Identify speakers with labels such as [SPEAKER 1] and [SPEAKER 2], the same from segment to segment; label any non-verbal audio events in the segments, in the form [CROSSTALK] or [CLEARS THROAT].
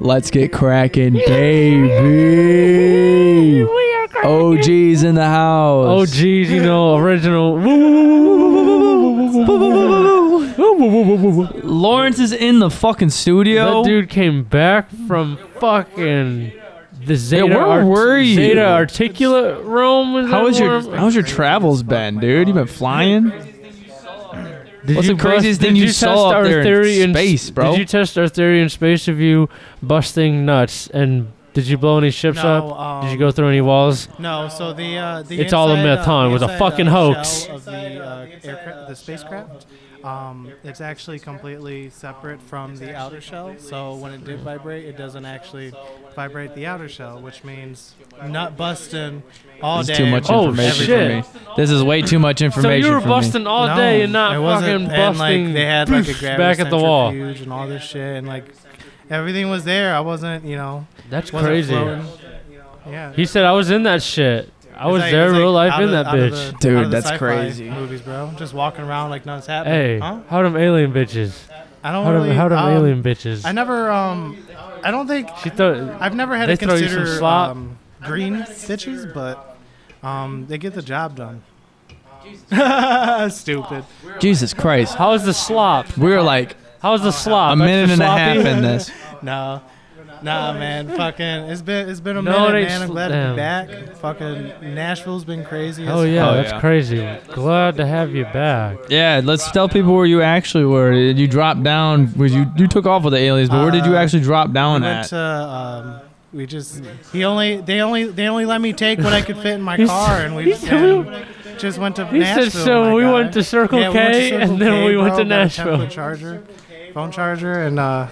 [SPEAKER 1] Let's get cracking, baby. OG's in the
[SPEAKER 2] Oh
[SPEAKER 1] house.
[SPEAKER 2] geez, you know,
[SPEAKER 1] [LAUGHS]
[SPEAKER 2] original. Woo, woo, woo, woo, woo, woo, woo, woo, woo, woo, woo, woo, woo.
[SPEAKER 1] Lawrence is in the fucking studio.
[SPEAKER 2] That dude came back from fucking the Zeta.
[SPEAKER 1] where
[SPEAKER 2] Art-
[SPEAKER 1] were you?
[SPEAKER 2] Zeta Articulate Rome. Was
[SPEAKER 1] how
[SPEAKER 2] that
[SPEAKER 1] was your
[SPEAKER 2] where I'm-
[SPEAKER 1] How's your travels been, dude? You been flying?
[SPEAKER 2] Did
[SPEAKER 1] What's
[SPEAKER 2] you
[SPEAKER 1] the craziest
[SPEAKER 2] bust-
[SPEAKER 1] thing
[SPEAKER 2] did
[SPEAKER 1] you
[SPEAKER 2] test
[SPEAKER 1] saw up
[SPEAKER 2] our
[SPEAKER 1] there in
[SPEAKER 2] theory
[SPEAKER 1] space, bro?
[SPEAKER 2] Did you test our theory in space of you busting nuts and? Did you blow any ships
[SPEAKER 3] No,
[SPEAKER 2] up?
[SPEAKER 3] um,
[SPEAKER 2] did you go through any walls?
[SPEAKER 3] No, so the uh, the
[SPEAKER 2] It's all a
[SPEAKER 3] inside,
[SPEAKER 2] myth, huh? It
[SPEAKER 3] Uh,
[SPEAKER 2] was a
[SPEAKER 3] inside,
[SPEAKER 2] fucking
[SPEAKER 3] uh,
[SPEAKER 2] hoax.
[SPEAKER 3] Shell of the uh, aircraft, the spacecraft. Um, it's actually completely separate from the outer shell. So when it did vibrate, it doesn't actually vibrate the outer shell, which means nut busting all
[SPEAKER 1] This
[SPEAKER 3] day.
[SPEAKER 1] is too much
[SPEAKER 2] Oh,
[SPEAKER 1] information
[SPEAKER 2] shit.
[SPEAKER 1] for me. This is way too much
[SPEAKER 2] So
[SPEAKER 1] information
[SPEAKER 2] you were
[SPEAKER 1] for me.
[SPEAKER 2] busting all
[SPEAKER 3] No,
[SPEAKER 2] day and not
[SPEAKER 3] it wasn't,
[SPEAKER 2] fucking
[SPEAKER 3] and,
[SPEAKER 2] busting
[SPEAKER 3] Like, they had like a gravity
[SPEAKER 2] back at the wall.
[SPEAKER 3] centrifuge and all this shit, and like everything was there. I wasn't, you know,
[SPEAKER 2] That's
[SPEAKER 3] wasn't
[SPEAKER 2] crazy.
[SPEAKER 3] floating. Yeah.
[SPEAKER 2] He said I was in that shit. I was
[SPEAKER 3] It's like-
[SPEAKER 2] there
[SPEAKER 3] it's like
[SPEAKER 2] real life
[SPEAKER 3] out
[SPEAKER 2] in
[SPEAKER 3] of-
[SPEAKER 2] that
[SPEAKER 3] out of the-
[SPEAKER 2] bitch.
[SPEAKER 3] out of
[SPEAKER 1] Dude,
[SPEAKER 3] the
[SPEAKER 1] that's
[SPEAKER 3] sci-fi
[SPEAKER 1] crazy.
[SPEAKER 3] Movies, bro. Just walking around like nothing's happening.
[SPEAKER 2] Hey,
[SPEAKER 3] Huh?
[SPEAKER 2] how them alien bitches?
[SPEAKER 3] I don't
[SPEAKER 2] How them,
[SPEAKER 3] really.
[SPEAKER 2] how them
[SPEAKER 3] um,
[SPEAKER 2] alien bitches?
[SPEAKER 3] I never. Um, I don't think.
[SPEAKER 2] She thought
[SPEAKER 3] I've never had
[SPEAKER 2] They
[SPEAKER 3] to
[SPEAKER 2] throw you some
[SPEAKER 3] consider
[SPEAKER 2] slop.
[SPEAKER 3] um, green bitches, but um, they get the job done. [LAUGHS] Stupid.
[SPEAKER 1] Jesus Christ.
[SPEAKER 2] how was the slop?
[SPEAKER 1] We were like
[SPEAKER 2] How was the slop?
[SPEAKER 1] a
[SPEAKER 2] Extra
[SPEAKER 1] minute and a
[SPEAKER 2] sloppy?
[SPEAKER 1] half in this.
[SPEAKER 3] No. Nah, man, fucking, it's been it's been a
[SPEAKER 2] No, it
[SPEAKER 3] minute,
[SPEAKER 2] ain't
[SPEAKER 3] man. I'm
[SPEAKER 2] sl-
[SPEAKER 3] glad
[SPEAKER 2] damn.
[SPEAKER 3] to be back. Fucking Nashville's been crazy.
[SPEAKER 2] Oh
[SPEAKER 3] as
[SPEAKER 2] yeah,
[SPEAKER 1] Oh,
[SPEAKER 2] that's
[SPEAKER 1] yeah.
[SPEAKER 2] crazy. Glad to have you
[SPEAKER 3] [LAUGHS]
[SPEAKER 2] back.
[SPEAKER 1] Yeah, let's tell people where you actually were. You dropped down. Was you you took off with the aliens, but where did you
[SPEAKER 3] Uh,
[SPEAKER 1] actually drop down
[SPEAKER 3] We went
[SPEAKER 1] at?
[SPEAKER 3] to, um, we just he only they only they only let me take what I could fit in my
[SPEAKER 2] He
[SPEAKER 3] car,
[SPEAKER 2] said-
[SPEAKER 3] and we
[SPEAKER 2] he
[SPEAKER 3] just,
[SPEAKER 2] said we-
[SPEAKER 3] and just went to
[SPEAKER 2] he said,
[SPEAKER 3] Nashville.
[SPEAKER 2] so
[SPEAKER 3] my
[SPEAKER 2] we
[SPEAKER 3] guy.
[SPEAKER 2] went to Circle
[SPEAKER 3] we went to
[SPEAKER 2] K, and
[SPEAKER 3] Circle
[SPEAKER 2] then
[SPEAKER 3] K,
[SPEAKER 2] we went
[SPEAKER 3] bro,
[SPEAKER 2] to
[SPEAKER 3] got a
[SPEAKER 2] Nashville.
[SPEAKER 3] Tesla Charger, phone charger, and uh,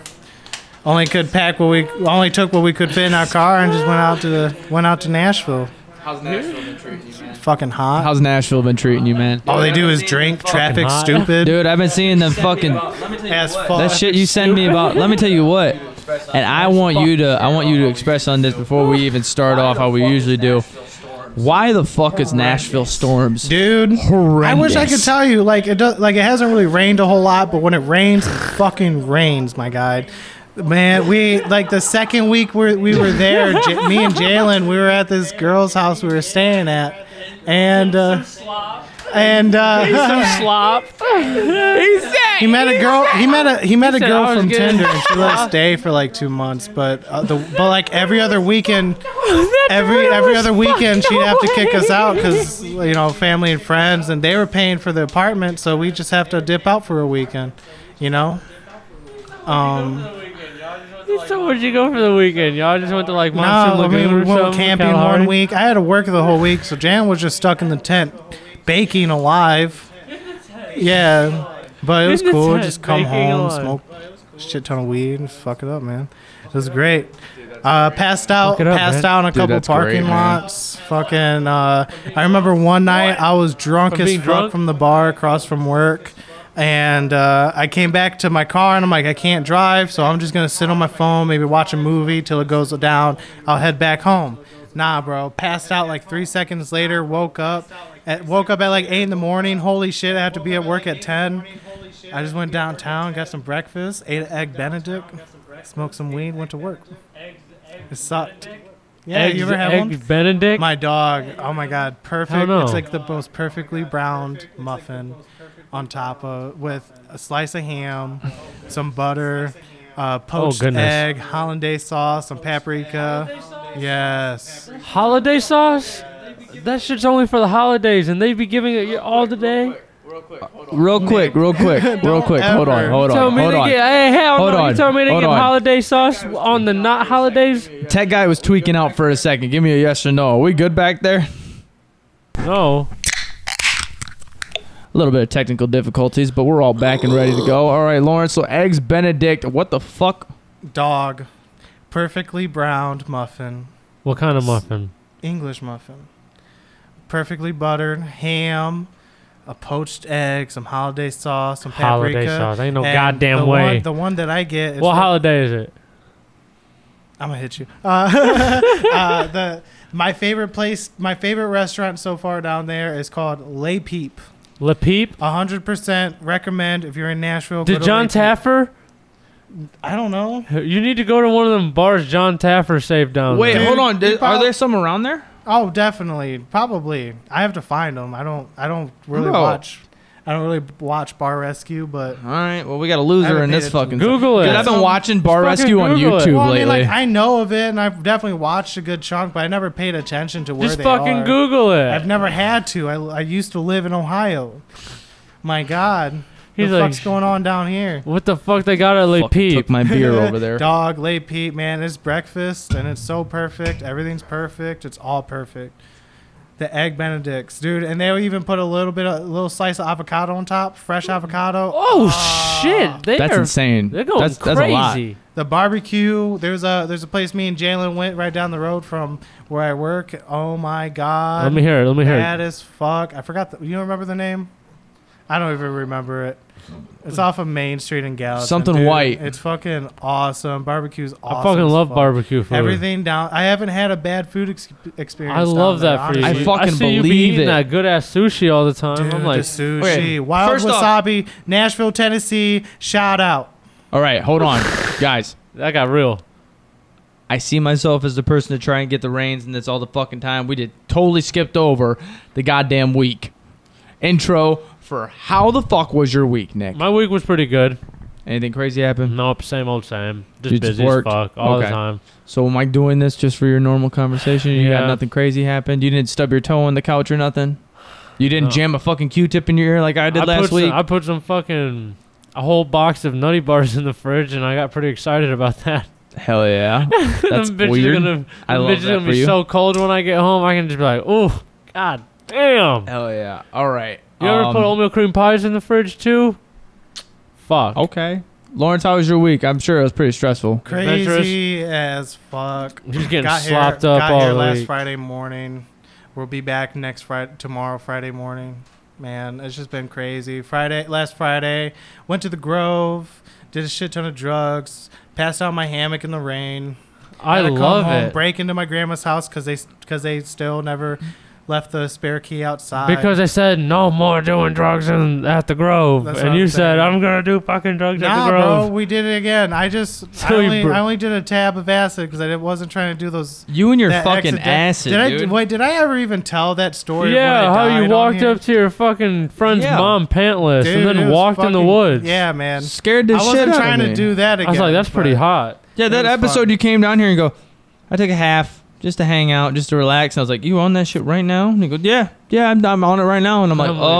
[SPEAKER 3] only could pack what we only took what we could fit in our car, and just went out to the went out to Nashville.
[SPEAKER 4] How's Nashville been treating you, man?
[SPEAKER 3] Fucking hot.
[SPEAKER 1] Hmm? How's Nashville been treating you, man?
[SPEAKER 3] all they do is drink. Traffic
[SPEAKER 2] hot.
[SPEAKER 3] stupid
[SPEAKER 1] Dude, I've been seeing them fucking
[SPEAKER 4] Let me tell you
[SPEAKER 3] as
[SPEAKER 4] what.
[SPEAKER 3] fuck.
[SPEAKER 1] that shit you send me about. Let me tell you what. And I want you to I want you to express on this before we even start off how we usually do. Why the fuck is Nashville storms?
[SPEAKER 3] Dude, I wish I could
[SPEAKER 1] Horrendous.
[SPEAKER 3] tell you. Like it does. Like it hasn't really rained a whole lot, but when it rains, it fucking rains, my guy. Man, we like the second week we we were there. J- me and Jalen, we were at this girl's house we were staying at, and uh, and [LAUGHS] uh,
[SPEAKER 2] slop.
[SPEAKER 3] he met a girl. He met a he met a
[SPEAKER 2] said, "I
[SPEAKER 3] girl
[SPEAKER 2] was
[SPEAKER 3] from
[SPEAKER 2] good."
[SPEAKER 3] Tinder, and she let
[SPEAKER 2] [LAUGHS]
[SPEAKER 3] us stay for like two months. But uh, the but like every other weekend, every every other weekend she'd have to kick us out because you know family and friends, and they were paying for the apartment, so we just have to dip out for a weekend, you know. Um,
[SPEAKER 2] So where'd you go for the weekend? Y'all just went to like
[SPEAKER 3] no,
[SPEAKER 2] Monster
[SPEAKER 3] I
[SPEAKER 2] Lagoon
[SPEAKER 3] mean we
[SPEAKER 2] or
[SPEAKER 3] went
[SPEAKER 2] something,
[SPEAKER 3] camping
[SPEAKER 2] Kalahari?
[SPEAKER 3] one week. I had to work the whole week, so Jan was just stuck in the tent, baking alive. Yeah. But it was
[SPEAKER 2] In the
[SPEAKER 3] cool.
[SPEAKER 2] tent,
[SPEAKER 3] Just come
[SPEAKER 2] baking
[SPEAKER 3] home,
[SPEAKER 2] alive.
[SPEAKER 3] smoke shit ton of weed, and fuck it up, man. It was great. Uh, passed out,
[SPEAKER 2] it up,
[SPEAKER 3] passed
[SPEAKER 2] man.
[SPEAKER 3] out in a couple
[SPEAKER 1] that's
[SPEAKER 3] parking
[SPEAKER 1] great, man.
[SPEAKER 3] lots. Fucking, uh, I remember one night I was drunk
[SPEAKER 2] From
[SPEAKER 3] as
[SPEAKER 2] being
[SPEAKER 3] fuck
[SPEAKER 2] drunk?
[SPEAKER 3] from the bar across from work, and uh, I came back to my car and I'm like, I can't drive, so I'm just gonna sit on my phone, maybe watch a movie till it goes down. I'll head back home. Nah, bro. Passed out like three seconds later. Woke up. At, woke up at like eight in the morning. Holy shit! I have to be at work at ten. I just went downtown, got some breakfast, ate an egg Benedict, smoked some weed, went to work. It sucked. Yeah,
[SPEAKER 2] Eggs,
[SPEAKER 3] you ever had
[SPEAKER 2] egg
[SPEAKER 3] one?
[SPEAKER 2] Benedict.
[SPEAKER 3] My dog. Oh my god, perfect.
[SPEAKER 2] no.
[SPEAKER 3] It's like the most perfectly browned muffin on top of with a slice of ham, some butter, uh, poached
[SPEAKER 2] Oh, goodness.
[SPEAKER 3] egg, hollandaise sauce, some paprika. Yes.
[SPEAKER 2] Holiday sauce? That shit's only for the holidays, and they be giving it you all the day.
[SPEAKER 1] Real quick,
[SPEAKER 2] [LAUGHS]
[SPEAKER 1] real quick, real quick. Hold on,
[SPEAKER 3] ever
[SPEAKER 1] hold
[SPEAKER 2] Tell
[SPEAKER 1] on,
[SPEAKER 2] me
[SPEAKER 1] hold
[SPEAKER 2] to
[SPEAKER 1] on.
[SPEAKER 2] get hey, hell
[SPEAKER 1] Hold
[SPEAKER 2] no,
[SPEAKER 1] on.
[SPEAKER 2] you told me to
[SPEAKER 1] Hold
[SPEAKER 2] get
[SPEAKER 1] on.
[SPEAKER 2] holiday sauce on the not holidays?
[SPEAKER 1] Tech guy was tweaking out for a second. Give me a yes or no. Are we good back there?
[SPEAKER 2] No.
[SPEAKER 1] A little bit of technical difficulties, but we're all back and ready to go. All right, Lawrence. So eggs Benedict. What the fuck?
[SPEAKER 3] Dog. Perfectly browned muffin.
[SPEAKER 2] What kind of muffin?
[SPEAKER 3] English muffin. Perfectly buttered, ham, a poached egg, some holiday sauce, some
[SPEAKER 2] Holiday
[SPEAKER 3] paprika.
[SPEAKER 2] sauce. Ain't no
[SPEAKER 3] and
[SPEAKER 2] goddamn
[SPEAKER 3] the
[SPEAKER 2] way.
[SPEAKER 3] One, the one that I get is
[SPEAKER 2] What
[SPEAKER 3] from-
[SPEAKER 2] holiday is it?
[SPEAKER 3] I'm gonna hit you. [LAUGHS] Uh, uh, the my favorite place, my favorite restaurant so far down there is called Lay Peep.
[SPEAKER 2] La Peep?
[SPEAKER 3] hundred percent recommend if you're in Nashville. go
[SPEAKER 2] Did
[SPEAKER 3] to
[SPEAKER 2] John
[SPEAKER 3] Le Peep.
[SPEAKER 2] Taffer
[SPEAKER 3] I don't know.
[SPEAKER 2] You need to go to one of them bars John Taffer saved down.
[SPEAKER 1] Wait,
[SPEAKER 2] there.
[SPEAKER 1] hold on.
[SPEAKER 3] Dude,
[SPEAKER 1] Did, are
[SPEAKER 3] prob-
[SPEAKER 1] there some around there?
[SPEAKER 3] Oh, definitely, probably. I have to find them. I don't. I don't really
[SPEAKER 1] Bro.
[SPEAKER 3] watch. I don't really watch Bar Rescue, but
[SPEAKER 1] All right. Well, we got a loser
[SPEAKER 3] haven't
[SPEAKER 1] in this
[SPEAKER 3] paid
[SPEAKER 1] fucking.
[SPEAKER 2] Google
[SPEAKER 1] Dude,
[SPEAKER 2] it.
[SPEAKER 1] I've been watching Bar
[SPEAKER 2] fucking
[SPEAKER 1] Rescue on
[SPEAKER 2] Google it.
[SPEAKER 1] YouTube
[SPEAKER 3] well, I mean,
[SPEAKER 1] lately.
[SPEAKER 3] like I know of it, and I've definitely watched a good chunk, but I never paid attention to where
[SPEAKER 2] Just
[SPEAKER 3] they
[SPEAKER 2] fucking
[SPEAKER 3] are.
[SPEAKER 2] Google it.
[SPEAKER 3] I've never had to. I, I used to live in Ohio. My God,
[SPEAKER 2] He's
[SPEAKER 3] the
[SPEAKER 2] like,
[SPEAKER 3] fuck's going on down here?
[SPEAKER 2] what the fuck they got at Lake
[SPEAKER 1] Fucking
[SPEAKER 2] Peep?
[SPEAKER 1] [LAUGHS] took my
[SPEAKER 2] [LAUGHS]
[SPEAKER 1] beer over there.
[SPEAKER 3] Dog, lay Pete, man, it's breakfast and it's so perfect. Everything's perfect. It's all perfect. The egg benedicts, dude, and they'll even put a little bit, of, a little slice of avocado on top, fresh avocado. Uh,
[SPEAKER 2] oh
[SPEAKER 3] Ah.
[SPEAKER 2] shit, they
[SPEAKER 1] That's
[SPEAKER 2] are,
[SPEAKER 1] insane.
[SPEAKER 2] They're going
[SPEAKER 1] that's,
[SPEAKER 2] crazy.
[SPEAKER 1] that's a lot.
[SPEAKER 3] The barbecue. There's a there's a place me and Jalen went right down the road from where I work. Oh my God,
[SPEAKER 2] Let me hear it. Let me hear
[SPEAKER 3] bad
[SPEAKER 2] it.
[SPEAKER 3] as fuck. I forgot. The, you don't remember the name? I don't even remember it. It's off of Main Street in Gallatin.
[SPEAKER 1] Something
[SPEAKER 3] dude.
[SPEAKER 1] white.
[SPEAKER 3] It's fucking awesome. Barbecue's awesome.
[SPEAKER 2] I fucking
[SPEAKER 3] as
[SPEAKER 2] love
[SPEAKER 3] fuck.
[SPEAKER 2] barbecue food.
[SPEAKER 3] Everything down. I haven't had a bad food ex- experience.
[SPEAKER 2] I
[SPEAKER 3] down
[SPEAKER 2] love
[SPEAKER 3] there,
[SPEAKER 2] that for you.
[SPEAKER 1] I
[SPEAKER 3] honestly.
[SPEAKER 1] fucking
[SPEAKER 2] see you be
[SPEAKER 1] believe
[SPEAKER 2] eating
[SPEAKER 1] it.
[SPEAKER 2] that good ass sushi all the time.
[SPEAKER 3] Dude,
[SPEAKER 2] I'm like,
[SPEAKER 3] the sushi,
[SPEAKER 1] Okay,
[SPEAKER 3] wild
[SPEAKER 1] first off-
[SPEAKER 3] wasabi, Nashville, Tennessee. Shout out.
[SPEAKER 1] All right, hold
[SPEAKER 2] [LAUGHS]
[SPEAKER 1] on, guys.
[SPEAKER 2] that got real.
[SPEAKER 1] I see myself as the person to try and get the reins, and that's all the fucking time. We did totally skipped over the goddamn week. Intro for how the fuck was your week, Nick?
[SPEAKER 2] My Mm-hmm. week was pretty good.
[SPEAKER 1] Anything crazy happen?
[SPEAKER 2] Nope, same old same. Just
[SPEAKER 1] You just
[SPEAKER 2] busy
[SPEAKER 1] worked?
[SPEAKER 2] as fuck all
[SPEAKER 1] Okay.
[SPEAKER 2] the time.
[SPEAKER 1] So am I doing this just for your normal conversation? You got
[SPEAKER 2] Yeah.
[SPEAKER 1] nothing crazy happened? You didn't stub your toe on the couch or nothing? You didn't
[SPEAKER 2] No.
[SPEAKER 1] jam a fucking Q-tip in your ear like I did
[SPEAKER 2] put
[SPEAKER 1] last
[SPEAKER 2] some-
[SPEAKER 1] week?
[SPEAKER 2] I put some fucking a whole box of nutty bars in the fridge, and I got pretty excited about [LAUGHS] that.
[SPEAKER 1] Hell
[SPEAKER 2] [LAUGHS]
[SPEAKER 1] yeah. That's
[SPEAKER 2] Them bitches are
[SPEAKER 1] weird.
[SPEAKER 2] Gonna,
[SPEAKER 1] I
[SPEAKER 2] them
[SPEAKER 1] love
[SPEAKER 2] bitches
[SPEAKER 1] that
[SPEAKER 2] gonna
[SPEAKER 1] for
[SPEAKER 2] be
[SPEAKER 1] you.
[SPEAKER 2] so cold when I get home. I can just be like, oh, god damn.
[SPEAKER 1] Hell yeah. All right.
[SPEAKER 2] You ever
[SPEAKER 1] Um,
[SPEAKER 2] put oatmeal cream pies in the fridge too? Fuck.
[SPEAKER 1] Okay. Lawrence, how was your week? I'm sure it was pretty stressful.
[SPEAKER 3] Crazy as fuck.
[SPEAKER 2] He's getting
[SPEAKER 3] got
[SPEAKER 2] slopped
[SPEAKER 3] here,
[SPEAKER 2] up
[SPEAKER 3] got
[SPEAKER 2] all
[SPEAKER 3] here
[SPEAKER 2] the
[SPEAKER 3] last
[SPEAKER 2] week.
[SPEAKER 3] Friday morning. We'll be back next Friday, tomorrow Friday morning. Man, it's just been crazy. Friday, last Friday, went to the Grove, did a shit ton of drugs, passed out in my hammock in the rain.
[SPEAKER 2] I
[SPEAKER 3] Had to come
[SPEAKER 2] love
[SPEAKER 3] home,
[SPEAKER 2] it
[SPEAKER 3] Break into my grandma's house because they because they still never left the spare key outside.
[SPEAKER 2] because I said no more doing drugs in, at the Grove,
[SPEAKER 3] That's
[SPEAKER 2] and
[SPEAKER 3] what
[SPEAKER 2] you
[SPEAKER 3] I'm
[SPEAKER 2] said
[SPEAKER 3] saying.
[SPEAKER 2] I'm gonna do fucking drugs at
[SPEAKER 3] nah,
[SPEAKER 2] the
[SPEAKER 3] bro,
[SPEAKER 2] Grove.
[SPEAKER 3] we did it again.
[SPEAKER 2] [LAUGHS]
[SPEAKER 3] I just I
[SPEAKER 2] So you
[SPEAKER 3] only,
[SPEAKER 2] bro-
[SPEAKER 3] I only did a tab of acid because I didn't- wasn't trying to do those
[SPEAKER 1] You and your
[SPEAKER 3] that
[SPEAKER 1] fucking
[SPEAKER 3] accident-
[SPEAKER 1] acid,
[SPEAKER 3] Did I
[SPEAKER 1] dude.
[SPEAKER 3] wait? Did I ever even tell that story?
[SPEAKER 2] Yeah,
[SPEAKER 3] when I
[SPEAKER 2] how
[SPEAKER 3] died
[SPEAKER 2] you
[SPEAKER 3] on
[SPEAKER 2] walked
[SPEAKER 3] here?
[SPEAKER 2] up to your fucking friend's
[SPEAKER 1] Yeah.
[SPEAKER 2] mom pantless
[SPEAKER 3] Dude,
[SPEAKER 2] and
[SPEAKER 3] it
[SPEAKER 2] then
[SPEAKER 3] was
[SPEAKER 2] walked in the
[SPEAKER 3] fucking-
[SPEAKER 2] woods.
[SPEAKER 3] Yeah, man.
[SPEAKER 1] Scared the
[SPEAKER 3] I
[SPEAKER 1] shit
[SPEAKER 3] wasn't
[SPEAKER 1] out
[SPEAKER 3] trying
[SPEAKER 1] of
[SPEAKER 3] to
[SPEAKER 1] me.
[SPEAKER 3] do that again.
[SPEAKER 2] I was like, that's pretty
[SPEAKER 3] but-
[SPEAKER 2] hot. [LAUGHS]
[SPEAKER 1] Yeah, that
[SPEAKER 3] was
[SPEAKER 1] episode
[SPEAKER 3] fun.
[SPEAKER 1] you came down here and go, I took a half just to hang out, just to relax. And I was like, you on that shit right now? And he goes, yeah, yeah, I'm, I'm on it right now. And
[SPEAKER 2] [LAUGHS]
[SPEAKER 1] I'm like,
[SPEAKER 2] I'm like-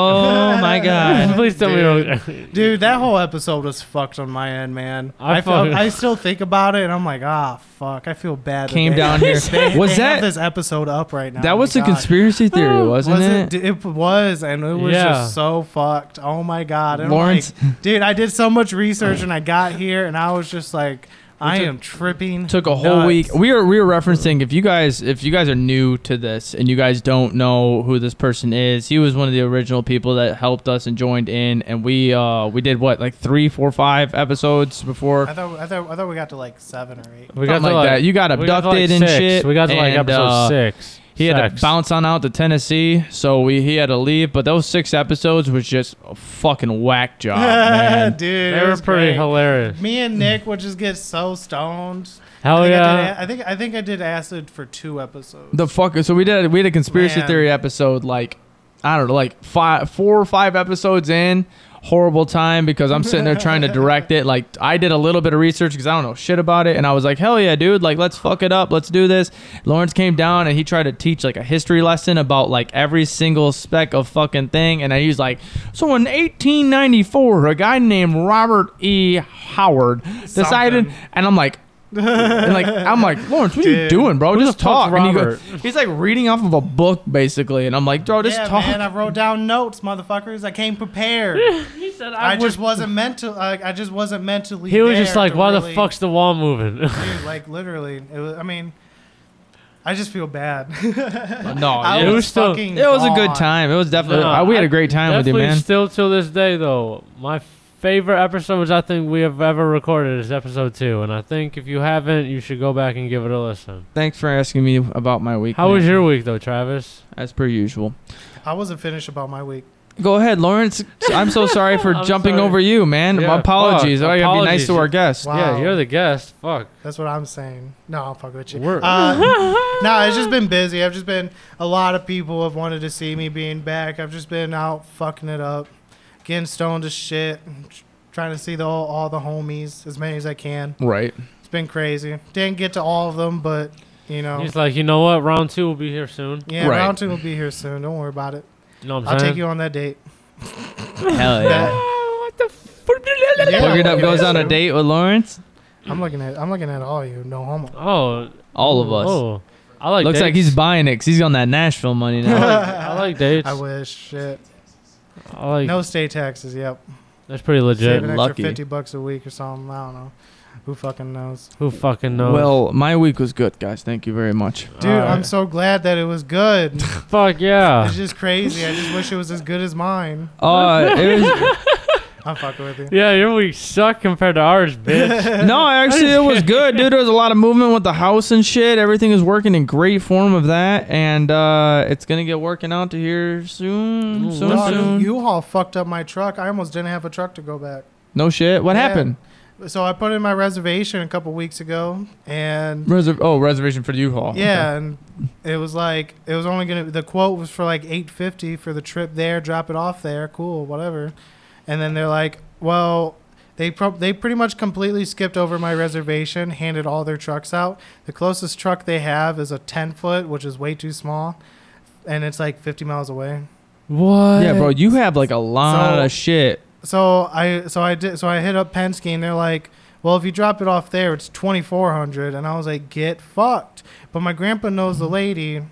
[SPEAKER 1] oh
[SPEAKER 3] [LAUGHS]
[SPEAKER 1] my god.
[SPEAKER 2] Please tell me.
[SPEAKER 3] Dude.
[SPEAKER 2] you don't- [LAUGHS]
[SPEAKER 3] Dude, that whole episode was fucked on my end, man.
[SPEAKER 2] I
[SPEAKER 3] I, felt,
[SPEAKER 2] fucking-
[SPEAKER 3] I still think about it, and I'm like, ah, fuck. I feel bad. that
[SPEAKER 1] Came
[SPEAKER 3] [LAUGHS] they-
[SPEAKER 1] down here.
[SPEAKER 3] They,
[SPEAKER 1] Was
[SPEAKER 3] they
[SPEAKER 1] that-
[SPEAKER 3] have this episode up right now?
[SPEAKER 1] That was
[SPEAKER 3] Oh my
[SPEAKER 1] a
[SPEAKER 3] God.
[SPEAKER 1] conspiracy theory, wasn't
[SPEAKER 3] was
[SPEAKER 1] it?
[SPEAKER 3] It, it was, and it was
[SPEAKER 2] Yeah.
[SPEAKER 3] just so fucked. Oh my god, and I'm
[SPEAKER 1] Lawrence-
[SPEAKER 3] like, dude, I did so much research, and I got here, and I was just like, I
[SPEAKER 1] took-
[SPEAKER 3] am tripping.
[SPEAKER 1] Took a whole
[SPEAKER 3] nuts.
[SPEAKER 1] week. We are we are referencing if you guys if you guys are new to this and you guys don't know who this person is, he was one of the original people that helped us and joined in, and we uh we did what like three, four, five episodes before
[SPEAKER 3] I thought, I thought, I thought we got to like seven or
[SPEAKER 1] [LAUGHS]
[SPEAKER 3] eight.
[SPEAKER 2] We
[SPEAKER 1] Something like, that. You got
[SPEAKER 2] we
[SPEAKER 1] abducted
[SPEAKER 2] got to, like,
[SPEAKER 1] and
[SPEAKER 2] six.
[SPEAKER 1] shit.
[SPEAKER 2] We got to like
[SPEAKER 1] and,
[SPEAKER 2] episode
[SPEAKER 1] uh,
[SPEAKER 2] six.
[SPEAKER 1] He had to
[SPEAKER 2] Sex.
[SPEAKER 1] bounce on out to Tennessee, so we he had to leave. But those six episodes was just a fucking whack
[SPEAKER 2] [LAUGHS]
[SPEAKER 1] job, man.
[SPEAKER 3] [LAUGHS] dude,
[SPEAKER 2] They
[SPEAKER 3] it
[SPEAKER 2] were
[SPEAKER 3] was
[SPEAKER 2] pretty
[SPEAKER 3] great.
[SPEAKER 2] hilarious.
[SPEAKER 3] Me and Nick would just get so stoned. I
[SPEAKER 2] Hell
[SPEAKER 3] think I,
[SPEAKER 2] yeah.
[SPEAKER 3] did, a- I think I think I did acid for two episodes.
[SPEAKER 1] The fuck. So we did we had a conspiracy
[SPEAKER 3] Man.
[SPEAKER 1] theory episode like I don't know, like five, four or five episodes in. Horrible time because I'm sitting there trying to direct it. Like I did a little bit of research because I don't know shit about it, and I was like, hell yeah, dude! Like let's fuck it up, let's do this. Lawrence came down and he tried to teach like a history lesson about like every single speck of fucking thing, and he's like, so in 1894, a guy named Robert E. Howard decided,
[SPEAKER 3] Something.
[SPEAKER 1] and I'm like. and like I'm like Lawrence, what are you
[SPEAKER 3] Dude.
[SPEAKER 1] doing, bro? Just
[SPEAKER 2] the fuck's
[SPEAKER 1] talk. And he go-
[SPEAKER 2] Robert?
[SPEAKER 1] he's like reading off of a book basically, and I'm like, bro, just
[SPEAKER 3] yeah,
[SPEAKER 1] talk.
[SPEAKER 3] man, I wrote down notes, motherfuckers. I came prepared.
[SPEAKER 2] He said,
[SPEAKER 3] I, just wasn't mental. Like, I just wasn't mentally.
[SPEAKER 2] He was
[SPEAKER 3] there
[SPEAKER 2] just like,
[SPEAKER 3] to
[SPEAKER 2] why the
[SPEAKER 3] really-
[SPEAKER 2] fuck's the wall moving?
[SPEAKER 3] Dude, like literally, it was. I mean, I just feel bad. [LAUGHS]
[SPEAKER 1] no,
[SPEAKER 3] I
[SPEAKER 1] it
[SPEAKER 2] was
[SPEAKER 1] was,
[SPEAKER 2] still-
[SPEAKER 3] fucking
[SPEAKER 1] it was a good
[SPEAKER 3] gone.
[SPEAKER 1] time. It was definitely
[SPEAKER 2] No,
[SPEAKER 1] uh, we had
[SPEAKER 2] I
[SPEAKER 1] a great
[SPEAKER 2] [LAUGHS]
[SPEAKER 1] time with you,
[SPEAKER 2] Definitely
[SPEAKER 1] man.
[SPEAKER 2] Still till this day, though, my favorite episode which I think we have ever recorded is episode two, and I think if you haven't, you should go back and give it a listen.
[SPEAKER 1] Thanks for asking me about my week.
[SPEAKER 2] How was
[SPEAKER 1] man.
[SPEAKER 2] your week, though, Travis?
[SPEAKER 1] As per usual.
[SPEAKER 3] I wasn't finished about my week.
[SPEAKER 1] Go ahead, Lawrence. I'm
[SPEAKER 2] [LAUGHS]
[SPEAKER 1] so sorry for
[SPEAKER 2] I'm
[SPEAKER 1] jumping
[SPEAKER 2] sorry.
[SPEAKER 1] over you, man.
[SPEAKER 2] Yeah,
[SPEAKER 1] apologies.
[SPEAKER 2] fuck.
[SPEAKER 1] I gotta be nice
[SPEAKER 2] Apologies.
[SPEAKER 1] to our guest.
[SPEAKER 3] Wow.
[SPEAKER 2] Yeah, you're the guest. Fuck.
[SPEAKER 3] That's what I'm saying. No, I'll fuck with you.
[SPEAKER 2] Word.
[SPEAKER 3] Uh, no, it's just been busy. I've just been. A lot of people have wanted to see me being back. I've just been out fucking it up, getting stoned as shit, trying to see the, all, all the homies as many as I can.
[SPEAKER 1] Right.
[SPEAKER 3] It's been crazy. Didn't get to all of them, but you know,
[SPEAKER 2] He's like, you know what? Round two will be here soon.
[SPEAKER 3] yeah,
[SPEAKER 1] Right.
[SPEAKER 3] round two will be here soon. Don't worry about it.
[SPEAKER 2] You know what I'm
[SPEAKER 3] I'll
[SPEAKER 2] saying?
[SPEAKER 3] take you on that date.
[SPEAKER 1] Hell
[SPEAKER 3] That- Yeah, I'm
[SPEAKER 1] Boogered up
[SPEAKER 3] looking
[SPEAKER 1] goes
[SPEAKER 3] at
[SPEAKER 1] on a
[SPEAKER 3] you.
[SPEAKER 1] date with Lawrence.
[SPEAKER 3] I'm looking at. I'm looking at all you. No homo.
[SPEAKER 2] Oh,
[SPEAKER 1] All of us.
[SPEAKER 2] Oh, I like.
[SPEAKER 1] Looks
[SPEAKER 2] dates.
[SPEAKER 1] like he's buying it 'cause he's on that Nashville money
[SPEAKER 2] I [LAUGHS]
[SPEAKER 1] now.
[SPEAKER 2] like, I like dates.
[SPEAKER 3] [LAUGHS] I wish. Shit.
[SPEAKER 2] I like.
[SPEAKER 3] No state taxes. Yep.
[SPEAKER 2] That's pretty
[SPEAKER 3] Save
[SPEAKER 2] legit.
[SPEAKER 3] an
[SPEAKER 1] lucky.
[SPEAKER 3] extra fifty bucks a week or something. I don't know. Who fucking knows?
[SPEAKER 2] Who fucking knows?
[SPEAKER 1] well, my week was good, guys. Thank you very much.
[SPEAKER 3] Dude,
[SPEAKER 2] Alright.
[SPEAKER 3] I'm so glad that it
[SPEAKER 1] [LAUGHS]
[SPEAKER 3] was good.
[SPEAKER 2] fuck yeah.
[SPEAKER 3] it's just crazy. I just wish it was as good as mine.
[SPEAKER 1] Uh, it was,
[SPEAKER 3] I'm fucking with you.
[SPEAKER 2] Yeah, your week suck compared to ours,
[SPEAKER 3] [LAUGHS]
[SPEAKER 1] [LAUGHS]
[SPEAKER 2] bitch.
[SPEAKER 1] no, actually, it was good, dude. There was a lot of movement with the house and shit. Everything is working in great form of that, and uh, it's gonna get working out to here soon,
[SPEAKER 2] Ooh,
[SPEAKER 1] soon,
[SPEAKER 2] what's
[SPEAKER 1] soon.
[SPEAKER 3] Dog, U-Haul fucked up my truck. I almost didn't have a truck to go back.
[SPEAKER 1] no shit. What
[SPEAKER 3] Yeah.
[SPEAKER 1] happened?
[SPEAKER 3] So I put in my reservation a couple weeks ago, and
[SPEAKER 1] Reser- oh, reservation for the U-Haul.
[SPEAKER 3] yeah, and it was like it was only gonna. The quote was for like eight fifty for the trip there, drop it off there, cool, whatever. And then they're like, well, they pro- they pretty much completely skipped over my reservation, handed all their trucks out. The closest truck they have is a ten foot, which is way too small, and it's like fifty miles away.
[SPEAKER 2] what?
[SPEAKER 1] Okay. Yeah, bro, you have like a lot
[SPEAKER 3] So-
[SPEAKER 1] of shit.
[SPEAKER 3] so I so I did so I hit up Penske and they're like, well, if you drop it off there, it's twenty four hundred, and I was like, get fucked. But my grandpa knows the lady,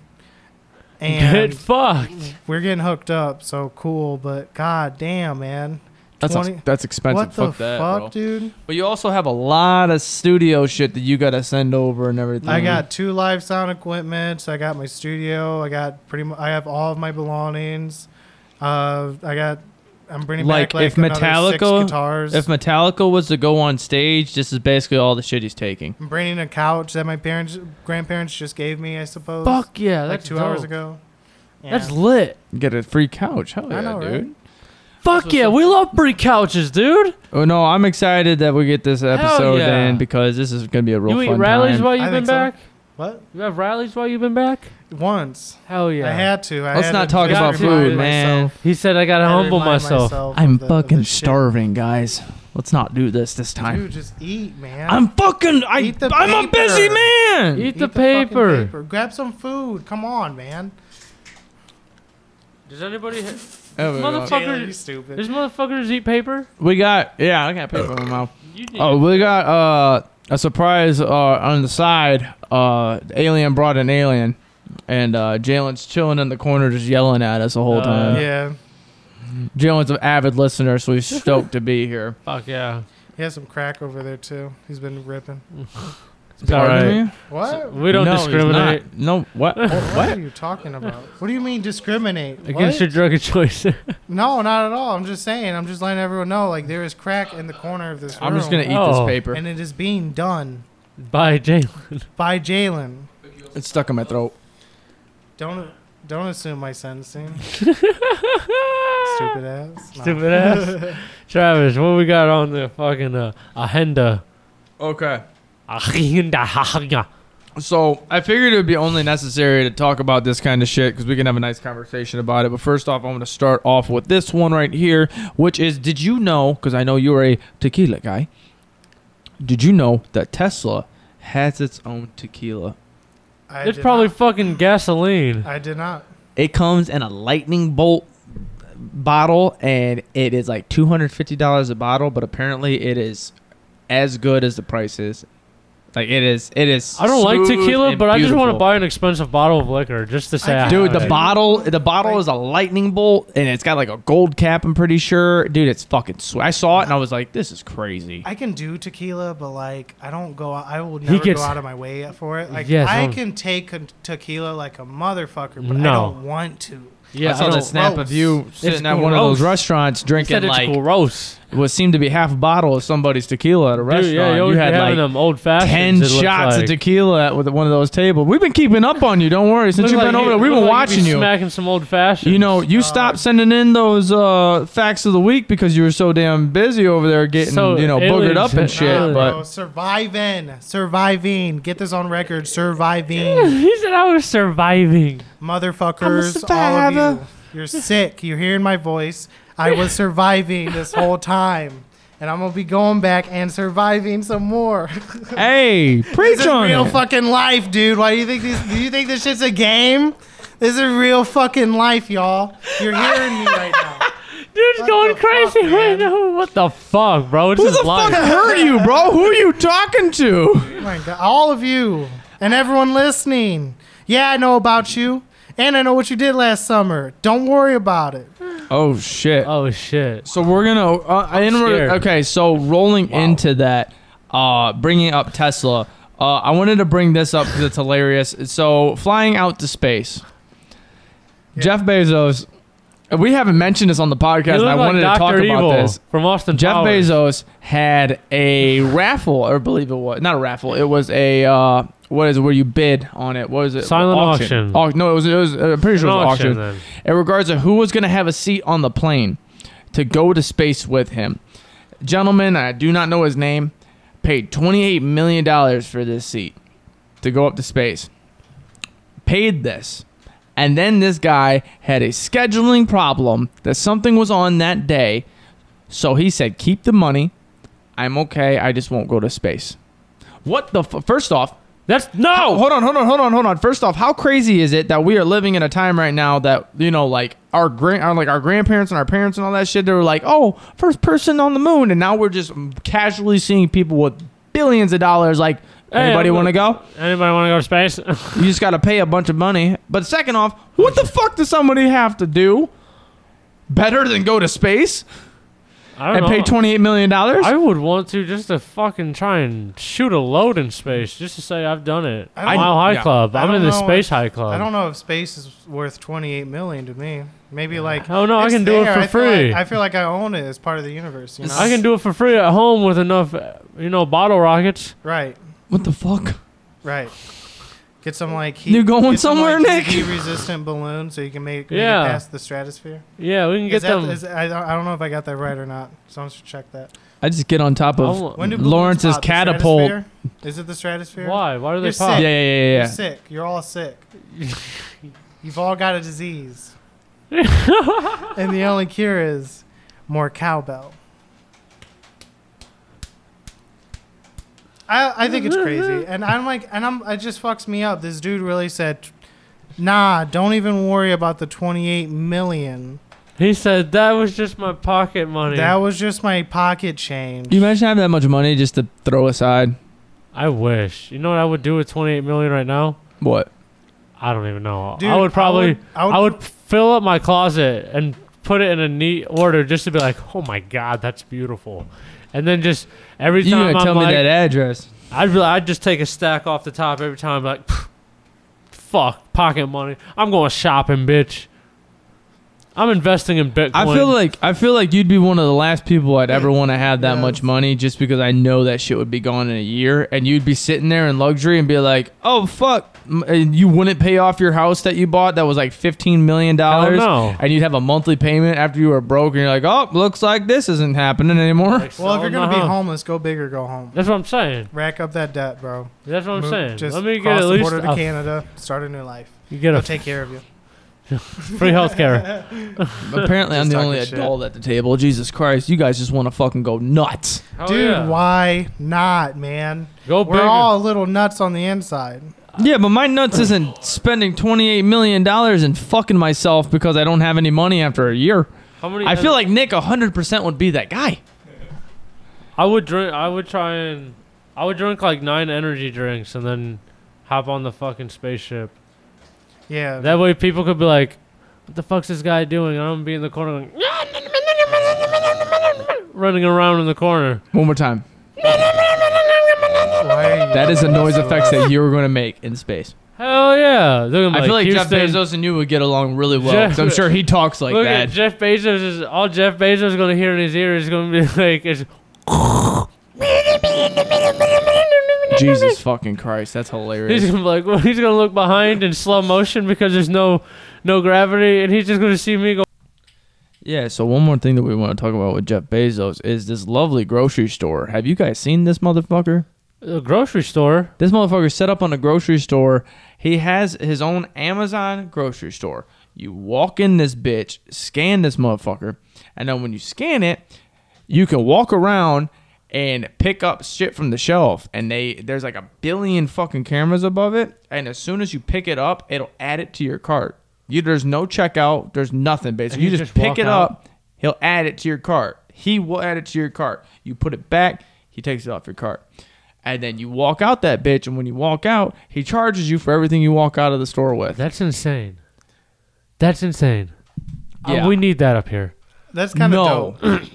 [SPEAKER 2] Get
[SPEAKER 3] and
[SPEAKER 2] fucked.
[SPEAKER 3] we're getting hooked up, so cool. But god damn, man,
[SPEAKER 1] That's ex-
[SPEAKER 3] 20
[SPEAKER 1] that's expensive.
[SPEAKER 3] what the
[SPEAKER 1] fuck that,
[SPEAKER 3] fuck,
[SPEAKER 1] bro.
[SPEAKER 3] dude?
[SPEAKER 1] But you also have a lot of studio shit that you gotta send over and everything.
[SPEAKER 3] I got two live sound equipments. I got my studio. I got pretty. Mu- I have all of my belongings. Uh, I got. I'm bringing
[SPEAKER 1] Like,
[SPEAKER 3] back like
[SPEAKER 1] if
[SPEAKER 3] another six
[SPEAKER 1] Metallica-
[SPEAKER 3] guitars.
[SPEAKER 1] If Metallica was to go on stage, this is basically all the shit he's taking.
[SPEAKER 3] I'm bringing a couch that my parents, grandparents just gave me. I suppose.
[SPEAKER 2] Fuck yeah.
[SPEAKER 3] like
[SPEAKER 2] That's
[SPEAKER 3] two hours
[SPEAKER 2] dope.
[SPEAKER 3] ago.
[SPEAKER 2] That's lit.
[SPEAKER 1] Get a free couch. Hell
[SPEAKER 3] I
[SPEAKER 1] yeah,
[SPEAKER 3] know, right?
[SPEAKER 1] dude.
[SPEAKER 2] Fuck yeah. We love free couches, dude.
[SPEAKER 1] Oh no, I'm excited that we get this episode
[SPEAKER 2] yeah.
[SPEAKER 1] in because this is gonna be a real
[SPEAKER 2] you eat
[SPEAKER 1] fun
[SPEAKER 2] rallies
[SPEAKER 1] time.
[SPEAKER 2] while you've
[SPEAKER 3] I
[SPEAKER 2] been
[SPEAKER 3] think so.
[SPEAKER 2] back?
[SPEAKER 3] what
[SPEAKER 2] You have rallies while you've been back?
[SPEAKER 3] once
[SPEAKER 2] Hell yeah.
[SPEAKER 3] I had to. I
[SPEAKER 1] Let's
[SPEAKER 3] had
[SPEAKER 1] not
[SPEAKER 3] to
[SPEAKER 1] talk
[SPEAKER 3] just
[SPEAKER 1] about
[SPEAKER 3] remind
[SPEAKER 1] food, man.
[SPEAKER 3] myself-
[SPEAKER 2] he said, I gotta
[SPEAKER 3] I had to
[SPEAKER 2] humble
[SPEAKER 3] remind
[SPEAKER 2] myself.
[SPEAKER 3] myself
[SPEAKER 1] I'm
[SPEAKER 3] of the- of
[SPEAKER 1] fucking
[SPEAKER 3] the shit.
[SPEAKER 1] starving, guys. Let's not do this this time.
[SPEAKER 3] Dude, just eat, man.
[SPEAKER 1] I'm fucking. I,
[SPEAKER 3] Eat the
[SPEAKER 1] I'm a busy
[SPEAKER 3] paper.
[SPEAKER 1] man.
[SPEAKER 2] Eat,
[SPEAKER 3] Eat
[SPEAKER 2] the,
[SPEAKER 3] fucking
[SPEAKER 2] paper.
[SPEAKER 3] Grab some food. Come on, man.
[SPEAKER 2] Does anybody. Ha-
[SPEAKER 1] Oh,
[SPEAKER 2] Motherfucker.
[SPEAKER 3] Taylor, you stupid.
[SPEAKER 2] Does motherfuckers eat paper?
[SPEAKER 1] we got. Yeah, I got paper in my mouth.
[SPEAKER 2] You need-
[SPEAKER 1] Oh, we got uh, a surprise uh, on the side. Uh, alien brought an alien, and uh, Jalen's chilling in the corner, just yelling at us the whole
[SPEAKER 2] Uh,
[SPEAKER 1] time.
[SPEAKER 3] Yeah,
[SPEAKER 1] Jalen's an avid listener, so he's stoked to be here.
[SPEAKER 2] Fuck yeah.
[SPEAKER 3] he has some crack over there too. He's been ripping.
[SPEAKER 2] It's
[SPEAKER 1] Pardon
[SPEAKER 2] alright.
[SPEAKER 1] me?
[SPEAKER 3] What?
[SPEAKER 2] We don't
[SPEAKER 1] No, he's
[SPEAKER 2] discriminate
[SPEAKER 1] not. No, what?
[SPEAKER 2] [LAUGHS]
[SPEAKER 3] What are you talking about? What do you mean discriminate?
[SPEAKER 2] against
[SPEAKER 3] What?
[SPEAKER 2] your drug of choice. [LAUGHS]
[SPEAKER 3] No, not at all. I'm just saying. I'm just letting everyone know. Like there is crack in the corner of this room.
[SPEAKER 1] I'm just gonna eat
[SPEAKER 2] Oh.
[SPEAKER 1] this paper.
[SPEAKER 3] And it is being done
[SPEAKER 1] [LAUGHS]
[SPEAKER 2] By Jalen.
[SPEAKER 3] by Jalen.
[SPEAKER 1] It's stuck in my throat.
[SPEAKER 3] Don't don't assume my sentencing.
[SPEAKER 2] [LAUGHS]
[SPEAKER 3] Stupid ass. No.
[SPEAKER 1] [LAUGHS]
[SPEAKER 2] Stupid ass. Travis, what we got on the fucking uh, agenda?
[SPEAKER 1] Okay.
[SPEAKER 2] Agenda.
[SPEAKER 1] So I figured it would be only necessary to talk about this kind of shit because we can have a nice conversation about it. But first off, I'm going to start off with this one right here, which is Did you know? Because I know you're a tequila guy. Did you know that Tesla has its own tequila?
[SPEAKER 3] I
[SPEAKER 2] It's
[SPEAKER 3] did
[SPEAKER 2] probably
[SPEAKER 3] Not,
[SPEAKER 2] fucking gasoline.
[SPEAKER 3] I did not.
[SPEAKER 1] It comes in a lightning bolt bottle and it is like $250 a bottle, but apparently it is as good as the price is. Like it is, it is.
[SPEAKER 2] I don't like
[SPEAKER 1] smooth
[SPEAKER 2] tequila,
[SPEAKER 1] and
[SPEAKER 2] but I just want to
[SPEAKER 1] beautiful.
[SPEAKER 2] buy an expensive bottle of liquor just to say.
[SPEAKER 3] I
[SPEAKER 2] I
[SPEAKER 3] do.
[SPEAKER 1] Dude,
[SPEAKER 2] have
[SPEAKER 1] the
[SPEAKER 2] it.
[SPEAKER 1] bottle, the bottle is a lightning bolt, and it's got like a gold cap. I'm pretty sure, dude. It's fucking sweet. I saw it and I was like, this is crazy.
[SPEAKER 3] I can do tequila, but like I don't go. out- I will
[SPEAKER 2] He
[SPEAKER 3] never
[SPEAKER 2] gets-
[SPEAKER 3] go out of my way for it. Like
[SPEAKER 2] Yes,
[SPEAKER 3] I
[SPEAKER 2] I'm-
[SPEAKER 3] can take a tequila like a motherfucker, but I
[SPEAKER 2] No.
[SPEAKER 3] don't want to.
[SPEAKER 2] Yeah,
[SPEAKER 1] I saw
[SPEAKER 2] I
[SPEAKER 1] that
[SPEAKER 2] don't-
[SPEAKER 1] snap of you sitting at one of
[SPEAKER 2] gross.
[SPEAKER 1] those restaurants
[SPEAKER 2] You said
[SPEAKER 1] drinking
[SPEAKER 2] it's
[SPEAKER 1] like
[SPEAKER 2] gross.
[SPEAKER 1] what seemed to be half a bottle of somebody's tequila at a restaurant.
[SPEAKER 2] Dude, yeah,
[SPEAKER 1] you
[SPEAKER 2] you
[SPEAKER 1] had like
[SPEAKER 2] them old fashions.
[SPEAKER 1] ten
[SPEAKER 2] it looked
[SPEAKER 1] shots of
[SPEAKER 2] like.
[SPEAKER 1] tequila at with one of those tables. We've been keeping up on you. Don't worry. Since
[SPEAKER 2] Looked
[SPEAKER 1] you've
[SPEAKER 2] like
[SPEAKER 1] been over
[SPEAKER 2] you-
[SPEAKER 1] there, we've
[SPEAKER 2] looked
[SPEAKER 1] been
[SPEAKER 2] like you
[SPEAKER 1] watching you.
[SPEAKER 2] smacking some old fashions.
[SPEAKER 1] You know, you stopped sending in those uh, facts of the week because you were so damn busy over there getting
[SPEAKER 2] So,
[SPEAKER 1] you know boogered
[SPEAKER 2] aliens
[SPEAKER 1] up
[SPEAKER 2] and-
[SPEAKER 1] and shit.
[SPEAKER 2] uh,
[SPEAKER 1] but
[SPEAKER 3] Bro, surviving, surviving. Get this on record, surviving,
[SPEAKER 2] he said I was surviving.
[SPEAKER 3] motherfuckers.
[SPEAKER 1] survivor.
[SPEAKER 3] All of you, you're sick. You're hearing my voice. I was surviving this whole time, and I'm gonna be going back and surviving some more. [LAUGHS]
[SPEAKER 1] hey,
[SPEAKER 3] This
[SPEAKER 1] preach
[SPEAKER 3] is
[SPEAKER 1] on
[SPEAKER 3] real
[SPEAKER 1] it.
[SPEAKER 3] fucking life, dude. Why do you think this? Do you think this shit's a game? This is real fucking life, y'all. You're hearing me right now.
[SPEAKER 2] Dude's going
[SPEAKER 3] the fuck,
[SPEAKER 2] crazy right
[SPEAKER 3] man?
[SPEAKER 2] now. What the fuck, bro? It's
[SPEAKER 1] Who
[SPEAKER 2] his
[SPEAKER 1] the
[SPEAKER 2] life.
[SPEAKER 1] fuck hurt you, bro? Who are you talking to?
[SPEAKER 3] Oh my God. All of you and everyone listening. Yeah, I know about you. And I know what you did last summer. Don't worry about it.
[SPEAKER 1] Oh shit.
[SPEAKER 2] [LAUGHS] Oh shit.
[SPEAKER 1] So we're gonna. Uh, and we're-
[SPEAKER 2] scared.
[SPEAKER 1] okay, so rolling into that, uh, bringing up Tesla. Uh, I wanted to bring this up because it's hilarious. So flying out to space, Jeff Bezos. We haven't mentioned this on the podcast.
[SPEAKER 2] You
[SPEAKER 1] And I
[SPEAKER 2] look like
[SPEAKER 1] wanted to
[SPEAKER 2] Dr.
[SPEAKER 1] talk
[SPEAKER 2] Evil
[SPEAKER 1] about this.
[SPEAKER 2] from Austin
[SPEAKER 1] Jeff
[SPEAKER 2] Powers.
[SPEAKER 1] Bezos had a raffle, or I believe it was not a raffle. It was a uh, what is it? Where you bid on it? What was it?
[SPEAKER 2] Silent auction.
[SPEAKER 1] Oh no, it was. It was I'm pretty sure it was
[SPEAKER 2] An
[SPEAKER 1] auction.
[SPEAKER 2] auction, then.
[SPEAKER 1] In regards to who was going to have a seat on the plane to go to space with him, gentleman, I do not know his name, paid 28 million dollars for this seat to go up to space. Paid this. And then this guy had a scheduling problem that something was on that day. So he said, Keep the money. I'm okay. I just won't go to space. What the? F- First off,
[SPEAKER 2] That's no.
[SPEAKER 1] Oh, hold on, hold on, hold on, hold on. First off, how crazy is it that we are living in a time right now that you know, like our grand, our, like our grandparents and our parents and all that shit, they were like, oh, first person on the moon, and now we're just casually seeing people with billions of dollars. Like,
[SPEAKER 2] Hey,
[SPEAKER 1] anybody
[SPEAKER 2] I'm
[SPEAKER 1] want to go?
[SPEAKER 2] Anybody want to go to space? [LAUGHS]
[SPEAKER 1] You just got to pay a bunch of money. But second off, what the fuck does somebody have to do? Better than go to space
[SPEAKER 2] I don't
[SPEAKER 1] and
[SPEAKER 2] know.
[SPEAKER 1] pay twenty eight million dollars.
[SPEAKER 2] I would want to just to fucking try and shoot a load in space, just to say I've done it.
[SPEAKER 3] I don't-
[SPEAKER 2] Mile High
[SPEAKER 1] yeah.
[SPEAKER 2] Club.
[SPEAKER 3] I
[SPEAKER 2] I'm
[SPEAKER 3] don't
[SPEAKER 2] in the
[SPEAKER 3] know
[SPEAKER 2] space
[SPEAKER 3] if-
[SPEAKER 2] high club.
[SPEAKER 3] I don't know if space is worth 28 million to me. Maybe like
[SPEAKER 2] Oh, no, I
[SPEAKER 3] it's
[SPEAKER 2] can do it for
[SPEAKER 3] I feel like-
[SPEAKER 2] free.
[SPEAKER 3] I feel like I own it as part of the universe. You know?
[SPEAKER 2] I can do it for free at home with enough, uh, you know, bottle rockets.
[SPEAKER 3] right,
[SPEAKER 1] what the fuck?
[SPEAKER 3] right. Get some like heat.
[SPEAKER 1] You going
[SPEAKER 3] get some,
[SPEAKER 1] somewhere, Nick?
[SPEAKER 3] like, UV resistant balloon so you can make, make
[SPEAKER 2] Yeah.
[SPEAKER 3] it past the stratosphere.
[SPEAKER 2] Yeah, we can get
[SPEAKER 3] Is that,
[SPEAKER 2] them.
[SPEAKER 3] is, I, don't, I don't know if I got that right or not. Someone should check that.
[SPEAKER 1] I just get on top
[SPEAKER 2] I
[SPEAKER 1] of.
[SPEAKER 2] want-
[SPEAKER 3] When do balloons
[SPEAKER 1] Lawrence's
[SPEAKER 3] pop? The
[SPEAKER 1] catapult.
[SPEAKER 3] stratosphere? Is it the stratosphere?
[SPEAKER 2] why? Why do they
[SPEAKER 3] You're
[SPEAKER 2] pop?
[SPEAKER 1] yeah,
[SPEAKER 3] sick.
[SPEAKER 1] yeah, yeah, yeah.
[SPEAKER 3] You're sick. You're all sick. [LAUGHS] You've all got a disease.
[SPEAKER 2] [LAUGHS]
[SPEAKER 3] and the only cure is more cowbell. I, I think it's
[SPEAKER 2] [LAUGHS]
[SPEAKER 3] crazy. And I'm like, and I'm, it just fucks me up. This dude really said, nah, don't even worry about the 28 million.
[SPEAKER 2] He said that was just my pocket money.
[SPEAKER 3] That was just my pocket change.
[SPEAKER 1] You imagine having that much money just to throw aside?
[SPEAKER 2] I wish. You know what I would do with 28 million right now?
[SPEAKER 1] What?
[SPEAKER 2] I don't even know.
[SPEAKER 3] Dude,
[SPEAKER 2] I would probably. I would,
[SPEAKER 3] I would,
[SPEAKER 2] fill up my closet and put it in a neat order just to be like, oh my god, that's beautiful. And then just every
[SPEAKER 1] You
[SPEAKER 2] time
[SPEAKER 1] gonna
[SPEAKER 2] I'm
[SPEAKER 1] tell
[SPEAKER 2] like,
[SPEAKER 1] me that address?
[SPEAKER 2] I'd be, I'd just take a stack off the top every time, like, fuck, pocket money. I'm going shopping, bitch. I'm investing in Bitcoin.
[SPEAKER 1] I feel like I feel like you'd be one of the last people I'd ever want to have that
[SPEAKER 3] Yes.
[SPEAKER 1] much money, just because I know that shit would be gone in a year, and you'd be sitting there in luxury and be like, "Oh fuck," M- and you wouldn't pay off your house that you bought that was like fifteen million dollars,
[SPEAKER 2] no.
[SPEAKER 1] and you'd have a monthly payment after you were broke, and you're like, "Oh, looks like this isn't happening
[SPEAKER 3] [LAUGHS]
[SPEAKER 1] anymore."
[SPEAKER 2] Like,
[SPEAKER 3] well, if
[SPEAKER 2] selling
[SPEAKER 3] you're
[SPEAKER 2] my
[SPEAKER 3] going to be
[SPEAKER 2] house.
[SPEAKER 3] homeless, go big or go home.
[SPEAKER 2] That's what I'm saying.
[SPEAKER 3] Rack up that debt, bro.
[SPEAKER 2] That's what I'm
[SPEAKER 3] Move-
[SPEAKER 2] saying.
[SPEAKER 3] Just
[SPEAKER 2] Let me get
[SPEAKER 3] cross
[SPEAKER 2] at
[SPEAKER 3] the
[SPEAKER 2] least
[SPEAKER 3] border to
[SPEAKER 2] a,
[SPEAKER 3] Canada, start a new life.
[SPEAKER 2] [LAUGHS] you get
[SPEAKER 3] They'll
[SPEAKER 2] a
[SPEAKER 3] take care [LAUGHS] of you.
[SPEAKER 2] free
[SPEAKER 3] [LAUGHS]
[SPEAKER 2] healthcare.
[SPEAKER 1] Apparently, I'm
[SPEAKER 3] Just
[SPEAKER 1] the only
[SPEAKER 3] talking shit.
[SPEAKER 1] adult at the table. Jesus Christ, you guys just want to fucking go nuts.
[SPEAKER 2] Hell
[SPEAKER 3] Dude,
[SPEAKER 2] yeah.
[SPEAKER 3] why not, man?
[SPEAKER 2] Go
[SPEAKER 3] We're
[SPEAKER 2] bigger.
[SPEAKER 3] all Oh, a little nuts on the inside.
[SPEAKER 1] Yeah, but my nuts isn't spending twenty eight million dollars and fucking myself because I don't have any money after a year.
[SPEAKER 2] How many?
[SPEAKER 1] I feel like Nick hundred percent would be that guy.
[SPEAKER 2] I would drink. I would try and I would drink like nine energy drinks and then hop on the fucking spaceship.
[SPEAKER 3] Yeah.
[SPEAKER 2] That way, people could be like, "What the fuck's this guy doing?" And I'm gonna be in the corner, going, [LAUGHS] running around in the corner.
[SPEAKER 1] One more time.
[SPEAKER 3] why are you-
[SPEAKER 1] That is the noise effects that you were going to make in space.
[SPEAKER 2] Hell yeah. Look at
[SPEAKER 1] I
[SPEAKER 2] like,
[SPEAKER 1] feel like
[SPEAKER 2] Houston,
[SPEAKER 1] Jeff Bezos and you would get along really well.
[SPEAKER 2] Jeff-
[SPEAKER 1] 'cause I'm sure he talks like
[SPEAKER 2] look
[SPEAKER 1] that.
[SPEAKER 2] at Jeff Bezos is all Jeff Bezos is gonna hear in his ear is gonna be [LAUGHS] like is
[SPEAKER 1] Jesus fucking Christ, that's hilarious.
[SPEAKER 2] [LAUGHS] he's gonna be like well, he's gonna look behind in slow motion because there's no no gravity and he's just gonna see me go
[SPEAKER 1] Yeah, so one more thing that we want to talk about with Jeff Bezos is this lovely grocery store. Have you guys seen this motherfucker?
[SPEAKER 2] a grocery store.
[SPEAKER 1] This motherfucker set up on a grocery store. He has his own Amazon grocery store. You walk in this bitch, scan this motherfucker, and then when you scan it, you can walk around and pick up shit from the shelf. And they there's like a billion fucking cameras above it. And as soon as you pick it up, it'll add it to your cart. You there's no checkout. There's nothing basically.
[SPEAKER 2] you
[SPEAKER 1] You, just
[SPEAKER 2] just
[SPEAKER 1] pick
[SPEAKER 2] walk
[SPEAKER 1] it
[SPEAKER 2] out?
[SPEAKER 1] up. He'll add it to your cart. He will add it to your cart. You put it back. He takes it off your cart. And then you walk out that bitch. And when you walk out, he charges you for everything you walk out of the store with.
[SPEAKER 2] That's insane. That's insane. Uh,
[SPEAKER 1] Yeah.
[SPEAKER 2] we need that up here.
[SPEAKER 3] That's kind of
[SPEAKER 1] no.
[SPEAKER 3] dope.
[SPEAKER 2] [CLEARS THROAT]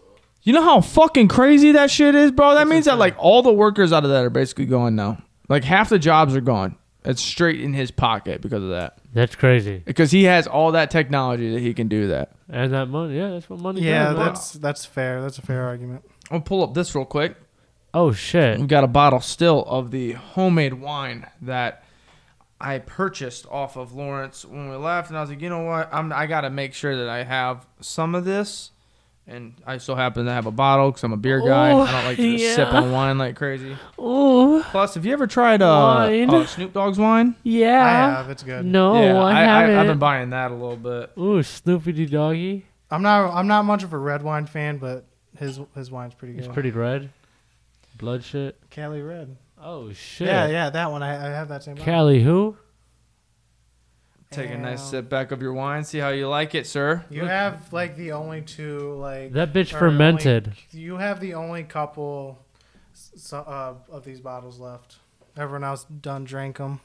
[SPEAKER 1] [CLEARS THROAT] you know how fucking crazy that shit is, bro? That means that like all the workers out of that are basically gone now. Like half the jobs are gone. It's straight in his pocket because of that.
[SPEAKER 2] That's crazy.
[SPEAKER 1] Because he has all that technology that he can do that.
[SPEAKER 2] And that money, yeah, that's what money.
[SPEAKER 3] Yeah,
[SPEAKER 2] does, man.
[SPEAKER 3] that's that's fair. That's a fair argument.
[SPEAKER 1] I'll pull up this real quick.
[SPEAKER 2] oh shit.
[SPEAKER 1] We've got a bottle still of the homemade wine that I purchased off of Lawrence when we left, and I was like, you know what, I'm I gotta make sure that I have some of this, and I so happen to have a bottle because I'm a beer guy. I don't like to just sip
[SPEAKER 2] Oh, yeah.
[SPEAKER 1] on wine like crazy.
[SPEAKER 2] Ooh,
[SPEAKER 1] Plus, have you ever tried uh,
[SPEAKER 2] Wine.
[SPEAKER 1] uh, Snoop Dogg's wine?
[SPEAKER 2] yeah.
[SPEAKER 3] I have. It's good.
[SPEAKER 2] No, I, haven't.
[SPEAKER 1] have been buying that a little bit.
[SPEAKER 2] Ooh, Snoopy D Doggy.
[SPEAKER 3] I'm not I'm not much of a red wine fan, but his his wine's pretty good.
[SPEAKER 2] It's pretty red. Blood shit.
[SPEAKER 3] Cali Red.
[SPEAKER 2] Oh shit.
[SPEAKER 3] Yeah, yeah, that one. I, I have that same. one.
[SPEAKER 2] Cali who?
[SPEAKER 1] Take a nice
[SPEAKER 3] Yeah.
[SPEAKER 1] sip back of your wine, see how you like it, sir.
[SPEAKER 3] You have like the only two like
[SPEAKER 2] That bitch
[SPEAKER 3] or only-
[SPEAKER 2] fermented.
[SPEAKER 3] you have the only couple s- so, uh, of these bottles left. Everyone else done drank them.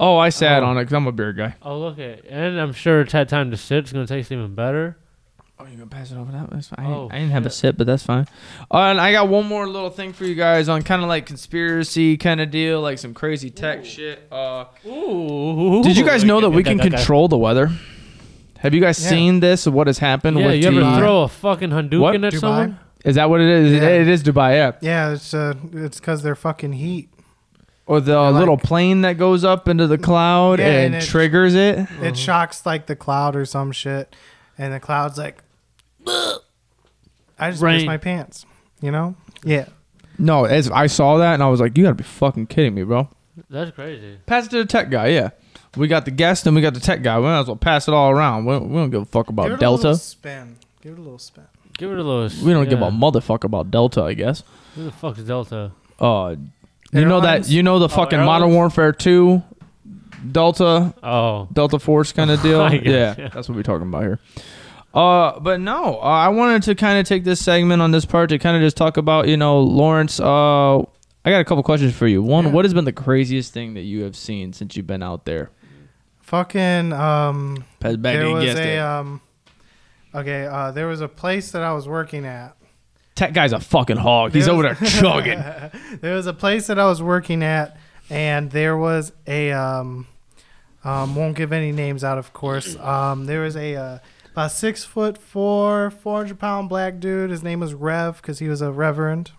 [SPEAKER 1] Oh, I sat on it because I'm a beer guy.
[SPEAKER 2] Oh look at and I'm sure it's had time to sit. It's gonna taste even better.
[SPEAKER 1] Oh, you gonna pass it over that? That's fine. I,
[SPEAKER 2] Oh,
[SPEAKER 1] didn't- I didn't have a
[SPEAKER 2] shit.
[SPEAKER 1] sip, but that's fine. Uh, and I got one more little thing for you guys on kind of like conspiracy kind of deal, like some crazy tech shit. Uh,
[SPEAKER 2] Ooh.
[SPEAKER 1] did you guys know that we
[SPEAKER 2] Okay,
[SPEAKER 1] can
[SPEAKER 2] okay, okay.
[SPEAKER 1] control the weather? Have you guys
[SPEAKER 3] Yeah.
[SPEAKER 1] seen this? What has happened
[SPEAKER 2] Yeah,
[SPEAKER 1] with
[SPEAKER 2] you
[SPEAKER 1] the?
[SPEAKER 2] ever throw a fucking Hadouken
[SPEAKER 1] What?
[SPEAKER 2] at
[SPEAKER 3] Dubai?
[SPEAKER 2] someone?
[SPEAKER 1] is that what it is? It-
[SPEAKER 3] Yeah.
[SPEAKER 1] It is Dubai, yeah.
[SPEAKER 3] Yeah, it's uh, it's because they're fucking heat.
[SPEAKER 1] Or the
[SPEAKER 3] like-
[SPEAKER 1] little plane that goes up into the cloud
[SPEAKER 3] Yeah,
[SPEAKER 1] and,
[SPEAKER 3] and it-
[SPEAKER 1] triggers it.
[SPEAKER 3] It shocks like the cloud or some shit, and the cloud's like, "Bleh." I just
[SPEAKER 2] Rain.
[SPEAKER 3] pissed my pants. You know? Yeah.
[SPEAKER 1] No, it's, I saw that and I was like, you gotta be fucking kidding me, bro.
[SPEAKER 2] That's crazy.
[SPEAKER 1] Pass it to the tech guy, yeah. We got the guest and we got the tech guy. We might as well pass it all around. We don't, we don't give a fuck about
[SPEAKER 3] Give it a
[SPEAKER 1] Delta.
[SPEAKER 3] little spin. Give it a little spin.
[SPEAKER 2] Give it a little.
[SPEAKER 1] We don't give
[SPEAKER 2] yeah.
[SPEAKER 1] a motherfucker about Delta, I guess.
[SPEAKER 2] Who the fuck's Delta?
[SPEAKER 1] Uh, you know that
[SPEAKER 3] Airlines?
[SPEAKER 1] you know the fucking
[SPEAKER 2] airlines?
[SPEAKER 1] Modern Warfare Two, Delta
[SPEAKER 2] Oh.
[SPEAKER 1] Delta Force kind
[SPEAKER 3] [LAUGHS]
[SPEAKER 1] of deal.
[SPEAKER 2] I guess,
[SPEAKER 1] yeah,
[SPEAKER 2] yeah.
[SPEAKER 1] that's what we're talking about here. Uh, but no, uh, I wanted to kind of take this segment on this part to kind of just talk about you know Lawrence. Uh, I got a couple questions for you. One,
[SPEAKER 3] Yeah.
[SPEAKER 1] what has been the craziest thing that you have seen since you've been out there?
[SPEAKER 3] Fucking um.
[SPEAKER 1] Pass back
[SPEAKER 3] there
[SPEAKER 1] and
[SPEAKER 3] was
[SPEAKER 1] guess
[SPEAKER 3] a
[SPEAKER 1] it.
[SPEAKER 3] um okay uh there was a place that i was working at
[SPEAKER 1] Tech guy's a fucking hog. He's
[SPEAKER 3] there
[SPEAKER 1] over
[SPEAKER 3] was-
[SPEAKER 1] there
[SPEAKER 3] [LAUGHS]
[SPEAKER 1] chugging.
[SPEAKER 3] there was a place that i was working at and there was a um um won't give any names out
[SPEAKER 1] [CLEARS THROAT]
[SPEAKER 3] of course um there was a uh about six foot four 400 pound black dude his name was rev because he was a reverend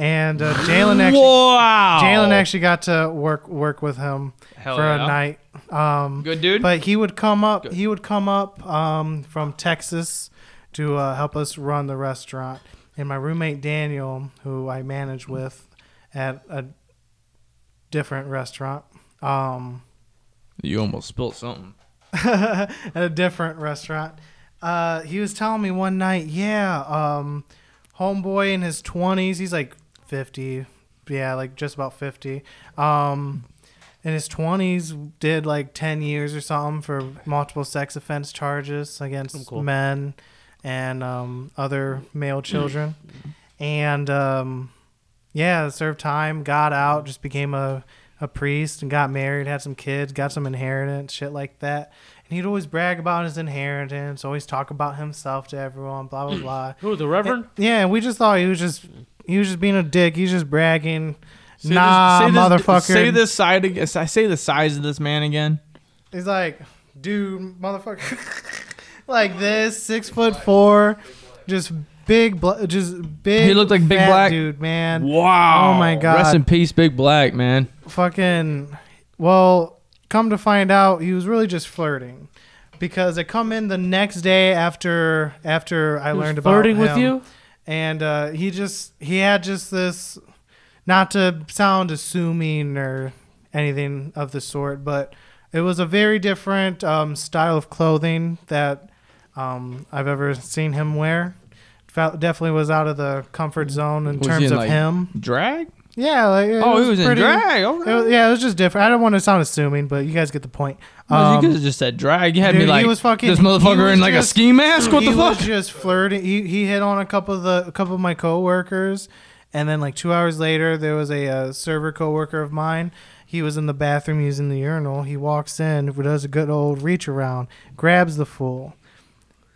[SPEAKER 3] and uh, jalen actually
[SPEAKER 1] wow.
[SPEAKER 3] jalen actually got to work work with him
[SPEAKER 1] Hell
[SPEAKER 3] for
[SPEAKER 1] yeah.
[SPEAKER 3] a night um
[SPEAKER 1] Good dude.
[SPEAKER 3] But he would come up.
[SPEAKER 1] Good.
[SPEAKER 3] He would come up um, from Texas to uh, help us run the restaurant. And my roommate Daniel, who I manage with at a different restaurant, um,
[SPEAKER 1] you almost spilled something.
[SPEAKER 3] [LAUGHS] at a different restaurant, uh, he was telling me one night, yeah, um, homeboy in his twenties. He's like fifty, yeah, like just about fifty. Um, in his 20s did like 10 years or something for multiple sex offense charges against
[SPEAKER 2] cool.
[SPEAKER 3] men and um, other male children and um, yeah served time got out just became a, a priest and got married had some kids got some inheritance shit like that and he'd always brag about his inheritance always talk about himself to everyone blah blah
[SPEAKER 1] [CLEARS THROAT]
[SPEAKER 3] blah
[SPEAKER 2] Who the Reverend?
[SPEAKER 3] yeah, and we just thought he was just he was just being a dick. He was just bragging.
[SPEAKER 1] this-
[SPEAKER 3] Nah, motherfucker.
[SPEAKER 1] Say this side. ag- Say the size of this man again.
[SPEAKER 3] He's like, dude, motherfucker, [LAUGHS] like this, six foot four, just big, bla- just big.
[SPEAKER 1] He looked like Big
[SPEAKER 3] fat
[SPEAKER 1] Black?
[SPEAKER 3] dude, man.
[SPEAKER 1] Wow.
[SPEAKER 3] Oh my God.
[SPEAKER 1] Rest in peace, Big Black man.
[SPEAKER 3] Fucking. Well, come to find out, he was really just flirting, because I come in the next day after after I learned about
[SPEAKER 2] flirting with
[SPEAKER 3] him,
[SPEAKER 2] you.
[SPEAKER 3] and uh, he just he had just this, not to sound assuming or anything of the sort, but it was a very different um, style of clothing that um, I've ever seen him wear. Felt, definitely was out of the comfort zone in
[SPEAKER 1] Was he
[SPEAKER 3] terms
[SPEAKER 1] in,
[SPEAKER 3] of
[SPEAKER 1] like-
[SPEAKER 3] him.
[SPEAKER 1] Drag?
[SPEAKER 3] Yeah, like it
[SPEAKER 1] oh, he was
[SPEAKER 3] pretty-
[SPEAKER 1] in drag.
[SPEAKER 3] it
[SPEAKER 1] Okay.
[SPEAKER 3] was- yeah, it was just different. I don't want to sound assuming, but you guys get the point.
[SPEAKER 1] Well, you
[SPEAKER 3] Um,
[SPEAKER 1] could have just said drag. You had me
[SPEAKER 3] dude, he
[SPEAKER 1] like
[SPEAKER 3] was fucking-
[SPEAKER 1] this
[SPEAKER 3] he
[SPEAKER 1] motherfucker
[SPEAKER 3] was
[SPEAKER 1] in like a
[SPEAKER 3] just-
[SPEAKER 1] ski mask. What
[SPEAKER 3] he
[SPEAKER 1] the fuck?
[SPEAKER 3] was just flirting. He he hit on a couple of the a couple of my coworkers, and then like two hours later, there was a uh, server coworker of mine. He was in the bathroom using the urinal. He walks in, does a good old reach around, grabs the fool.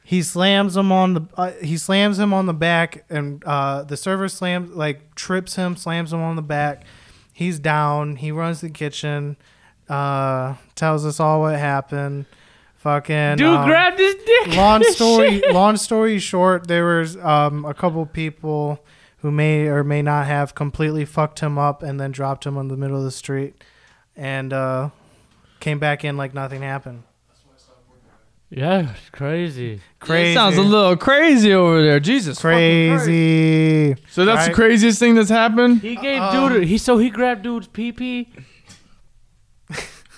[SPEAKER 3] He slams him on the uh, he slams him on the back, and uh, the server slams like trips him, slams him on the back. He's down. He runs to the kitchen, uh, tells us all what happened. Fucking
[SPEAKER 2] Dude,
[SPEAKER 3] um,
[SPEAKER 2] grabbed his dick. [LAUGHS]
[SPEAKER 3] long story long story short there was um, a couple people who may or may not have completely fucked him up and then dropped him in the middle of the street and uh, came back in like nothing happened
[SPEAKER 2] Yeah, it's crazy.
[SPEAKER 3] crazy
[SPEAKER 1] It sounds a little crazy over there. Jesus. fucking Christ.
[SPEAKER 3] crazy
[SPEAKER 1] So that's the
[SPEAKER 3] Right.
[SPEAKER 1] craziest thing that's happened.
[SPEAKER 2] He gave
[SPEAKER 3] Um,
[SPEAKER 2] dude. He so he grabbed dude's pee pee.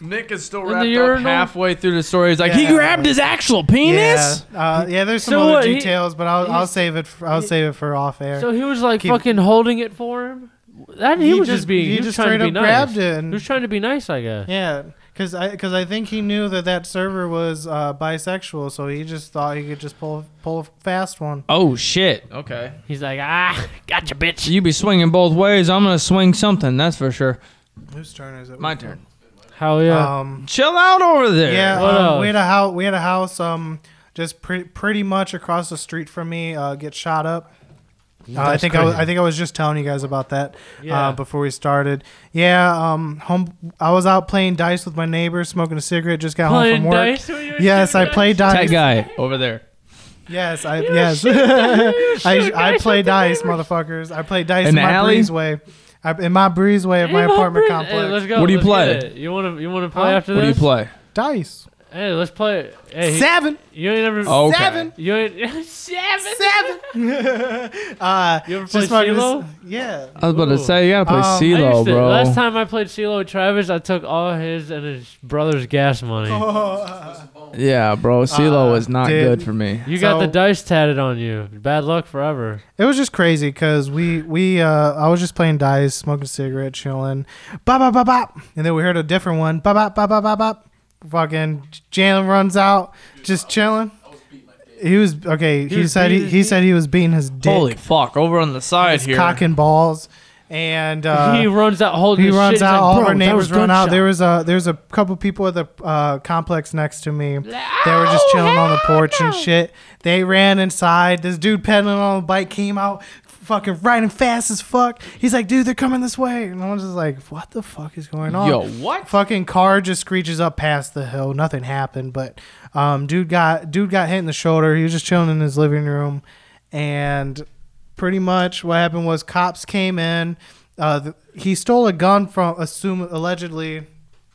[SPEAKER 1] Nick is still
[SPEAKER 2] the wrapped up urinal?
[SPEAKER 1] halfway through the story. He's like, he
[SPEAKER 3] Yeah.
[SPEAKER 1] grabbed his actual penis.
[SPEAKER 3] yeah, uh, yeah there's some
[SPEAKER 2] So
[SPEAKER 3] other
[SPEAKER 2] what, he-
[SPEAKER 3] details but I'll, I'll
[SPEAKER 2] he's-
[SPEAKER 3] save it for, I'll save it for off air
[SPEAKER 2] So he was like
[SPEAKER 3] Keep-
[SPEAKER 2] fucking holding it for him. That he, was just, being. He, was
[SPEAKER 3] just
[SPEAKER 2] trying
[SPEAKER 3] straight
[SPEAKER 2] to be
[SPEAKER 3] up
[SPEAKER 2] nice.
[SPEAKER 3] grabbed it
[SPEAKER 2] He
[SPEAKER 3] and
[SPEAKER 2] was trying to be nice, I guess.
[SPEAKER 3] Yeah, because I because I think he knew that that server was uh, bisexual, so he just thought he could just pull pull a fast one.
[SPEAKER 1] Oh shit. Okay.
[SPEAKER 2] He's like, ah, gotcha, bitch.
[SPEAKER 1] You be swinging both ways. I'm gonna swing something. That's for sure.
[SPEAKER 3] Whose turn is it?
[SPEAKER 1] My turn.
[SPEAKER 2] Hell yeah.
[SPEAKER 3] Um,
[SPEAKER 1] Chill out over there.
[SPEAKER 3] yeah,
[SPEAKER 2] What
[SPEAKER 3] um,
[SPEAKER 2] else?
[SPEAKER 3] we had a house. We had a house. Um, just pre- pretty much across the street from me. Uh, get shot up. Uh, I
[SPEAKER 2] That's
[SPEAKER 3] think I, was,
[SPEAKER 2] crazy.
[SPEAKER 3] I think I was just telling you guys about that
[SPEAKER 2] Yeah.
[SPEAKER 3] uh, before we started. Yeah, um, home. I was out playing dice with my neighbor, smoking a cigarette. Just got home
[SPEAKER 2] Playing
[SPEAKER 3] from work.
[SPEAKER 2] dice with your
[SPEAKER 3] Yes,
[SPEAKER 2] [LAUGHS]
[SPEAKER 3] I
[SPEAKER 2] dice?
[SPEAKER 3] played
[SPEAKER 1] That
[SPEAKER 3] dice.
[SPEAKER 1] guy over there.
[SPEAKER 3] Yes, I yes. [LAUGHS] I, I play dice, motherfuckers. I play dice
[SPEAKER 1] In
[SPEAKER 3] in,
[SPEAKER 1] the
[SPEAKER 3] my
[SPEAKER 1] alley?
[SPEAKER 3] breezeway. I, in my breezeway of my
[SPEAKER 2] Hey,
[SPEAKER 3] apartment
[SPEAKER 2] Bobby.
[SPEAKER 3] complex.
[SPEAKER 2] Hey, let's go.
[SPEAKER 1] What do you
[SPEAKER 2] let's get
[SPEAKER 1] play?
[SPEAKER 2] it. You want to you want to play
[SPEAKER 3] Huh?
[SPEAKER 2] after
[SPEAKER 1] What do you
[SPEAKER 2] this?
[SPEAKER 1] play?
[SPEAKER 3] dice.
[SPEAKER 2] Hey, let's play. Hey,
[SPEAKER 3] Seven.
[SPEAKER 2] you ain't ever.
[SPEAKER 1] Okay.
[SPEAKER 3] Seven.
[SPEAKER 2] You ain't [LAUGHS] seven.
[SPEAKER 3] Seven. [LAUGHS] uh,
[SPEAKER 2] You ever
[SPEAKER 3] just
[SPEAKER 2] play
[SPEAKER 3] fucking-
[SPEAKER 2] CeeLo?
[SPEAKER 3] Yeah.
[SPEAKER 1] I was about to
[SPEAKER 2] Ooh.
[SPEAKER 1] say you gotta play
[SPEAKER 3] Um, I
[SPEAKER 2] I
[SPEAKER 1] CeeLo,
[SPEAKER 2] used to-
[SPEAKER 1] bro.
[SPEAKER 2] Last time I played CeeLo with Travis, I took all his and his brother's gas money.
[SPEAKER 3] Oh,
[SPEAKER 1] yeah, bro. CeeLo
[SPEAKER 3] Uh,
[SPEAKER 1] was not
[SPEAKER 3] dude.
[SPEAKER 1] good for me.
[SPEAKER 2] You got the
[SPEAKER 3] So-
[SPEAKER 2] dice tatted on you. Bad luck forever.
[SPEAKER 3] It was just crazy because we we uh, I was just playing dice, smoking a cigarette, chilling, bop bop bop bop, and then we heard a different one, bop bop bop bop bop bop. Fucking Jalen runs out, just chilling. He was okay. He,
[SPEAKER 2] was
[SPEAKER 3] said he,
[SPEAKER 2] beating
[SPEAKER 3] he
[SPEAKER 2] his
[SPEAKER 3] said he was beating his dick,
[SPEAKER 1] Holy fuck! Over on the side here.
[SPEAKER 3] cock and balls, and uh,
[SPEAKER 2] he runs out holding.
[SPEAKER 3] he
[SPEAKER 2] his
[SPEAKER 3] runs
[SPEAKER 2] shit.
[SPEAKER 3] out. all
[SPEAKER 2] He's
[SPEAKER 3] of
[SPEAKER 2] like,
[SPEAKER 3] our
[SPEAKER 2] "Bro, that was
[SPEAKER 3] neighbors run out.
[SPEAKER 2] gunshot."
[SPEAKER 3] There was a there's a couple people at the uh, complex next to me. They were
[SPEAKER 2] "Oh,
[SPEAKER 3] just chilling on the porch and shit. They ran inside. This dude pedaling on a bike came out, fucking riding fast as fuck. He's like, dude, they're coming this way, and I was just like, what the fuck is going on?
[SPEAKER 1] Yo, what?
[SPEAKER 3] Fucking car just screeches up past the hill. Nothing happened, but um, dude got dude got hit in the shoulder. He was just chilling in his living room, and pretty much what happened was cops came in. Uh, th- he stole a gun from assume allegedly,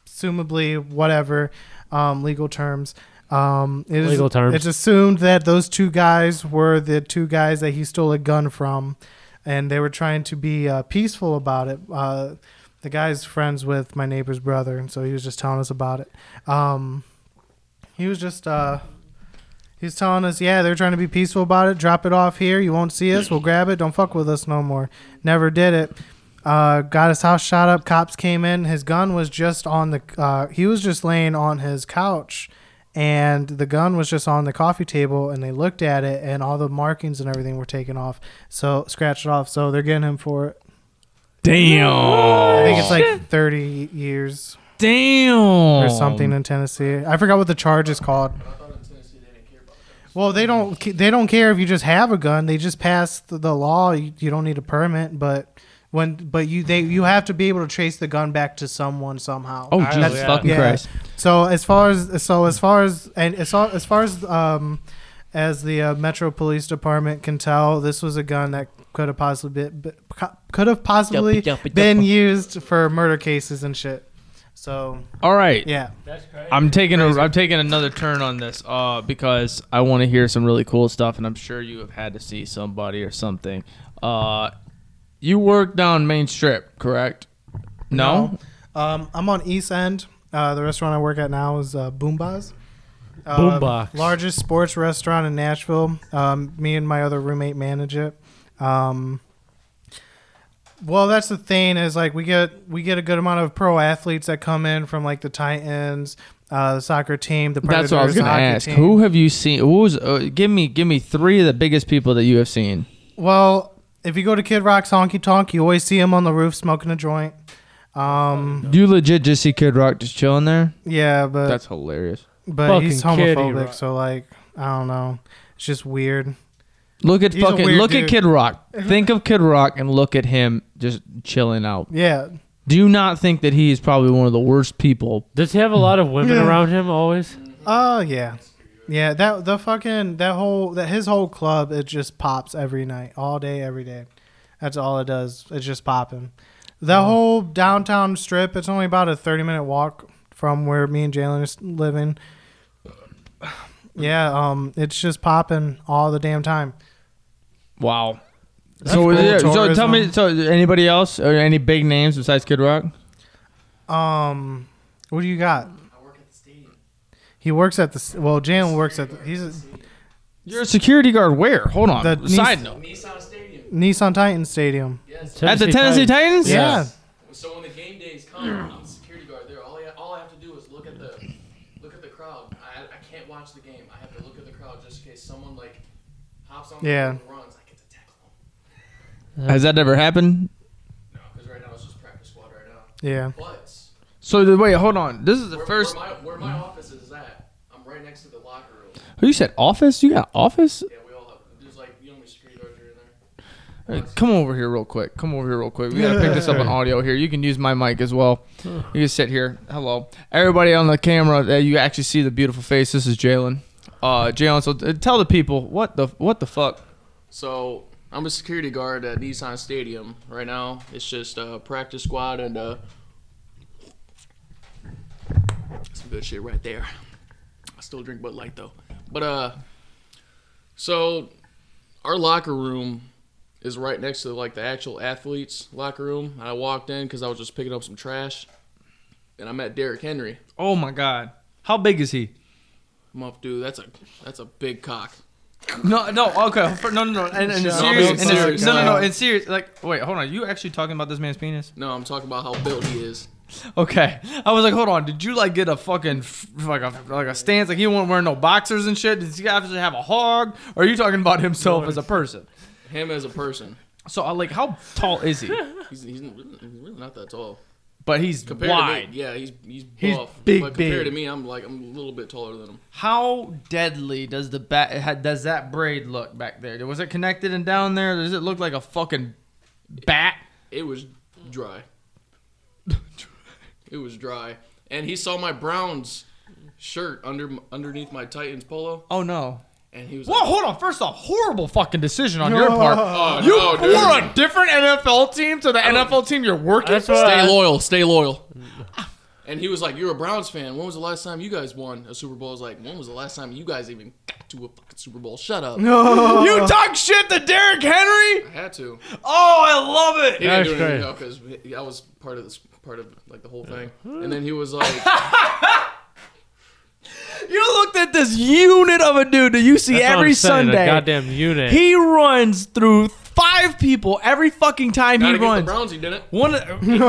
[SPEAKER 3] assumably whatever, um, legal terms. Um, it is-
[SPEAKER 2] Legal terms.
[SPEAKER 3] It's assumed that those two guys were the two guys that he stole a gun from, and they were trying to be uh, peaceful about it. Uh, the guy's friends with my neighbor's brother, and so he was just telling us about it. Um, he was just uh, he was telling us, yeah, they're trying to be peaceful about it. Drop it off here. You won't see us. We'll grab it. Don't fuck with us no more. Never did it. Uh, got his house shot up. Cops came in. His gun was just on the. Uh, he was just laying on his couch, and the gun was just on the coffee table. And they looked at it, and all the markings and everything were taken off. So scratched off. So they're getting him for it.
[SPEAKER 1] Damn.
[SPEAKER 3] I think it's like 30 years
[SPEAKER 1] Damn.
[SPEAKER 3] or something in Tennessee. I forgot what the charge is called. Well, they don't ca- they don't care if you just have a gun. They just passed the law. You, you don't need a permit, but when but you they you have to be able to trace the gun back to someone somehow.
[SPEAKER 1] Oh
[SPEAKER 2] I-
[SPEAKER 1] Jesus
[SPEAKER 2] yeah.
[SPEAKER 1] fucking
[SPEAKER 3] Yeah.
[SPEAKER 1] Christ!
[SPEAKER 3] So as far as so as far as and as far as, far as um as the uh, Metro Police Department can tell, this was a gun that could have possibly be, could have possibly been used for murder cases and shit. So
[SPEAKER 1] All right,
[SPEAKER 3] yeah,
[SPEAKER 2] That's crazy.
[SPEAKER 1] I'm taking a, I'm taking another turn on this uh, because I want to hear some really cool stuff, and I'm sure you have had to see somebody or something. Uh, you work down Main Strip, correct? No.
[SPEAKER 3] Um, I'm on East End. Uh, the restaurant I work at now is uh, Boomba's. Uh,
[SPEAKER 2] Boombox.
[SPEAKER 3] Largest sports restaurant in Nashville. Um, me and my other roommate manage it. Um, well, that's the thing is like we get we get a good amount of pro athletes that come in from like the Titans, uh, the soccer team, the Predators,
[SPEAKER 1] That's what I was gonna
[SPEAKER 3] hockey
[SPEAKER 1] ask.
[SPEAKER 3] team.
[SPEAKER 1] Who have you seen? Who's uh, give me give me three of the biggest people that you have seen?
[SPEAKER 3] Well, if you go to Kid Rock's Honky Tonk, you always see him on the roof smoking a joint. Um,
[SPEAKER 1] Do you legit just see Kid Rock just chilling there?
[SPEAKER 3] yeah, but
[SPEAKER 1] That's hilarious.
[SPEAKER 3] But
[SPEAKER 2] Fucking
[SPEAKER 3] he's
[SPEAKER 2] Kid
[SPEAKER 3] homophobic,
[SPEAKER 2] Rock.
[SPEAKER 3] so like I don't know. It's just weird.
[SPEAKER 1] Look at
[SPEAKER 3] He's a
[SPEAKER 1] fucking
[SPEAKER 3] weird
[SPEAKER 1] look at
[SPEAKER 3] dude.
[SPEAKER 1] Kid
[SPEAKER 3] [LAUGHS]
[SPEAKER 1] Rock. Think of Kid Rock and look at him just chilling out.
[SPEAKER 3] Yeah.
[SPEAKER 1] Do you not think that he is probably one of the worst people?
[SPEAKER 2] Does he have a lot of women
[SPEAKER 3] Yeah.
[SPEAKER 2] around him always?
[SPEAKER 3] Oh yeah. Yeah, that the fucking that whole that his whole club it just pops every night, all day, every day. That's all it does. It's just popping. The whole downtown strip, it's only about a thirty minute walk from where me and Jalen is living. Yeah, um, it's just popping all the damn time.
[SPEAKER 1] Wow.
[SPEAKER 3] That's
[SPEAKER 1] So,
[SPEAKER 3] cool,
[SPEAKER 1] yeah, so tell me,
[SPEAKER 3] tourism.
[SPEAKER 1] so anybody else or any big names besides Kid Rock?
[SPEAKER 3] Um, what do you got?
[SPEAKER 4] I work at the stadium.
[SPEAKER 3] He works at the s- well. Jalen works at the, he's a,
[SPEAKER 1] You're a security guard where? Hold on.
[SPEAKER 3] The
[SPEAKER 1] Side
[SPEAKER 3] Nis-
[SPEAKER 1] note.
[SPEAKER 4] Nissan Stadium.
[SPEAKER 3] Nissan Titan Stadium.
[SPEAKER 4] Yes.
[SPEAKER 1] At the Tennessee Titans?
[SPEAKER 3] Yeah.
[SPEAKER 4] So when the game days come, I'm the security guard there. All I, all I have to do is look at the look at the crowd. I, I can't watch the game. I have to look at the crowd just in case someone like hops on the
[SPEAKER 3] Yeah.
[SPEAKER 4] field and runs. I get to tackle them.
[SPEAKER 1] Has that ever happened?
[SPEAKER 4] No, because right now it's just practice squad right now.
[SPEAKER 3] Yeah.
[SPEAKER 4] But
[SPEAKER 1] So the, wait, hold on. This is the
[SPEAKER 4] where,
[SPEAKER 1] first.
[SPEAKER 4] where my, where my office is at, I'm right next to the locker room.
[SPEAKER 1] Who Oh, you said office? You got office?
[SPEAKER 4] Yeah, we all have. There's like you know how many security guards are in there.
[SPEAKER 1] Hey, come over here real quick. Come over here real quick. We gotta pick this up on audio here. You can use my mic as well. You can sit here. Hello, everybody on the camera. Uh, you actually see the beautiful face. This is Jalen. Uh, Jalen. So uh, tell the people what the what the fuck.
[SPEAKER 4] So I'm a security guard at Nissan Stadium right now. It's just uh, practice squad and uh, some good shit right there. I still drink Bud Light though. But uh, so our locker room is right next to like the actual athletes' locker room. I walked in because I was just picking up some trash, and I met Derrick Henry.
[SPEAKER 1] Oh my god. How big is he?
[SPEAKER 4] I'm up, dude. That's a that's a big cock.
[SPEAKER 1] No, no, okay, For- no, no, no, and, and in
[SPEAKER 3] Shut
[SPEAKER 1] serious,
[SPEAKER 4] up,
[SPEAKER 1] and in-
[SPEAKER 4] Sarah,
[SPEAKER 1] no, no, no,
[SPEAKER 3] come on.
[SPEAKER 1] in serious, like, wait, hold on, you actually talking about this man's penis?
[SPEAKER 4] No, I'm talking about how built he is.
[SPEAKER 1] Okay, I was like, hold on, did you like get a fucking f- like a like a stance? Like he wasn't wearing no boxers and shit. Did he actually have a hog? Or are you talking about himself as a person?
[SPEAKER 4] Him as a person.
[SPEAKER 1] So I like, how tall is
[SPEAKER 4] [LAUGHS]
[SPEAKER 1] he?
[SPEAKER 4] He's, he's, really, he's really not that tall.
[SPEAKER 1] But he's
[SPEAKER 4] Compared
[SPEAKER 1] wide.
[SPEAKER 4] to me, yeah, he's he's buff.
[SPEAKER 1] He's big,
[SPEAKER 4] but
[SPEAKER 1] big.
[SPEAKER 4] compared to me, I'm like I'm a little bit taller than him.
[SPEAKER 1] How deadly does the bat ha- does that braid look back there? Was it connected and down there? Does it look like a fucking bat?
[SPEAKER 4] It was
[SPEAKER 1] [LAUGHS]
[SPEAKER 4] dry. it was dry, and he saw my Browns shirt under m- underneath my Titans polo,
[SPEAKER 1] Oh no.
[SPEAKER 4] and he was
[SPEAKER 1] Well,
[SPEAKER 4] like,
[SPEAKER 1] hold on. First off, horrible fucking decision on your part.
[SPEAKER 4] [LAUGHS] "Oh
[SPEAKER 1] You
[SPEAKER 4] no, dude!
[SPEAKER 1] were a different NFL team to the NFL team you're working
[SPEAKER 2] That's
[SPEAKER 1] for.
[SPEAKER 2] what I-
[SPEAKER 4] Stay loyal, stay loyal."
[SPEAKER 1] Mm-hmm.
[SPEAKER 4] And he was like, "You're a Browns fan. When was the last time you guys won a Super Bowl?" I was like, "When was the last time you guys even got to a fucking Super Bowl?" Shut [LAUGHS] up. No.
[SPEAKER 1] You talk shit to Derrick Henry?
[SPEAKER 4] I had to.
[SPEAKER 1] Oh, I love
[SPEAKER 4] He
[SPEAKER 1] it.
[SPEAKER 4] didn't
[SPEAKER 2] That's
[SPEAKER 4] do anything
[SPEAKER 2] great.
[SPEAKER 4] though, because I was part of this, part of like the whole thing. And then he was like,
[SPEAKER 1] [LAUGHS] You looked at this unit of a dude that you see
[SPEAKER 2] That's what I'm
[SPEAKER 1] every
[SPEAKER 2] saying,
[SPEAKER 1] Sunday.
[SPEAKER 2] A goddamn unit.
[SPEAKER 1] He runs through five people every fucking time
[SPEAKER 4] "Not
[SPEAKER 1] he
[SPEAKER 4] against the
[SPEAKER 1] runs.
[SPEAKER 4] Browns, he didn't."
[SPEAKER 1] One. Look at this
[SPEAKER 4] [LAUGHS]
[SPEAKER 1] motherfucker.
[SPEAKER 2] [LAUGHS]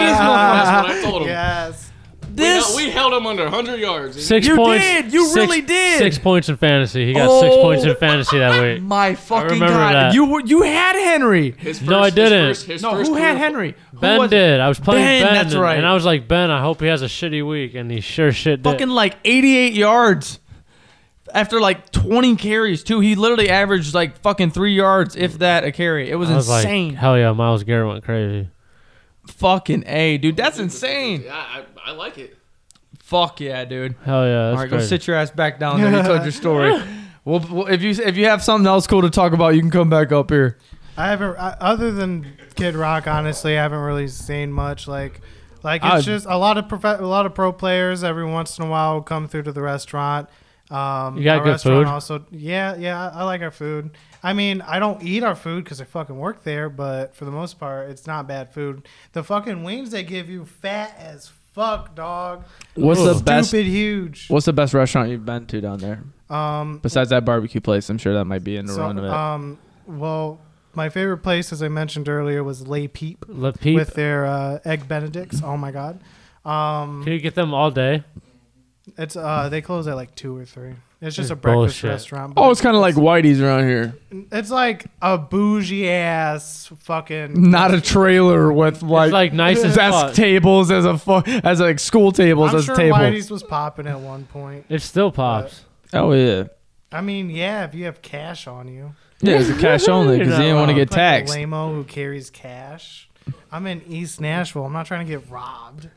[SPEAKER 4] That's what I told him.
[SPEAKER 3] Yes.
[SPEAKER 1] This.
[SPEAKER 4] we, held him under 100 yards.
[SPEAKER 2] six
[SPEAKER 1] You
[SPEAKER 2] points.
[SPEAKER 1] did. You
[SPEAKER 2] six-
[SPEAKER 1] really did.
[SPEAKER 2] Six points in fantasy. He got six
[SPEAKER 1] Oh.
[SPEAKER 2] points in fantasy that
[SPEAKER 1] [LAUGHS]
[SPEAKER 2] week.
[SPEAKER 1] My fucking
[SPEAKER 2] remember
[SPEAKER 1] god!
[SPEAKER 2] that.
[SPEAKER 1] You were you had Henry.
[SPEAKER 4] His
[SPEAKER 2] No, I didn't.
[SPEAKER 1] no, who
[SPEAKER 4] career-
[SPEAKER 1] had Henry? Who
[SPEAKER 2] Ben
[SPEAKER 1] was it?
[SPEAKER 2] did. I was playing
[SPEAKER 1] Ben,
[SPEAKER 2] Ben.
[SPEAKER 1] that's
[SPEAKER 2] and,
[SPEAKER 1] right.
[SPEAKER 2] and I was like, Ben, I hope he has a shitty week, and he sure shit did.
[SPEAKER 1] Fucking like 88 yards. after like 20 carries too. He literally averaged like fucking three yards, if that, a carry. It was,
[SPEAKER 2] I was
[SPEAKER 1] insane.
[SPEAKER 2] like, hell yeah, Miles Garrett went crazy.
[SPEAKER 1] fucking a, dude. That's insane.
[SPEAKER 4] Yeah, I, I like it.
[SPEAKER 1] Fuck yeah, dude.
[SPEAKER 2] Hell yeah, that's
[SPEAKER 1] All right, go
[SPEAKER 2] crazy.
[SPEAKER 1] sit your ass back down there. You told your story. Well, well, if you if you have something else cool to talk about, you can come back up here.
[SPEAKER 3] I haven't, I, other than Kid Rock, honestly, I haven't really seen much. Like, like it's
[SPEAKER 1] I-
[SPEAKER 3] just a lot of prof- a lot of pro players every once in a while will come through to the restaurant. Um,
[SPEAKER 2] You got
[SPEAKER 3] our
[SPEAKER 2] good food?
[SPEAKER 3] restaurant Also, yeah, yeah, I, I like our food. I mean, I don't eat our food because I fucking work there, but for the most part, it's not bad food. The fucking wings they give you fat as fuck, dog.
[SPEAKER 1] What's the
[SPEAKER 3] Stupid
[SPEAKER 1] best?
[SPEAKER 3] huge.
[SPEAKER 1] What's the best restaurant you've been to down there
[SPEAKER 3] Um,
[SPEAKER 1] besides that barbecue place? I'm sure that might be in the
[SPEAKER 3] so,
[SPEAKER 1] run of it.
[SPEAKER 3] um, well, my favorite place, as I mentioned earlier, was Lay Peep.
[SPEAKER 2] Le Peep.
[SPEAKER 3] with their uh, egg benedicts. Oh my god. Um,
[SPEAKER 2] Can you get them all day?
[SPEAKER 3] it's uh, they close at like two or three. It's just
[SPEAKER 2] This
[SPEAKER 3] a breakfast
[SPEAKER 2] bullshit.
[SPEAKER 3] restaurant.
[SPEAKER 1] oh, it's kind of like Whitey's around here.
[SPEAKER 3] it's like a bougie ass fucking.
[SPEAKER 1] Not a trailer with like,
[SPEAKER 2] it's like nice as
[SPEAKER 1] desk
[SPEAKER 2] fuck.
[SPEAKER 1] tables as a fu- as like school tables
[SPEAKER 3] I'm
[SPEAKER 1] as
[SPEAKER 3] sure
[SPEAKER 1] tables.
[SPEAKER 3] Whitey's was popping at one point.
[SPEAKER 2] It
[SPEAKER 1] Uh,
[SPEAKER 2] still pops.
[SPEAKER 1] Oh yeah,
[SPEAKER 3] I mean, yeah, if you have cash on you.
[SPEAKER 1] yeah. It's a cash only
[SPEAKER 2] You're
[SPEAKER 1] because
[SPEAKER 2] not
[SPEAKER 1] he didn't want to
[SPEAKER 2] wrong.
[SPEAKER 1] get taxed.
[SPEAKER 3] Like lame who carries cash. I'm in East Nashville. I'm not trying to get robbed.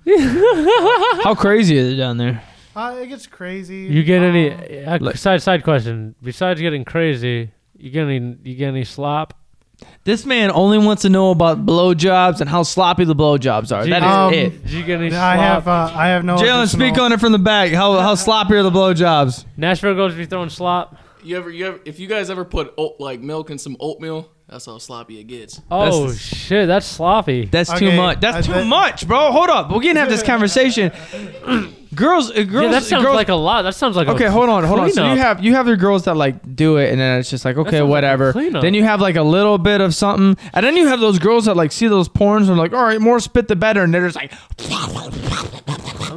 [SPEAKER 1] How crazy is it down there?
[SPEAKER 3] Uh, it gets crazy.
[SPEAKER 2] You get any
[SPEAKER 3] Um,
[SPEAKER 2] uh, side side question? Besides getting crazy, you get any you get any slop?
[SPEAKER 1] This man only wants to know about blowjobs and how sloppy the blowjobs are. That is
[SPEAKER 3] Um,
[SPEAKER 1] it.
[SPEAKER 2] Did you get any slop?
[SPEAKER 3] I have uh, I have no.
[SPEAKER 1] Jalen, speak
[SPEAKER 3] additional-
[SPEAKER 1] on it from the back. How how sloppy are the blowjobs?
[SPEAKER 2] Nashville goes be throwing slop.
[SPEAKER 4] You ever, you ever, if you guys ever put oat, like milk in some oatmeal, that's how sloppy it gets.
[SPEAKER 2] Oh
[SPEAKER 1] That's-
[SPEAKER 2] shit, that's sloppy.
[SPEAKER 1] That's too
[SPEAKER 3] Okay,
[SPEAKER 1] much. That's
[SPEAKER 3] I
[SPEAKER 1] too
[SPEAKER 3] bet-
[SPEAKER 1] much, bro. Hold up. We're gonna have this conversation. [CLEARS THROAT] girls, uh, girls,
[SPEAKER 2] yeah, that sounds
[SPEAKER 1] girls.
[SPEAKER 2] like a lot. That sounds like
[SPEAKER 1] okay,
[SPEAKER 2] A,
[SPEAKER 1] hold on, hold on. So you
[SPEAKER 2] cleanup.
[SPEAKER 1] have you have your girls that like do it, and then it's just like okay,
[SPEAKER 2] sounds like a
[SPEAKER 1] whatever.
[SPEAKER 2] cleanup.
[SPEAKER 1] then you have like a little bit of something, and then you have those girls that like see those porns and like, all right, more spit the better, and they're just like,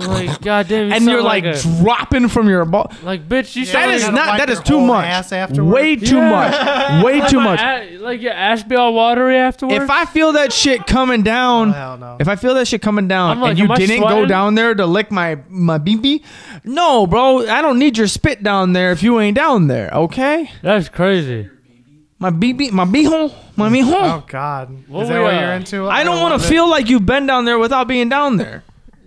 [SPEAKER 2] I'm like, god damn. You
[SPEAKER 1] and
[SPEAKER 2] sound
[SPEAKER 1] you're like,
[SPEAKER 2] like, a-
[SPEAKER 1] dropping from your ball.
[SPEAKER 2] like, bitch. You
[SPEAKER 3] Yeah,
[SPEAKER 2] sound
[SPEAKER 1] that
[SPEAKER 3] you
[SPEAKER 1] is
[SPEAKER 3] gotta
[SPEAKER 1] not.
[SPEAKER 3] wipe
[SPEAKER 1] That
[SPEAKER 3] your
[SPEAKER 1] is too
[SPEAKER 3] whole
[SPEAKER 1] much.
[SPEAKER 3] ass afterward.
[SPEAKER 1] Way too
[SPEAKER 2] [LAUGHS]
[SPEAKER 1] much. Way too much.
[SPEAKER 2] like, like your ass be all watery afterwards.
[SPEAKER 1] If I feel that shit coming down,
[SPEAKER 3] Oh, hell no.
[SPEAKER 1] if I feel that shit coming down,
[SPEAKER 2] I'm like,
[SPEAKER 1] and you
[SPEAKER 2] am I
[SPEAKER 1] didn't go
[SPEAKER 2] sweating?
[SPEAKER 1] down there to lick my my BB, no, bro, I don't need your spit down there if you ain't down there, okay?
[SPEAKER 2] that's crazy.
[SPEAKER 1] My BB, my beehole, my beehole.
[SPEAKER 3] Oh God!
[SPEAKER 2] Well,
[SPEAKER 3] Is that
[SPEAKER 2] we,
[SPEAKER 3] what
[SPEAKER 2] uh,
[SPEAKER 3] you're into?
[SPEAKER 1] I don't want
[SPEAKER 3] love
[SPEAKER 1] to
[SPEAKER 3] it.
[SPEAKER 1] feel like you've been down there without being down there.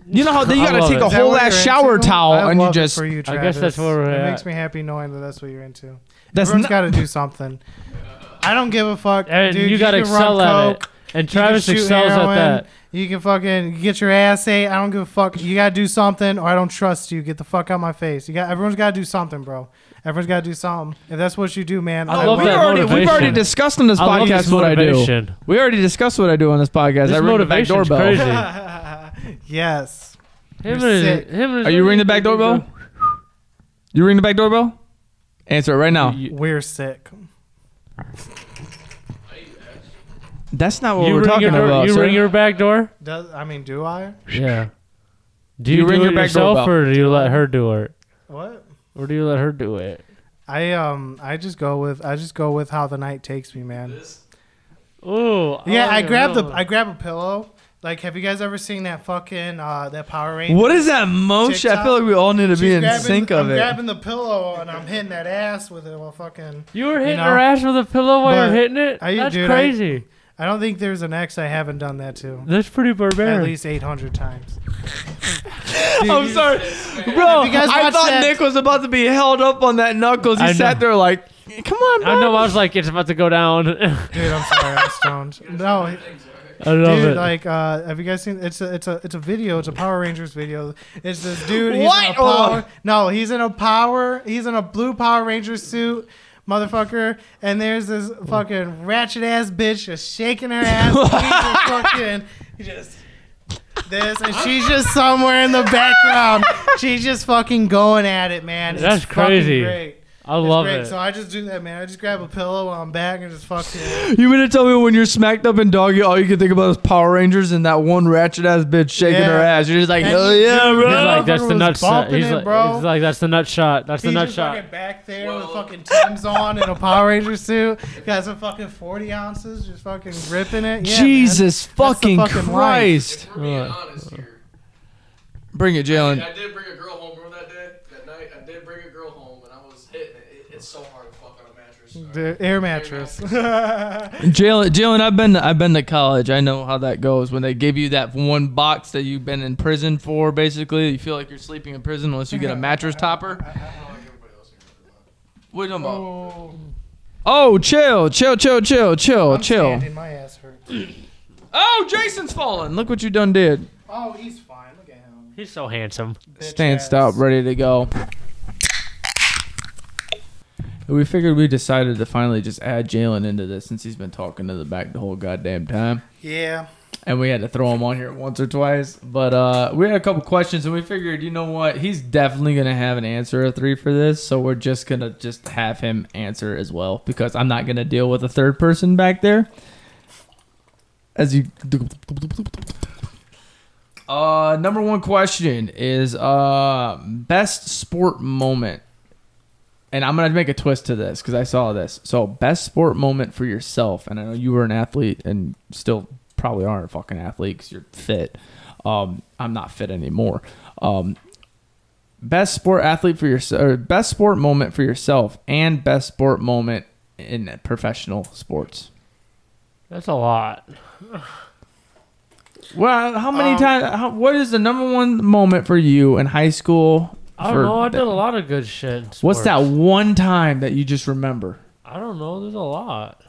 [SPEAKER 1] You know how then you
[SPEAKER 2] I
[SPEAKER 1] gotta
[SPEAKER 2] love
[SPEAKER 1] take
[SPEAKER 2] it.
[SPEAKER 1] a
[SPEAKER 2] Is
[SPEAKER 3] that
[SPEAKER 1] whole
[SPEAKER 3] what
[SPEAKER 1] ass
[SPEAKER 3] you're
[SPEAKER 1] shower
[SPEAKER 3] into?
[SPEAKER 1] towel
[SPEAKER 3] I
[SPEAKER 1] and you
[SPEAKER 3] love it
[SPEAKER 1] just
[SPEAKER 3] for you,
[SPEAKER 2] I guess
[SPEAKER 3] Travis.
[SPEAKER 2] that's where we're
[SPEAKER 3] It
[SPEAKER 2] at.
[SPEAKER 3] makes me happy knowing that that's what you're into.
[SPEAKER 1] that's
[SPEAKER 3] Everyone's
[SPEAKER 1] not,
[SPEAKER 3] got to do something. I don't give a fuck,
[SPEAKER 2] And
[SPEAKER 3] dude.
[SPEAKER 2] you, gotta
[SPEAKER 3] can run
[SPEAKER 2] excel at it.
[SPEAKER 3] coke,
[SPEAKER 2] And
[SPEAKER 3] you can
[SPEAKER 2] Travis
[SPEAKER 3] shoot
[SPEAKER 2] excels at
[SPEAKER 3] heroin,
[SPEAKER 2] that.
[SPEAKER 3] You can fucking get your ass ate. I don't give a fuck. You gotta do something, or I don't trust you. Get the fuck out my face. You got. Everyone's gotta do something, bro. Everyone's gotta do something. If that's what you do, man.
[SPEAKER 1] Oh,
[SPEAKER 2] love
[SPEAKER 1] we
[SPEAKER 3] won't-
[SPEAKER 2] that
[SPEAKER 1] already, we've already
[SPEAKER 2] motivation.
[SPEAKER 1] discussed on this
[SPEAKER 2] I love
[SPEAKER 1] podcast
[SPEAKER 2] this
[SPEAKER 1] what I do.
[SPEAKER 2] motivation.
[SPEAKER 1] We already discussed what I do on this podcast. I
[SPEAKER 2] This
[SPEAKER 1] ring the back
[SPEAKER 2] motivation's
[SPEAKER 1] doorbell. [LAUGHS]
[SPEAKER 2] crazy.
[SPEAKER 3] yes.
[SPEAKER 2] Him
[SPEAKER 3] You're
[SPEAKER 2] and,
[SPEAKER 3] sick.
[SPEAKER 2] him and
[SPEAKER 1] Are you ring the back doorbell? You ring the back doorbell? Answer it right now.
[SPEAKER 2] You,
[SPEAKER 3] We're sick.
[SPEAKER 1] That's not what
[SPEAKER 2] you
[SPEAKER 1] we're
[SPEAKER 2] ring
[SPEAKER 1] talking
[SPEAKER 2] your, door-
[SPEAKER 1] about.
[SPEAKER 2] You
[SPEAKER 1] sir.
[SPEAKER 2] ring your
[SPEAKER 1] [LAUGHS]
[SPEAKER 2] back door?
[SPEAKER 3] Does I mean do I?
[SPEAKER 2] Yeah. Do
[SPEAKER 1] You
[SPEAKER 2] you,
[SPEAKER 1] ring
[SPEAKER 2] do
[SPEAKER 1] your
[SPEAKER 2] it
[SPEAKER 1] back
[SPEAKER 2] yourself,
[SPEAKER 1] doorbell.
[SPEAKER 2] or do you let her do it?
[SPEAKER 3] What?
[SPEAKER 2] Or do you let her do it?
[SPEAKER 3] I um I just go with I just go with how the night takes me, man.
[SPEAKER 2] Oh.
[SPEAKER 3] Yeah, I grab the I grab a pillow. Like, have you guys ever seen that fucking uh that Power Ranger?
[SPEAKER 1] what is that motion? I feel like we all need to be
[SPEAKER 3] She's
[SPEAKER 1] in
[SPEAKER 3] grabbing-
[SPEAKER 1] sync
[SPEAKER 3] I'm
[SPEAKER 1] of it.
[SPEAKER 3] grabbing the pillow and I'm hitting that ass with it while fucking.
[SPEAKER 2] You were hitting
[SPEAKER 3] know?
[SPEAKER 2] her ass with a pillow while
[SPEAKER 3] But
[SPEAKER 2] you're hitting it.
[SPEAKER 3] I-
[SPEAKER 2] That's
[SPEAKER 3] dude, I-
[SPEAKER 2] crazy.
[SPEAKER 3] I don't think there's an ex I haven't done that to.
[SPEAKER 2] That's pretty
[SPEAKER 3] At
[SPEAKER 2] barbaric.
[SPEAKER 3] least 800 times.
[SPEAKER 1] I'm sorry, bro.
[SPEAKER 3] Have you guys
[SPEAKER 1] I
[SPEAKER 3] watched
[SPEAKER 1] thought
[SPEAKER 3] that-
[SPEAKER 1] Nick was about to be held up on that knuckles. He
[SPEAKER 2] I
[SPEAKER 1] sat
[SPEAKER 2] know.
[SPEAKER 1] there like, "Come on, bro."
[SPEAKER 2] I know. I was like, it's about to go down. [LAUGHS] I
[SPEAKER 3] Dude, I'm sorry, I'm stoned. No,
[SPEAKER 2] love
[SPEAKER 3] dude,
[SPEAKER 2] it.
[SPEAKER 3] like, uh, have you guys seen? It's a, it's a, it's a video. It's a Power Rangers video. It's this dude. He's
[SPEAKER 1] What?
[SPEAKER 3] In a power,
[SPEAKER 1] Oh.
[SPEAKER 3] no, he's in a power. He's in a blue Power Ranger suit, motherfucker. And there's this fucking ratchet ass bitch just shaking her
[SPEAKER 2] [LAUGHS]
[SPEAKER 3] ass. He's just fucking he just this,
[SPEAKER 2] [LAUGHS]
[SPEAKER 3] and she's just somewhere in the background. She's just fucking going at it, man. It's
[SPEAKER 2] That's
[SPEAKER 3] fucking
[SPEAKER 2] crazy.
[SPEAKER 3] Great.
[SPEAKER 2] I
[SPEAKER 3] It's
[SPEAKER 2] love
[SPEAKER 3] great.
[SPEAKER 2] it.
[SPEAKER 3] So I just do that, man. I just grab a pillow while I'm back and just fucking.
[SPEAKER 1] You mean to tell me when you're smacked up in doggy, all you can think about is Power Rangers and that one ratchet ass bitch shaking
[SPEAKER 3] Yeah.
[SPEAKER 1] her ass? You're just like,
[SPEAKER 3] And
[SPEAKER 1] "Hell
[SPEAKER 3] you-
[SPEAKER 1] yeah,
[SPEAKER 3] dude,
[SPEAKER 1] bro!"
[SPEAKER 2] He's like,
[SPEAKER 3] motherfucker
[SPEAKER 2] that's the
[SPEAKER 3] was
[SPEAKER 2] nut shot.
[SPEAKER 3] bumping
[SPEAKER 2] He's,
[SPEAKER 3] it,
[SPEAKER 2] like,
[SPEAKER 3] bro.
[SPEAKER 2] he's like, that's the nut shot. That's the
[SPEAKER 3] He's
[SPEAKER 2] nut
[SPEAKER 3] just
[SPEAKER 2] shot.
[SPEAKER 3] fucking back there with fucking Tim's on and a Power Ranger suit. Got some fucking 40 ounces, just fucking ripping it. Yeah,
[SPEAKER 1] Jesus
[SPEAKER 3] man. That's the
[SPEAKER 1] fucking,
[SPEAKER 3] fucking life.
[SPEAKER 1] Christ!
[SPEAKER 4] If we're being honest here,
[SPEAKER 1] Bring it,
[SPEAKER 4] I
[SPEAKER 1] Jalen.
[SPEAKER 4] did bring a girl home. Remember that day? That night, I did bring a girl home, and I was hit. mattress.
[SPEAKER 3] The air mattress.
[SPEAKER 1] Jalen, Jalen, I've been I've been to college. I know how that goes. When they give you that one box that you've been in prison for, basically, you feel like you're sleeping in prison unless you get a mattress topper. What are you talking about?
[SPEAKER 3] [LAUGHS] oh,
[SPEAKER 1] Oh, chill, chill, chill, chill, chill,
[SPEAKER 3] I'm
[SPEAKER 1] chill.
[SPEAKER 3] standing, My ass hurts.
[SPEAKER 1] Oh, Jason's falling. Look what you done did.
[SPEAKER 3] Oh, he's fine. Look at him.
[SPEAKER 2] He's so handsome.
[SPEAKER 1] Stand up, ready to go. We figured we decided to finally just add Jalen into this since he's been talking to the back the whole goddamn time.
[SPEAKER 3] Yeah.
[SPEAKER 1] and we had to throw him on here once or twice. But uh, we had a couple questions, and we figured, you know what, he's definitely gonna have an answer or three for this, so we're just gonna just have him answer as well because I'm not gonna deal with a third person back there. As you, uh, number one question is uh best sport moment. And I'm gonna make a twist to this because I saw this. So, best sport moment for yourself, and I know you were an athlete and still probably aren't a fucking athlete because you're fit. Um, I'm not fit anymore. Um, best sport athlete for yourself, or best sport moment for yourself, and best sport moment in professional sports.
[SPEAKER 2] That's a lot.
[SPEAKER 1] Well, how many
[SPEAKER 4] Um,
[SPEAKER 1] times? How, what is the number one moment for you in high school?
[SPEAKER 2] I don't
[SPEAKER 1] for-
[SPEAKER 2] know. I did a lot of good shit. in
[SPEAKER 1] What's that
[SPEAKER 2] sports.
[SPEAKER 1] one time that you just remember?
[SPEAKER 2] I don't know. There's a lot.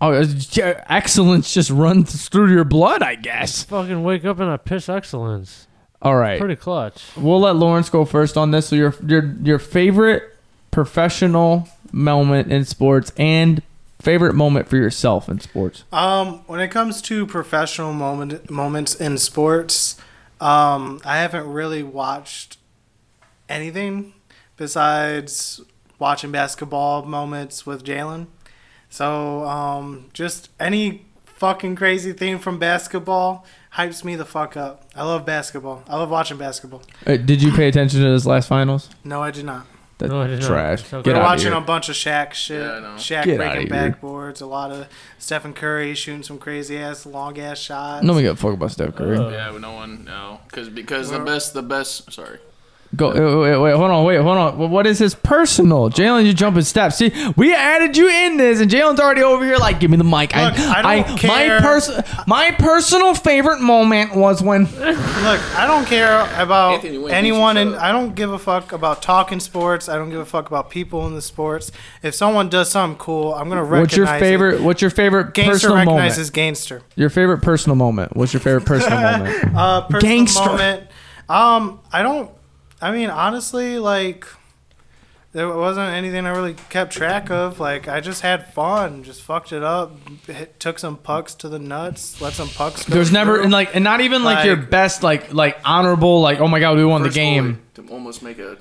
[SPEAKER 1] Oh, it's- yeah, excellence just runs through your blood, I guess.
[SPEAKER 2] Fucking wake up and I piss excellence.
[SPEAKER 1] All right.
[SPEAKER 2] Pretty clutch.
[SPEAKER 1] We'll let Lawrence go first on this. So your your your favorite professional moment in sports and favorite moment for yourself in sports.
[SPEAKER 3] Um, when it comes to professional moment moments in sports, um, I haven't really watched anything besides watching basketball moments with Jalen. So um, just any fucking crazy thing from basketball hypes me the fuck up. I love basketball. I love watching basketball.
[SPEAKER 1] Uh, did you pay attention to this last finals?
[SPEAKER 3] No, I do not.
[SPEAKER 1] That's
[SPEAKER 2] No, I did not.
[SPEAKER 1] trash.
[SPEAKER 2] It's okay.
[SPEAKER 1] Get
[SPEAKER 3] We're
[SPEAKER 1] out of
[SPEAKER 3] watching
[SPEAKER 1] here.
[SPEAKER 3] a bunch of Shaq shit.
[SPEAKER 4] Yeah, I know.
[SPEAKER 3] Shaq
[SPEAKER 1] Get
[SPEAKER 3] breaking
[SPEAKER 1] outta here.
[SPEAKER 3] backboards. A lot of Stephen Curry shooting some crazy ass long ass shots.
[SPEAKER 1] No, we got fuck about Steph Curry.
[SPEAKER 2] Uh,
[SPEAKER 4] Yeah, but no one no, because because
[SPEAKER 3] Well-
[SPEAKER 4] the best the best. Sorry.
[SPEAKER 1] Go uh, wait, wait, wait, hold on, wait, hold on. Wh- What is his personal? Jalen, you're jumping steps. See, we added you in this, and Jalen's already over here like, give me the mic. I,
[SPEAKER 3] Look, I don't
[SPEAKER 1] My
[SPEAKER 3] care.
[SPEAKER 1] person, my personal favorite moment was when.
[SPEAKER 3] Look, I don't care about
[SPEAKER 4] Anthony Wayne,
[SPEAKER 3] anyone,
[SPEAKER 4] you shut
[SPEAKER 3] and
[SPEAKER 4] up.
[SPEAKER 3] I don't give a fuck about talking sports. I don't give a fuck about people in the sports. If someone does something cool, I'm gonna recognize.
[SPEAKER 1] What's your
[SPEAKER 3] it.
[SPEAKER 1] favorite? What's your favorite
[SPEAKER 3] Gangster
[SPEAKER 1] personal moment?
[SPEAKER 3] recognizes gangster.
[SPEAKER 1] Your favorite personal moment. What's your favorite
[SPEAKER 3] [LAUGHS]
[SPEAKER 1] personal moment?
[SPEAKER 3] Uh, personal
[SPEAKER 1] Gangster.
[SPEAKER 3] moment. Um, I don't. I mean, honestly, like there wasn't anything I really kept track of. Like I just had fun, just fucked it up, hit, took some pucks to the nuts, let some pucks. Go
[SPEAKER 1] There's never
[SPEAKER 3] through.
[SPEAKER 1] and like and not even like, your
[SPEAKER 3] Like-
[SPEAKER 1] best like like honorable like oh my god we won
[SPEAKER 4] First
[SPEAKER 1] the game.
[SPEAKER 4] goalie To almost make a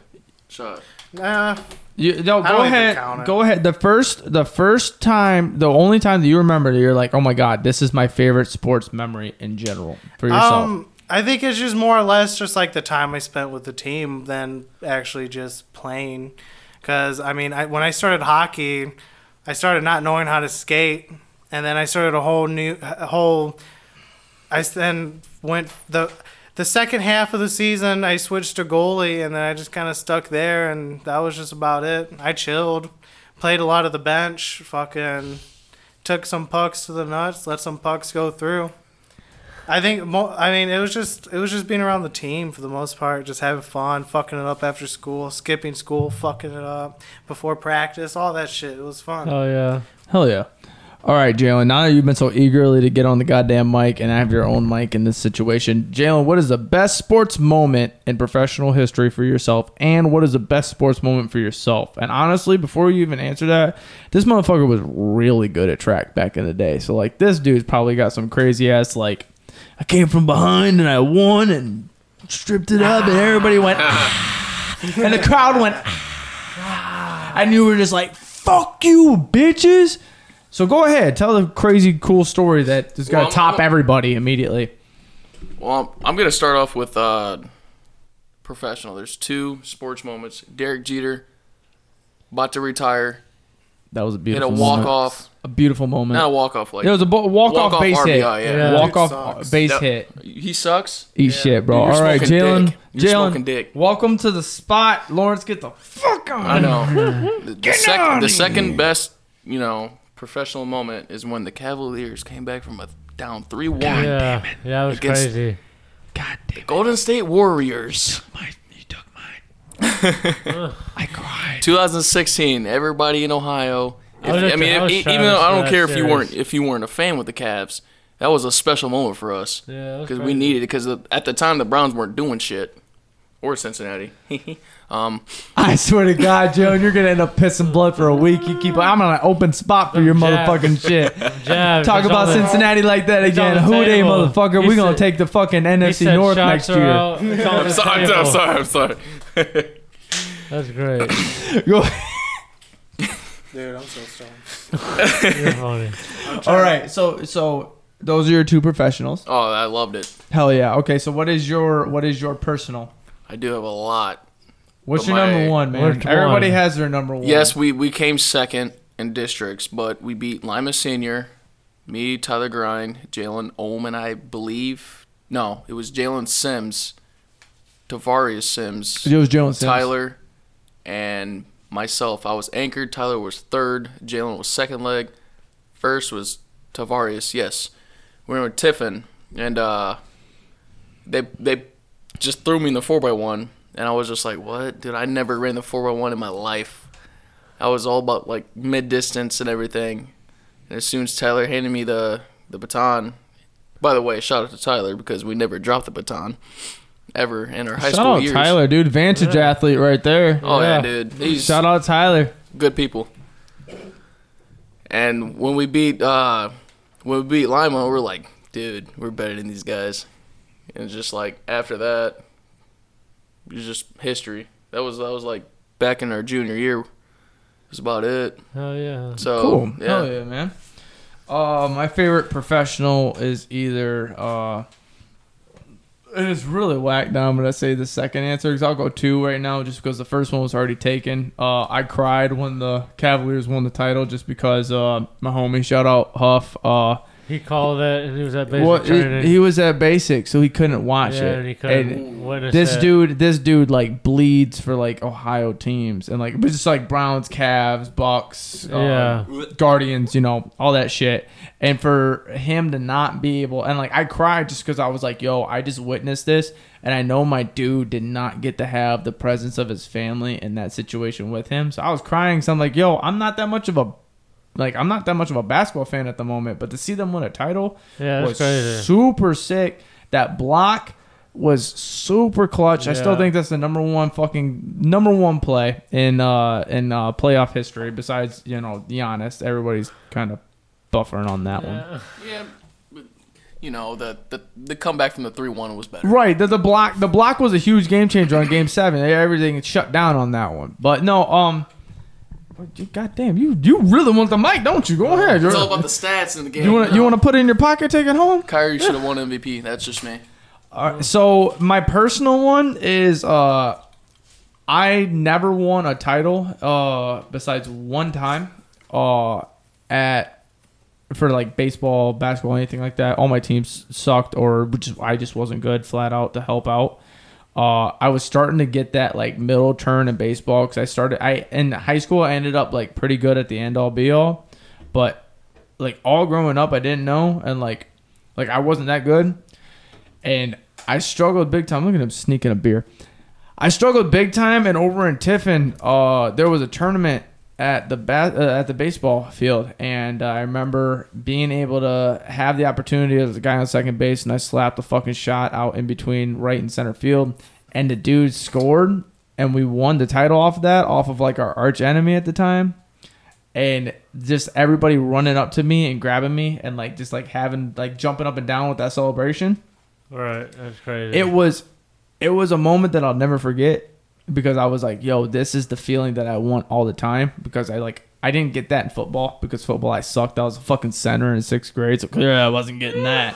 [SPEAKER 4] shot.
[SPEAKER 3] Nah,
[SPEAKER 1] You, no,
[SPEAKER 3] don't
[SPEAKER 1] go
[SPEAKER 3] even count
[SPEAKER 1] ahead.
[SPEAKER 3] it.
[SPEAKER 1] Go ahead. The first the first time the only time that you remember that you're like oh my god this is my favorite sports memory in general for yourself.
[SPEAKER 3] Um, I think it's just more or less just like the time I spent with the team than actually just playing. Because I mean, I, when I started hockey, I started not knowing how to skate, and then I started a whole new a whole. I s- then went the the second half of the season. I switched to goalie, and then I just kind of stuck there, and that was just about it. I chilled, played a lot of the bench, fucking took some pucks to the nuts, let some pucks go through. I think mo- I mean it was just it was just being around the team for the most part, just having fun, fucking it up after school, skipping school, fucking it up before practice, all that shit. It was fun.
[SPEAKER 2] Oh yeah.
[SPEAKER 1] Hell yeah. All right, Jalen. Now that you've been so eagerly to get on the goddamn mic and have your own mic in this situation, Jalen, what is the best sports moment in professional history for yourself, and what is the best sports moment for yourself? And honestly, before you even answer that, this motherfucker was really good at track back in the day. So like, this dude's probably got some crazy ass like, I came from behind and I won and stripped it up and everybody
[SPEAKER 4] [LAUGHS]
[SPEAKER 1] went, "Ah." and the crowd went. "Ah." I knew we were just like, fuck you, bitches. So go ahead, tell the crazy cool story that is gonna
[SPEAKER 4] Well, I'm-
[SPEAKER 1] top everybody immediately.
[SPEAKER 4] Well, I'm, I'm gonna start off with uh, professional. There's two sports moments. Derek Jeter, about to retire,
[SPEAKER 1] That was a
[SPEAKER 4] hit a
[SPEAKER 1] beautiful
[SPEAKER 4] walk off
[SPEAKER 1] a beautiful moment.
[SPEAKER 4] Not a walk off like
[SPEAKER 1] It was a bo- walk-off
[SPEAKER 4] walk-off
[SPEAKER 1] base hit.
[SPEAKER 4] RBI, yeah.
[SPEAKER 2] Yeah.
[SPEAKER 1] Walk-off
[SPEAKER 5] Dude
[SPEAKER 1] base
[SPEAKER 4] sucks.
[SPEAKER 1] hit.
[SPEAKER 4] He sucks.
[SPEAKER 1] Eat shit, bro.
[SPEAKER 4] Dude, you're
[SPEAKER 1] All right,
[SPEAKER 4] smoking
[SPEAKER 1] Jalen.
[SPEAKER 4] dick. You're smoking
[SPEAKER 1] Jalen,
[SPEAKER 4] dick.
[SPEAKER 1] welcome to the spot. Lawrence, get the fuck on. [LAUGHS]
[SPEAKER 4] I know. the, the, sec-
[SPEAKER 1] on
[SPEAKER 4] the second best, you know, professional moment is when the Cavaliers came back from a down three one.
[SPEAKER 2] Yeah, yeah, it was
[SPEAKER 4] Against-
[SPEAKER 2] crazy.
[SPEAKER 5] God damn it.
[SPEAKER 4] Golden State Warriors,
[SPEAKER 5] Mine, you took mine.
[SPEAKER 1] [LAUGHS]
[SPEAKER 5] I cried.
[SPEAKER 4] 2016. Everybody in Ohio. If-
[SPEAKER 2] I was
[SPEAKER 4] I,
[SPEAKER 2] at the-
[SPEAKER 4] mean,
[SPEAKER 2] I was
[SPEAKER 4] e-
[SPEAKER 2] trying
[SPEAKER 4] even
[SPEAKER 2] to
[SPEAKER 4] though I
[SPEAKER 2] see
[SPEAKER 4] don't
[SPEAKER 2] that
[SPEAKER 4] care if you
[SPEAKER 2] series.
[SPEAKER 4] weren't if you weren't a fan with the Cavs, that was a special moment for us
[SPEAKER 2] Yeah, that was
[SPEAKER 4] because we
[SPEAKER 2] crazy.
[SPEAKER 4] needed it. Because at the time the Browns weren't doing shit, or Cincinnati. [LAUGHS] um,
[SPEAKER 1] I swear to God, Jalen, you're gonna end up pissing blood for a week. You keep. I'm on an open spot for your
[SPEAKER 2] Jack.
[SPEAKER 1] motherfucking shit.
[SPEAKER 2] Yeah,
[SPEAKER 1] Talk
[SPEAKER 2] [LAUGHS] it's
[SPEAKER 1] about
[SPEAKER 2] on the-
[SPEAKER 1] Cincinnati like that
[SPEAKER 2] on
[SPEAKER 1] again.
[SPEAKER 2] the
[SPEAKER 1] Who they,
[SPEAKER 2] table.
[SPEAKER 1] motherfucker?
[SPEAKER 2] He
[SPEAKER 1] we gonna
[SPEAKER 2] said-
[SPEAKER 1] take the fucking
[SPEAKER 2] he
[SPEAKER 1] NFC
[SPEAKER 2] said
[SPEAKER 1] North
[SPEAKER 2] shots
[SPEAKER 1] next
[SPEAKER 2] are
[SPEAKER 1] year.
[SPEAKER 2] out. It's on
[SPEAKER 4] I'm
[SPEAKER 2] the
[SPEAKER 4] sorry, I'm
[SPEAKER 2] table.
[SPEAKER 4] sorry, I'm sorry.
[SPEAKER 2] That's great. [LAUGHS]
[SPEAKER 1] Go-
[SPEAKER 5] Dude, I'm so stoned.
[SPEAKER 2] You're funny.
[SPEAKER 1] All right, so so those are your two professionals.
[SPEAKER 4] oh, I loved it.
[SPEAKER 1] Hell yeah. Okay, so what is your what is your personal?
[SPEAKER 4] I do have a lot.
[SPEAKER 1] What's
[SPEAKER 4] But
[SPEAKER 1] your number
[SPEAKER 4] my-
[SPEAKER 1] one, man?
[SPEAKER 2] Which
[SPEAKER 1] Everybody
[SPEAKER 2] one?
[SPEAKER 1] has their number one.
[SPEAKER 4] Yes, we, we came second in districts, but we beat Lima Senior, me, Tyler Grind, Jalen Ohm, and I believe no, it was Jalen Sims, Tavarius Sims,
[SPEAKER 1] It was Jones.
[SPEAKER 4] Tyler, and myself. I was anchored. Tyler was third. Jalen was second leg. First was Tavarius. Yes, we were in Tiffin, and uh, they they just threw me in the four by one, and I was just like, "What, dude? I never ran the four by one in my life. I was all about like mid distance and everything." And as soon as Tyler handed me the the baton, by the way, shout out to Tyler because we never dropped the baton ever in our high
[SPEAKER 1] Shout
[SPEAKER 4] school
[SPEAKER 1] out
[SPEAKER 4] years.
[SPEAKER 1] Tyler, dude. Vantage
[SPEAKER 2] Yeah.
[SPEAKER 1] athlete right there.
[SPEAKER 4] Oh yeah,
[SPEAKER 2] Yeah.
[SPEAKER 4] dude. He's
[SPEAKER 1] Shout out Tyler.
[SPEAKER 4] good people. And when we beat uh when we beat Lima, we we're like, dude, we're better than these guys. And just like after that, it was just history. That was that was like back in our junior year. That's about it.
[SPEAKER 2] Hell yeah.
[SPEAKER 4] So
[SPEAKER 1] cool.
[SPEAKER 4] Oh, yeah.
[SPEAKER 1] Hell yeah, man. Uh, my favorite professional is either. Uh, it is really whack. Now I'm gonna say the second answer because I'll go two right now, just because the first one was already taken. Uh, I cried when the Cavaliers won the title, just because uh, my homie, shout out Huff. Uh,
[SPEAKER 2] He called it, and he was at basic
[SPEAKER 1] well,
[SPEAKER 2] training.
[SPEAKER 1] he, he was at basic, so he couldn't watch
[SPEAKER 2] yeah,
[SPEAKER 1] it.
[SPEAKER 2] and he couldn't
[SPEAKER 1] And-
[SPEAKER 2] witness
[SPEAKER 1] this
[SPEAKER 2] it.
[SPEAKER 1] dude this dude like bleeds for like ohio teams and like it was just like browns Cavs, bucks um,
[SPEAKER 2] Yeah.
[SPEAKER 1] guardians you know all that shit and for him to not be able and like i cried just because i was like yo i just witnessed this and i know my dude did not get to have the presence of his family in that situation with him so i was crying so i'm like yo i'm not that much of a like i'm not that much of a basketball fan at the moment but to see them win a title
[SPEAKER 2] Yeah, that's
[SPEAKER 1] was
[SPEAKER 2] crazy.
[SPEAKER 1] super sick. That block was super clutch. I still
[SPEAKER 2] Yeah.
[SPEAKER 1] think that's the number one fucking number one play in uh in uh playoff history. Besides, you know, Giannis, everybody's kind of buffering on that one.
[SPEAKER 2] Yeah.
[SPEAKER 4] Yeah. but, You know, the, the the comeback from the three one was better.
[SPEAKER 1] Right, the, the block the block was a huge game changer on game seven. Everything shut down on that one. But no, um God damn, you you really want the mic, don't you? Go ahead.
[SPEAKER 4] It's all about
[SPEAKER 1] You're-
[SPEAKER 4] the stats in the game.
[SPEAKER 1] You want to you want
[SPEAKER 4] know?
[SPEAKER 1] to put it in your pocket, take it home.
[SPEAKER 4] Kyrie should have won MVP. That's just me.
[SPEAKER 1] All right, so my personal one is uh, I never won a title uh, besides one time uh, at for like baseball, basketball, anything like that. All my teams sucked, or just, I just wasn't good flat out to help out. Uh, I was starting to get that like middle turn in baseball because I started I in high school I ended up like pretty good at the end all be all, but like all growing up I didn't know and like like I wasn't that good and I struggled big time. Look at him sneaking a beer. I struggled big time, and over in Tiffin, uh, there was a tournament at the ba- uh, at the baseball field, and I remember being able to have the opportunity as a guy on second base, and I slapped a fucking shot out in between right and center field, and the dude scored, and we won the title off of that, off of like our arch enemy at the time and just everybody running up to me and grabbing me and like just like having like jumping up and down with that celebration
[SPEAKER 2] [LAUGHS] Right, that's crazy.
[SPEAKER 1] it was it was a moment that I'll never forget because I was like, yo, this is the feeling that I want all the time because I like I didn't get that in football because football I sucked. I was a fucking center in sixth grade, so clearly I wasn't getting that.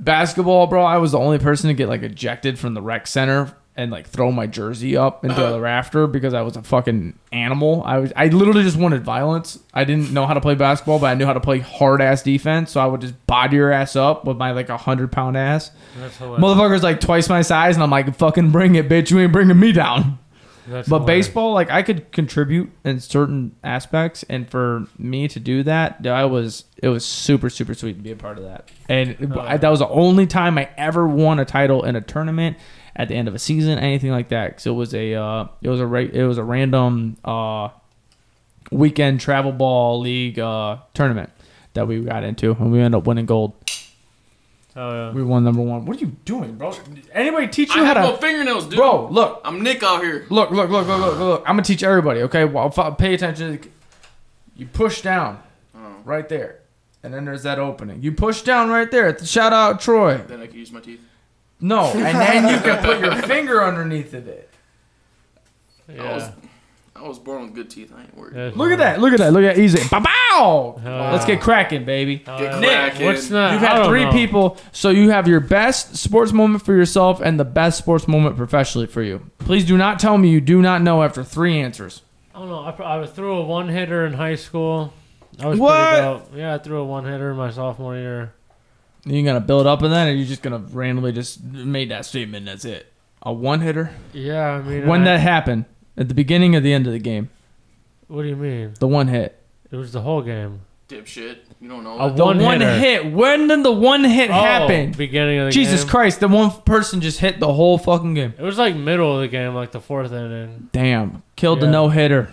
[SPEAKER 1] Basketball, bro, I was the only person to get like ejected from the rec center and like throw my jersey up into the rafter because I was a fucking animal. I was I literally just wanted violence. I didn't know how to play basketball, but I knew how to play hard ass defense. So I would just body your ass up with my like a hundred pound ass.
[SPEAKER 2] That's hilarious.
[SPEAKER 1] Motherfucker's like twice my size, and I'm like, fucking bring it, bitch. You ain't bringing me down.
[SPEAKER 2] That's
[SPEAKER 1] But
[SPEAKER 2] hilarious.
[SPEAKER 1] baseball, like I could contribute in certain aspects, and for me to do that, I was it was super super sweet to be a part of that. And it- I, that was the only time I ever won a title in a tournament at the end of a season, anything like that. Because it was a uh, it was a ra- it was a random uh, weekend travel ball league uh, tournament that we got into, and we ended up winning gold.
[SPEAKER 2] Oh, yeah.
[SPEAKER 1] We won number one. What are you doing, bro? Anybody teach you
[SPEAKER 4] I
[SPEAKER 1] how
[SPEAKER 4] have
[SPEAKER 1] to?
[SPEAKER 4] no fingernails, dude.
[SPEAKER 1] Bro, look.
[SPEAKER 4] I'm Nick out here.
[SPEAKER 1] Look, look, look, look, look, look. I'm gonna teach everybody, okay? Well, f- pay attention. You push down, right there, and then there's that opening. You push down right there. Shout out Troy.
[SPEAKER 4] Then I can use my teeth.
[SPEAKER 1] No, and then you can put your finger underneath of it.
[SPEAKER 4] I, was,
[SPEAKER 2] yeah.
[SPEAKER 4] I was born with good teeth. I ain't worried.
[SPEAKER 2] That's
[SPEAKER 1] Look at that. Look at that. Look at easy. Bow bow.
[SPEAKER 2] yeah.
[SPEAKER 1] Let's get cracking, baby.
[SPEAKER 4] Get
[SPEAKER 2] Uh,
[SPEAKER 4] cracking.
[SPEAKER 2] What's not?
[SPEAKER 1] You've
[SPEAKER 2] I
[SPEAKER 1] had
[SPEAKER 2] don't
[SPEAKER 1] three
[SPEAKER 2] know.
[SPEAKER 1] people, so you have your best sports moment for yourself and the best sports moment professionally for you. Please do not tell me you do not know after three answers.
[SPEAKER 2] I don't know. I, pr- I threw a one hitter in high school. I was
[SPEAKER 1] What?
[SPEAKER 2] pretty dope. Yeah, I threw a one hitter my sophomore year.
[SPEAKER 1] You gonna build up on that, or you just gonna randomly just made that statement? And that's it. A one hitter.
[SPEAKER 2] Yeah, I mean,
[SPEAKER 1] When
[SPEAKER 2] I-
[SPEAKER 1] that happened, at the beginning or the end of the game,
[SPEAKER 2] What do you mean?
[SPEAKER 1] the one hit.
[SPEAKER 2] It was the whole game.
[SPEAKER 4] Dipshit. You don't know.
[SPEAKER 2] I
[SPEAKER 4] that.
[SPEAKER 1] The one,
[SPEAKER 2] One hitter.
[SPEAKER 1] hit. When did the one hit happen?
[SPEAKER 2] Oh, beginning of the
[SPEAKER 1] Jesus
[SPEAKER 2] game.
[SPEAKER 1] Christ! The one person just hit the whole fucking game.
[SPEAKER 2] It was like middle of the game, like the fourth inning.
[SPEAKER 1] Damn, killed the
[SPEAKER 2] Yeah.
[SPEAKER 1] no hitter.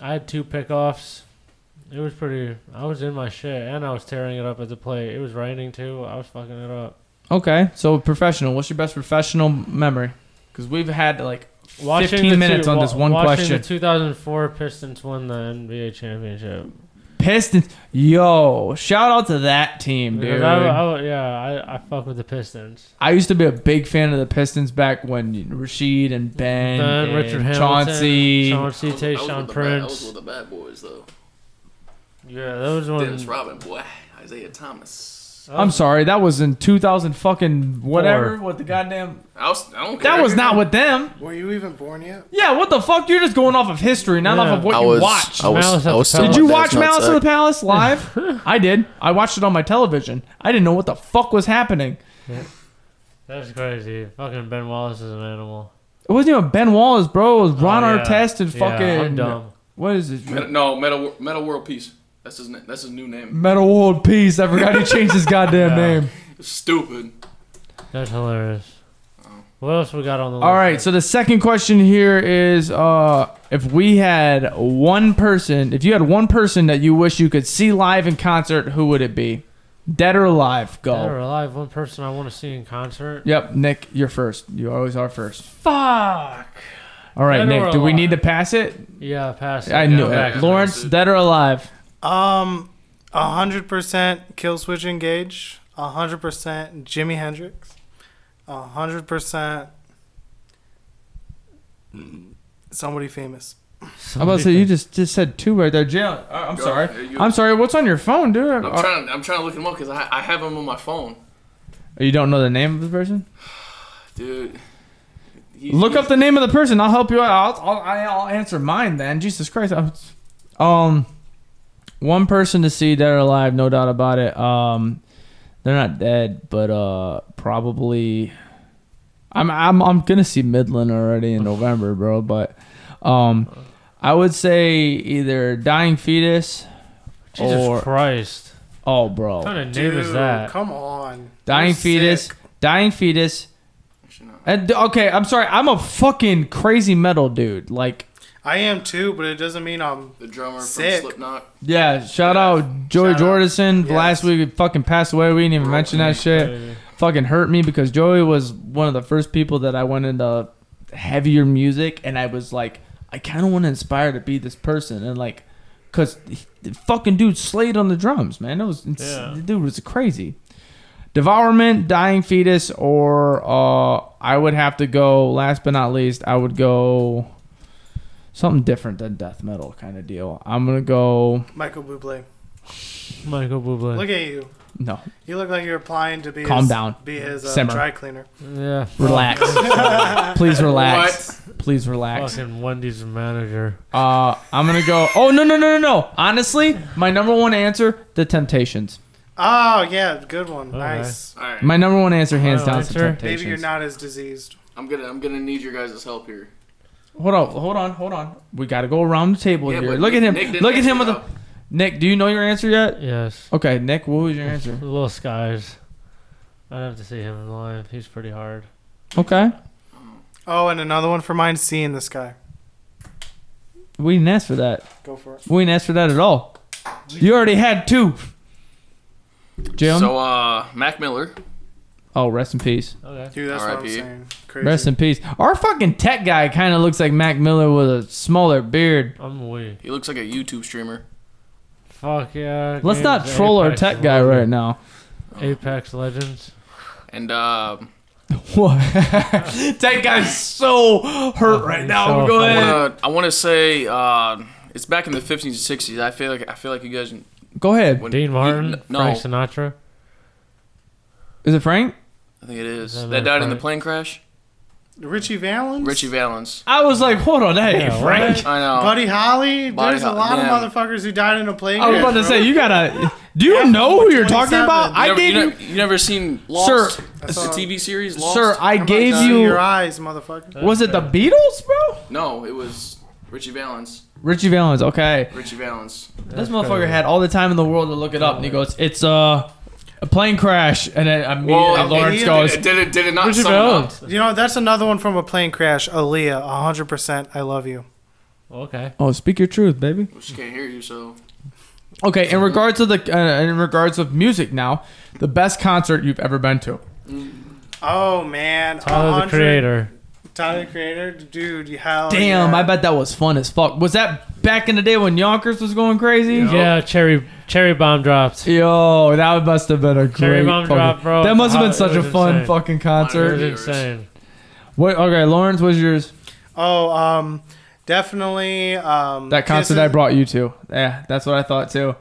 [SPEAKER 2] I had two pickoffs. It was pretty. I was in my shit, and I was tearing it up at the plate. It was raining too. I was fucking it up.
[SPEAKER 1] Okay, so professional. What's your best professional memory? Because we've had like 15
[SPEAKER 2] the
[SPEAKER 1] minutes
[SPEAKER 2] two-
[SPEAKER 1] on
[SPEAKER 2] wa-
[SPEAKER 1] this one
[SPEAKER 2] watching
[SPEAKER 1] question.
[SPEAKER 2] the 2004 Pistons win the NBA championship.
[SPEAKER 1] Pistons. Yo, shout out to that team,
[SPEAKER 2] Because
[SPEAKER 1] dude.
[SPEAKER 2] I, I, yeah, I, I fuck with the Pistons.
[SPEAKER 1] I used to be a big fan of the Pistons back when Rashid and Ben,
[SPEAKER 2] Ben,
[SPEAKER 1] and
[SPEAKER 2] Richard Hamilton,
[SPEAKER 1] Chauncey.
[SPEAKER 2] Chauncey,
[SPEAKER 4] I was- I was with
[SPEAKER 2] Tayshaun
[SPEAKER 4] the bad- I was with
[SPEAKER 2] Prince.
[SPEAKER 4] the bad boys though.
[SPEAKER 2] Yeah, those
[SPEAKER 4] Dennis
[SPEAKER 2] ones.
[SPEAKER 4] Robin, boy, Isaiah Thomas.
[SPEAKER 1] I'm sorry, that was in 2000 fucking whatever. What the goddamn?
[SPEAKER 4] I, was, I don't care.
[SPEAKER 1] That was not with them.
[SPEAKER 6] Were you even born yet?
[SPEAKER 1] Yeah, what the fuck? You're just going off of history, not
[SPEAKER 2] Yeah.
[SPEAKER 1] off of what
[SPEAKER 5] I
[SPEAKER 1] you
[SPEAKER 5] was,
[SPEAKER 1] watch.
[SPEAKER 5] I was,
[SPEAKER 2] Malice
[SPEAKER 5] I
[SPEAKER 2] at
[SPEAKER 5] was
[SPEAKER 2] the
[SPEAKER 5] telling
[SPEAKER 1] Did
[SPEAKER 5] my
[SPEAKER 1] you
[SPEAKER 5] dad's
[SPEAKER 1] watch
[SPEAKER 5] not
[SPEAKER 1] Malice
[SPEAKER 5] to
[SPEAKER 1] of the
[SPEAKER 5] act-
[SPEAKER 1] Palace
[SPEAKER 2] [LAUGHS]
[SPEAKER 1] live? I did. I watched it on my television. I didn't know what the fuck was happening.
[SPEAKER 2] That's crazy. Fucking Ben Wallace is an animal.
[SPEAKER 1] It wasn't even Ben Wallace, bro. It was Ron
[SPEAKER 2] Oh, yeah.
[SPEAKER 1] Artest and
[SPEAKER 2] Yeah,
[SPEAKER 1] fucking.
[SPEAKER 2] I'm dumb.
[SPEAKER 1] What is this?
[SPEAKER 4] Meta, no, Metal Metal World Peace. That's his. na- That's his new name.
[SPEAKER 1] Metal World Peace. I forgot he changed
[SPEAKER 2] [LAUGHS]
[SPEAKER 1] his goddamn
[SPEAKER 2] Yeah.
[SPEAKER 1] name.
[SPEAKER 4] Stupid.
[SPEAKER 2] That's hilarious.
[SPEAKER 4] Oh.
[SPEAKER 2] What else we got on the list?
[SPEAKER 1] All right, so the second question here is uh, if we had one person, if you had one person that you wish you could see live in concert, who would it be? Dead or alive? Go.
[SPEAKER 2] Dead or alive, one person I want to see in concert.
[SPEAKER 1] Yep, Nick, you're first. You always are first.
[SPEAKER 2] Fuck.
[SPEAKER 1] All right,
[SPEAKER 2] Dead or
[SPEAKER 1] Nick, do we
[SPEAKER 2] alive?
[SPEAKER 1] need to pass it?
[SPEAKER 2] Yeah, pass.
[SPEAKER 1] I knew
[SPEAKER 2] back.
[SPEAKER 1] it. Lawrence, dead or alive?
[SPEAKER 3] Um, hundred percent kill switch engage. hundred percent Jimi Hendrix. hundred percent somebody famous.
[SPEAKER 1] I'm about to say you just just said two right there, Jalen. uh, I'm
[SPEAKER 4] Yo,
[SPEAKER 1] sorry.
[SPEAKER 4] are you-
[SPEAKER 1] I'm sorry. What's on your phone, dude?
[SPEAKER 4] I'm
[SPEAKER 1] Uh,
[SPEAKER 4] trying. I'm trying to look him up because I, I have him on my phone,
[SPEAKER 1] you don't know the name of the person?
[SPEAKER 4] dude. He,
[SPEAKER 1] Look
[SPEAKER 4] he-
[SPEAKER 1] up the name of the person. I'll help you out. I'll, I'll, I'll answer mine then. Jesus Christ. I'm- um, one person to see dead or alive, no doubt about it. Um, they're not dead, but uh, probably. I'm I'm I'm gonna see Midland already in November, bro. But um, I would say either Dying Fetus
[SPEAKER 2] Jesus
[SPEAKER 1] or
[SPEAKER 2] Christ.
[SPEAKER 1] oh,
[SPEAKER 2] What
[SPEAKER 1] bro,
[SPEAKER 2] kind of name is that?
[SPEAKER 3] Come on.
[SPEAKER 1] Dying
[SPEAKER 3] You're
[SPEAKER 1] Fetus,
[SPEAKER 3] sick.
[SPEAKER 1] Dying Fetus.
[SPEAKER 4] Actually, no.
[SPEAKER 1] And okay, I'm sorry. I'm a fucking crazy metal dude. Like
[SPEAKER 3] I am too, but it doesn't mean I'm.
[SPEAKER 4] The drummer
[SPEAKER 3] Sick.
[SPEAKER 4] from Slipknot.
[SPEAKER 1] Yeah, shout
[SPEAKER 4] Yeah.
[SPEAKER 1] out Joey
[SPEAKER 3] Shout out.
[SPEAKER 1] Jordison.
[SPEAKER 3] Yes.
[SPEAKER 1] Last week he fucking passed away. We didn't even mention that shit. Fucking hurt me because Joey was one of the first people that I went into heavier music, and I was like, I kind of want to inspire to be this person, and like, cause he- the fucking dude slayed on the drums, man. It was ins-
[SPEAKER 2] Yeah.
[SPEAKER 1] the dude was crazy. Devourment, dying fetus, or uh, I would have to go. Last but not least, I would go something different than death metal kind of deal. I'm gonna go.
[SPEAKER 3] Michael Bublé.
[SPEAKER 2] Michael Bublé.
[SPEAKER 3] Look at you.
[SPEAKER 1] No.
[SPEAKER 3] You look like you're applying to be
[SPEAKER 1] Calm
[SPEAKER 3] his,
[SPEAKER 1] down.
[SPEAKER 3] Be his uh,
[SPEAKER 1] Simmer.
[SPEAKER 3] dry cleaner.
[SPEAKER 2] yeah. [LAUGHS]
[SPEAKER 1] Relax. Please relax. Please relax.
[SPEAKER 2] Fucking Wendy's manager.
[SPEAKER 1] Uh, I'm gonna go. Oh no no no no no! Honestly, my number one answer: The Temptations.
[SPEAKER 3] Oh yeah, good one.
[SPEAKER 2] Okay.
[SPEAKER 3] Nice.
[SPEAKER 4] All right,
[SPEAKER 1] My number one answer, hands
[SPEAKER 2] Wow,
[SPEAKER 1] down, is The
[SPEAKER 2] answer.
[SPEAKER 1] Temptations.
[SPEAKER 3] Maybe you're not as diseased.
[SPEAKER 4] I'm gonna I'm gonna need your guys' help here.
[SPEAKER 1] Hold on, hold on, hold on. We gotta go around the table
[SPEAKER 4] Yeah,
[SPEAKER 1] here.
[SPEAKER 4] but
[SPEAKER 1] Look at
[SPEAKER 4] Nick-
[SPEAKER 1] him.
[SPEAKER 4] Nick didn't
[SPEAKER 1] Look at
[SPEAKER 4] answer
[SPEAKER 1] him with a.
[SPEAKER 4] though.
[SPEAKER 1] Nick, do you know your answer yet?
[SPEAKER 2] Yes.
[SPEAKER 1] Okay, Nick, what was your answer?
[SPEAKER 2] The little skies. I'd have to see him live. He's pretty hard.
[SPEAKER 1] Okay,
[SPEAKER 3] Oh, and another one for mine. Seeing the sky.
[SPEAKER 1] we didn't ask for that.
[SPEAKER 3] Go for it.
[SPEAKER 1] We didn't ask for that at all. You already had two. Jim.
[SPEAKER 4] So uh, Mac Miller.
[SPEAKER 1] oh, rest in peace.
[SPEAKER 2] Okay.
[SPEAKER 3] Dude, that's what I'm
[SPEAKER 4] R.I.P..
[SPEAKER 3] saying. Crazy.
[SPEAKER 1] Rest in peace. Our fucking tech guy kind of looks like Mac Miller with a smaller beard.
[SPEAKER 2] I'm weak.
[SPEAKER 4] He looks like a YouTube streamer.
[SPEAKER 2] Fuck yeah.
[SPEAKER 1] Let's
[SPEAKER 2] game's
[SPEAKER 1] not troll our
[SPEAKER 2] Apex
[SPEAKER 1] tech guy
[SPEAKER 2] Legends.
[SPEAKER 1] right now.
[SPEAKER 2] Apex Legends.
[SPEAKER 4] And um,
[SPEAKER 1] What? [LAUGHS] tech guy's so hurt right now.
[SPEAKER 2] so
[SPEAKER 1] Go
[SPEAKER 2] hurt.
[SPEAKER 4] I
[SPEAKER 1] ahead.
[SPEAKER 4] wanna I wanna say uh, it's back in the 50s and 60s. I feel like I feel like you guys.
[SPEAKER 1] Go ahead.
[SPEAKER 4] When
[SPEAKER 2] Dean Martin.
[SPEAKER 4] you- no,
[SPEAKER 2] Frank Sinatra.
[SPEAKER 1] Is it Frank?
[SPEAKER 4] I think it is.
[SPEAKER 2] Is that
[SPEAKER 4] That,
[SPEAKER 2] a
[SPEAKER 4] died in the
[SPEAKER 2] Frank?
[SPEAKER 4] plane crash.
[SPEAKER 3] Richie Valens.
[SPEAKER 4] Richie Valens.
[SPEAKER 1] I was like, hold on, that ain't
[SPEAKER 2] Yeah,
[SPEAKER 1] Frank.
[SPEAKER 2] what?
[SPEAKER 4] I know.
[SPEAKER 3] Buddy Holly.
[SPEAKER 4] Buddy
[SPEAKER 3] There's a
[SPEAKER 4] Holly,
[SPEAKER 3] lot
[SPEAKER 4] damn.
[SPEAKER 3] of motherfuckers who died in a plane.
[SPEAKER 1] I was about to
[SPEAKER 3] crash,
[SPEAKER 1] say, you gotta. Do you
[SPEAKER 3] Yeah,
[SPEAKER 1] know who you're talking
[SPEAKER 3] 27.
[SPEAKER 1] about?
[SPEAKER 3] You
[SPEAKER 1] I
[SPEAKER 4] you never,
[SPEAKER 1] gave
[SPEAKER 4] you,
[SPEAKER 1] you,
[SPEAKER 4] never, you never seen Lost?
[SPEAKER 1] Sir.
[SPEAKER 4] It's a
[SPEAKER 3] saw-
[SPEAKER 4] TV series. Lost? Oh
[SPEAKER 1] sir. I
[SPEAKER 3] bro.
[SPEAKER 1] gave
[SPEAKER 3] Like, uh,
[SPEAKER 1] you.
[SPEAKER 3] your eyes, motherfucker.
[SPEAKER 1] Was it the Beatles, bro?
[SPEAKER 4] No, it was Richie Valens.
[SPEAKER 1] Richie Valens. Okay,
[SPEAKER 4] Richie Valens.
[SPEAKER 1] this motherfucker had all the time in the world to look it up, and he goes, "It's a, a plane crash," and then immediately
[SPEAKER 4] Whoa,
[SPEAKER 1] Lawrence
[SPEAKER 3] he-
[SPEAKER 1] goes,
[SPEAKER 4] Did, did it? Did it not?
[SPEAKER 2] Richie
[SPEAKER 4] sum it up?
[SPEAKER 2] Valens.
[SPEAKER 3] You know, that's another one from a plane crash. Aaliyah, 100%. I love you.
[SPEAKER 2] Okay.
[SPEAKER 1] "Oh, speak your truth, baby."
[SPEAKER 4] Well, She can't hear you, so
[SPEAKER 1] Okay, in regards to the uh, in regards of music now, the best concert you've ever been to.
[SPEAKER 3] Oh, man.
[SPEAKER 2] Tyler the
[SPEAKER 3] 100
[SPEAKER 2] Creator.
[SPEAKER 3] Tyler the Creator? Dude, hell
[SPEAKER 1] Damn,
[SPEAKER 3] yeah.
[SPEAKER 1] I bet that was fun as fuck. Was that back in the day when Yonkers was going crazy?
[SPEAKER 2] Yeah, cherry cherry bomb dropped.
[SPEAKER 1] Yo, that must have been a
[SPEAKER 2] Cherry
[SPEAKER 1] great
[SPEAKER 2] bomb
[SPEAKER 1] fucking,
[SPEAKER 2] drop, bro.
[SPEAKER 1] That must have been
[SPEAKER 2] It
[SPEAKER 1] such a
[SPEAKER 2] was
[SPEAKER 1] fun
[SPEAKER 2] insane.
[SPEAKER 1] fucking
[SPEAKER 2] It
[SPEAKER 1] concert.
[SPEAKER 2] was
[SPEAKER 4] Mine-
[SPEAKER 2] insane.
[SPEAKER 1] What? Okay, Lawrence, was yours?
[SPEAKER 3] Oh, um, definitely. Um,
[SPEAKER 1] That concert
[SPEAKER 3] Kisses-
[SPEAKER 1] I brought you to. Yeah, that's what I thought too.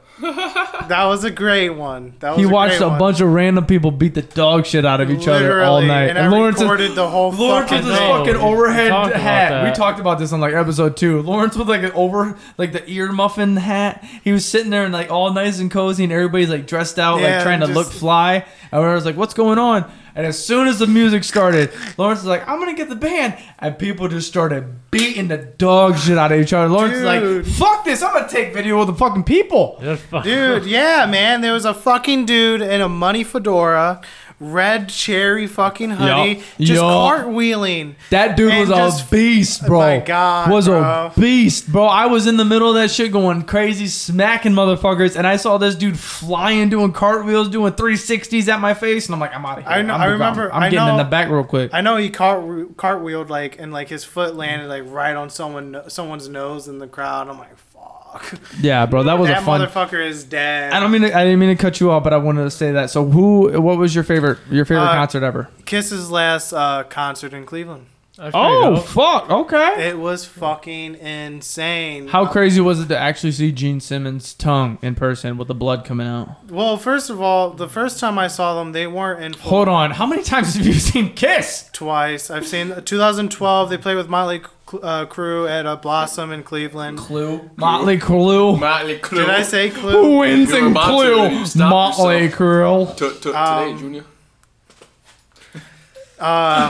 [SPEAKER 3] That was a great one. That was
[SPEAKER 1] He
[SPEAKER 3] a
[SPEAKER 1] watched
[SPEAKER 3] great
[SPEAKER 1] a
[SPEAKER 3] one.
[SPEAKER 1] bunch of random people beat the dog shit out of each other all
[SPEAKER 3] Literally,
[SPEAKER 1] night.
[SPEAKER 3] And, I
[SPEAKER 1] Lawrence,
[SPEAKER 3] recorded the whole
[SPEAKER 1] Lawrence with
[SPEAKER 3] fucking
[SPEAKER 1] his
[SPEAKER 2] I
[SPEAKER 3] thing.
[SPEAKER 2] know.
[SPEAKER 1] fucking
[SPEAKER 2] We
[SPEAKER 1] overhead
[SPEAKER 2] talked about
[SPEAKER 1] hat. We
[SPEAKER 2] that.
[SPEAKER 1] talked about this on like episode two. Lawrence with like an over, like the ear muffin hat. He was sitting there and like all nice and cozy, and everybody's like dressed out,
[SPEAKER 3] Yeah,
[SPEAKER 1] like trying to
[SPEAKER 3] just-
[SPEAKER 1] look fly. And I was like, "What's going on?" And as soon as the music started, Lawrence was like, "I'm gonna get the band," and people just started beating the dog shit out of each other. Lawrence
[SPEAKER 3] Dude.
[SPEAKER 1] is like, "Fuck this! I'm gonna take video of the fucking people."
[SPEAKER 2] Just fuck-
[SPEAKER 3] Dude, yeah, man. There was a fucking dude in a money fedora, red cherry fucking hoodie, just
[SPEAKER 1] Yup.
[SPEAKER 3] cartwheeling.
[SPEAKER 1] That dude
[SPEAKER 3] And
[SPEAKER 1] was
[SPEAKER 3] just-
[SPEAKER 1] a beast, bro.
[SPEAKER 3] My God,
[SPEAKER 1] was
[SPEAKER 3] bro.
[SPEAKER 1] a beast, bro. I was in the middle of that shit going crazy, smacking motherfuckers, and I saw this dude flying, doing cartwheels, doing 360s at my face, and I'm like, I'm out of here.
[SPEAKER 3] I know-
[SPEAKER 1] I'm
[SPEAKER 3] I
[SPEAKER 1] gone.
[SPEAKER 3] remember-
[SPEAKER 1] I'm
[SPEAKER 3] I
[SPEAKER 1] getting in
[SPEAKER 3] know-
[SPEAKER 1] the back real quick.
[SPEAKER 3] I know he cart cartwheeled like and like his foot landed like right on someone someone's nose in the crowd. I'm like, fuck.
[SPEAKER 1] yeah, bro, that was
[SPEAKER 3] that
[SPEAKER 1] a fun.
[SPEAKER 3] motherfucker is dead.
[SPEAKER 1] I don't mean to, I didn't mean to cut you off, but I wanted to say that. So who? What was your favorite? Your favorite
[SPEAKER 3] Uh,
[SPEAKER 1] concert ever?
[SPEAKER 3] Kiss's last uh, concert in Cleveland.
[SPEAKER 2] That's pretty
[SPEAKER 1] Oh
[SPEAKER 2] dope.
[SPEAKER 1] fuck! Okay.
[SPEAKER 3] It was fucking insane.
[SPEAKER 1] How crazy was it to actually see Gene Simmons' tongue in person with the blood coming out?
[SPEAKER 3] Uh, Well, first of all, the first time I saw them, they weren't in full
[SPEAKER 1] Hold on. How many times have you [LAUGHS] seen Kiss?
[SPEAKER 3] twice. I've seen 2012. They played with Motley C- uh, Crue at a Blossom in Cleveland.
[SPEAKER 1] Clue. Motley Clue.
[SPEAKER 4] Motley Crue.
[SPEAKER 3] Did I say
[SPEAKER 1] Who
[SPEAKER 3] Clue?
[SPEAKER 1] wins
[SPEAKER 4] You're
[SPEAKER 1] in
[SPEAKER 4] about to
[SPEAKER 1] Clue?
[SPEAKER 4] stop
[SPEAKER 1] Motley Crue.
[SPEAKER 4] T- t- today,
[SPEAKER 3] Um,
[SPEAKER 4] Junior.
[SPEAKER 3] Uh,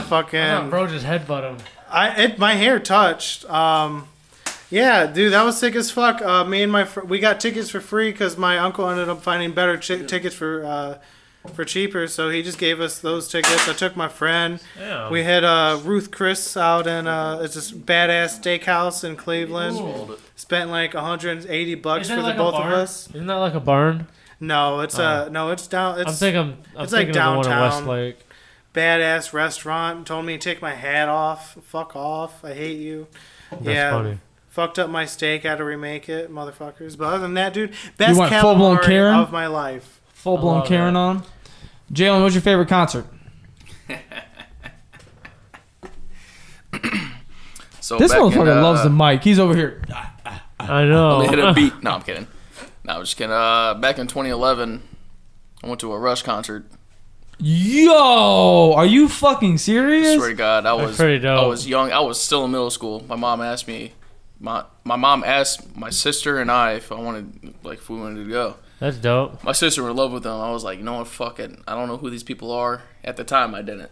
[SPEAKER 2] Yeah,
[SPEAKER 3] fucking.
[SPEAKER 2] bro just headbutt him.
[SPEAKER 3] I it my hair touched. Um, yeah, dude, that was sick as fuck. Uh, me and my fr- we got tickets for free because my uncle ended up finding better chi- tickets for uh, for cheaper. So he just gave us those tickets. I took my friend.
[SPEAKER 2] Damn.
[SPEAKER 3] We had uh, Ruth Chris out in uh, it's this badass steakhouse in Cleveland. Spent like 180 bucks
[SPEAKER 2] Isn't
[SPEAKER 3] for
[SPEAKER 2] that
[SPEAKER 3] the
[SPEAKER 2] like a
[SPEAKER 3] both of
[SPEAKER 2] barn?
[SPEAKER 3] us.
[SPEAKER 2] Isn't that like a barn?
[SPEAKER 3] No, it's uh, no, it's down. It's
[SPEAKER 2] I'm thinking. I'm,
[SPEAKER 3] it's like
[SPEAKER 2] thinking of the one in
[SPEAKER 3] downtown.
[SPEAKER 2] Westlake.
[SPEAKER 3] badass restaurant. Told me to take my hat off. Fuck off. I hate you.
[SPEAKER 2] That's
[SPEAKER 3] yeah.
[SPEAKER 2] funny.
[SPEAKER 3] Fucked up my steak. Had to remake it, motherfuckers. But other than that, dude, best
[SPEAKER 1] went full-blown Karen?
[SPEAKER 3] calamari of my life.
[SPEAKER 1] Full
[SPEAKER 2] I
[SPEAKER 1] blown
[SPEAKER 2] love
[SPEAKER 1] Karen
[SPEAKER 2] it.
[SPEAKER 1] on. Jalen, what's your favorite concert?
[SPEAKER 4] So
[SPEAKER 1] this
[SPEAKER 4] back in,
[SPEAKER 1] motherfucker
[SPEAKER 4] uh,
[SPEAKER 6] uh,
[SPEAKER 1] loves the mic. He's over here.
[SPEAKER 2] I
[SPEAKER 4] Hit a
[SPEAKER 2] know. Oh.
[SPEAKER 4] beat. No, I'm kidding.
[SPEAKER 6] No, I'm just kidding. Uh, back in 2011, I went to a Rush concert.
[SPEAKER 1] Yo, are you fucking
[SPEAKER 6] I
[SPEAKER 1] serious?
[SPEAKER 6] swear to God, I
[SPEAKER 2] That's
[SPEAKER 6] was
[SPEAKER 2] pretty dope.
[SPEAKER 6] I was young. I was still in middle school. My mom asked me, my my mom asked my sister and I if I wanted like if we wanted to go.
[SPEAKER 2] [LAUGHS] That's
[SPEAKER 4] [LAUGHS]
[SPEAKER 2] dope.
[SPEAKER 6] My sister were in love with them. I was like, you know what, fuck it. I don't know who these people are. At the time, I didn't.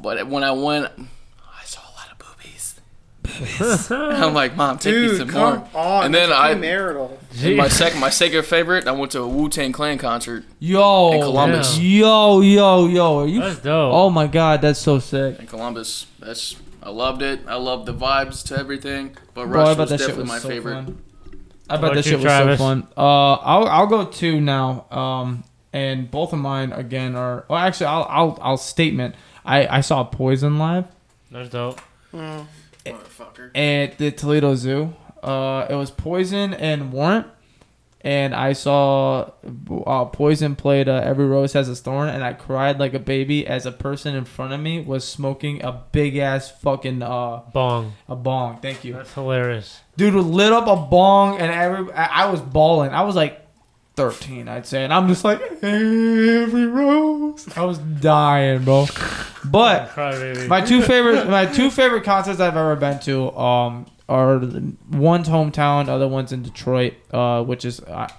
[SPEAKER 6] But when I went, I saw a lot of boobies. [LAUGHS] And I'm like, mom, take me
[SPEAKER 3] Dude,
[SPEAKER 6] some
[SPEAKER 3] come
[SPEAKER 6] more.
[SPEAKER 3] on.
[SPEAKER 6] and then
[SPEAKER 3] it's
[SPEAKER 6] I,
[SPEAKER 3] marital.
[SPEAKER 6] and
[SPEAKER 2] [LAUGHS]
[SPEAKER 6] my second, my second favorite, I went to a Wu Tang Clan concert
[SPEAKER 1] yo,
[SPEAKER 6] In Columbus.
[SPEAKER 1] Yo, yo, yo, are you?
[SPEAKER 2] That's dope.
[SPEAKER 1] Oh my god, that's so sick.
[SPEAKER 6] in Columbus. That's I loved it. I loved the vibes to everything. But
[SPEAKER 1] Bro, I
[SPEAKER 6] Rush
[SPEAKER 1] bet
[SPEAKER 6] was
[SPEAKER 1] that shit
[SPEAKER 6] definitely
[SPEAKER 1] was
[SPEAKER 6] my
[SPEAKER 1] so
[SPEAKER 6] favorite.
[SPEAKER 1] fun. I
[SPEAKER 2] What
[SPEAKER 1] bet that
[SPEAKER 2] you,
[SPEAKER 1] shit was
[SPEAKER 2] Travis?
[SPEAKER 1] so fun. Uh, I'll I'll go two now. Um, and both of mine again are. Well, actually, I'll I'll I'll statement. I I saw Poison live
[SPEAKER 2] That's dope.
[SPEAKER 6] Motherfucker.
[SPEAKER 1] at the Toledo Zoo. Uh, it was Poison and Warrant, and I saw uh, Poison played uh, "Every Rose Has Its Thorn," and I cried like a baby as a person in front of me was smoking a big ass fucking uh
[SPEAKER 2] Bong.
[SPEAKER 1] a bong. Thank you,
[SPEAKER 2] That's hilarious.
[SPEAKER 1] dude. Lit up a bong, and every I, I was bawling. I was like. 13 I'd say and I'm just like every rose I was dying bro but
[SPEAKER 2] Cry baby.
[SPEAKER 1] my two favorite my two favorite concerts I've ever been to um are the- one's hometown, the other one's in Detroit, uh, which is I,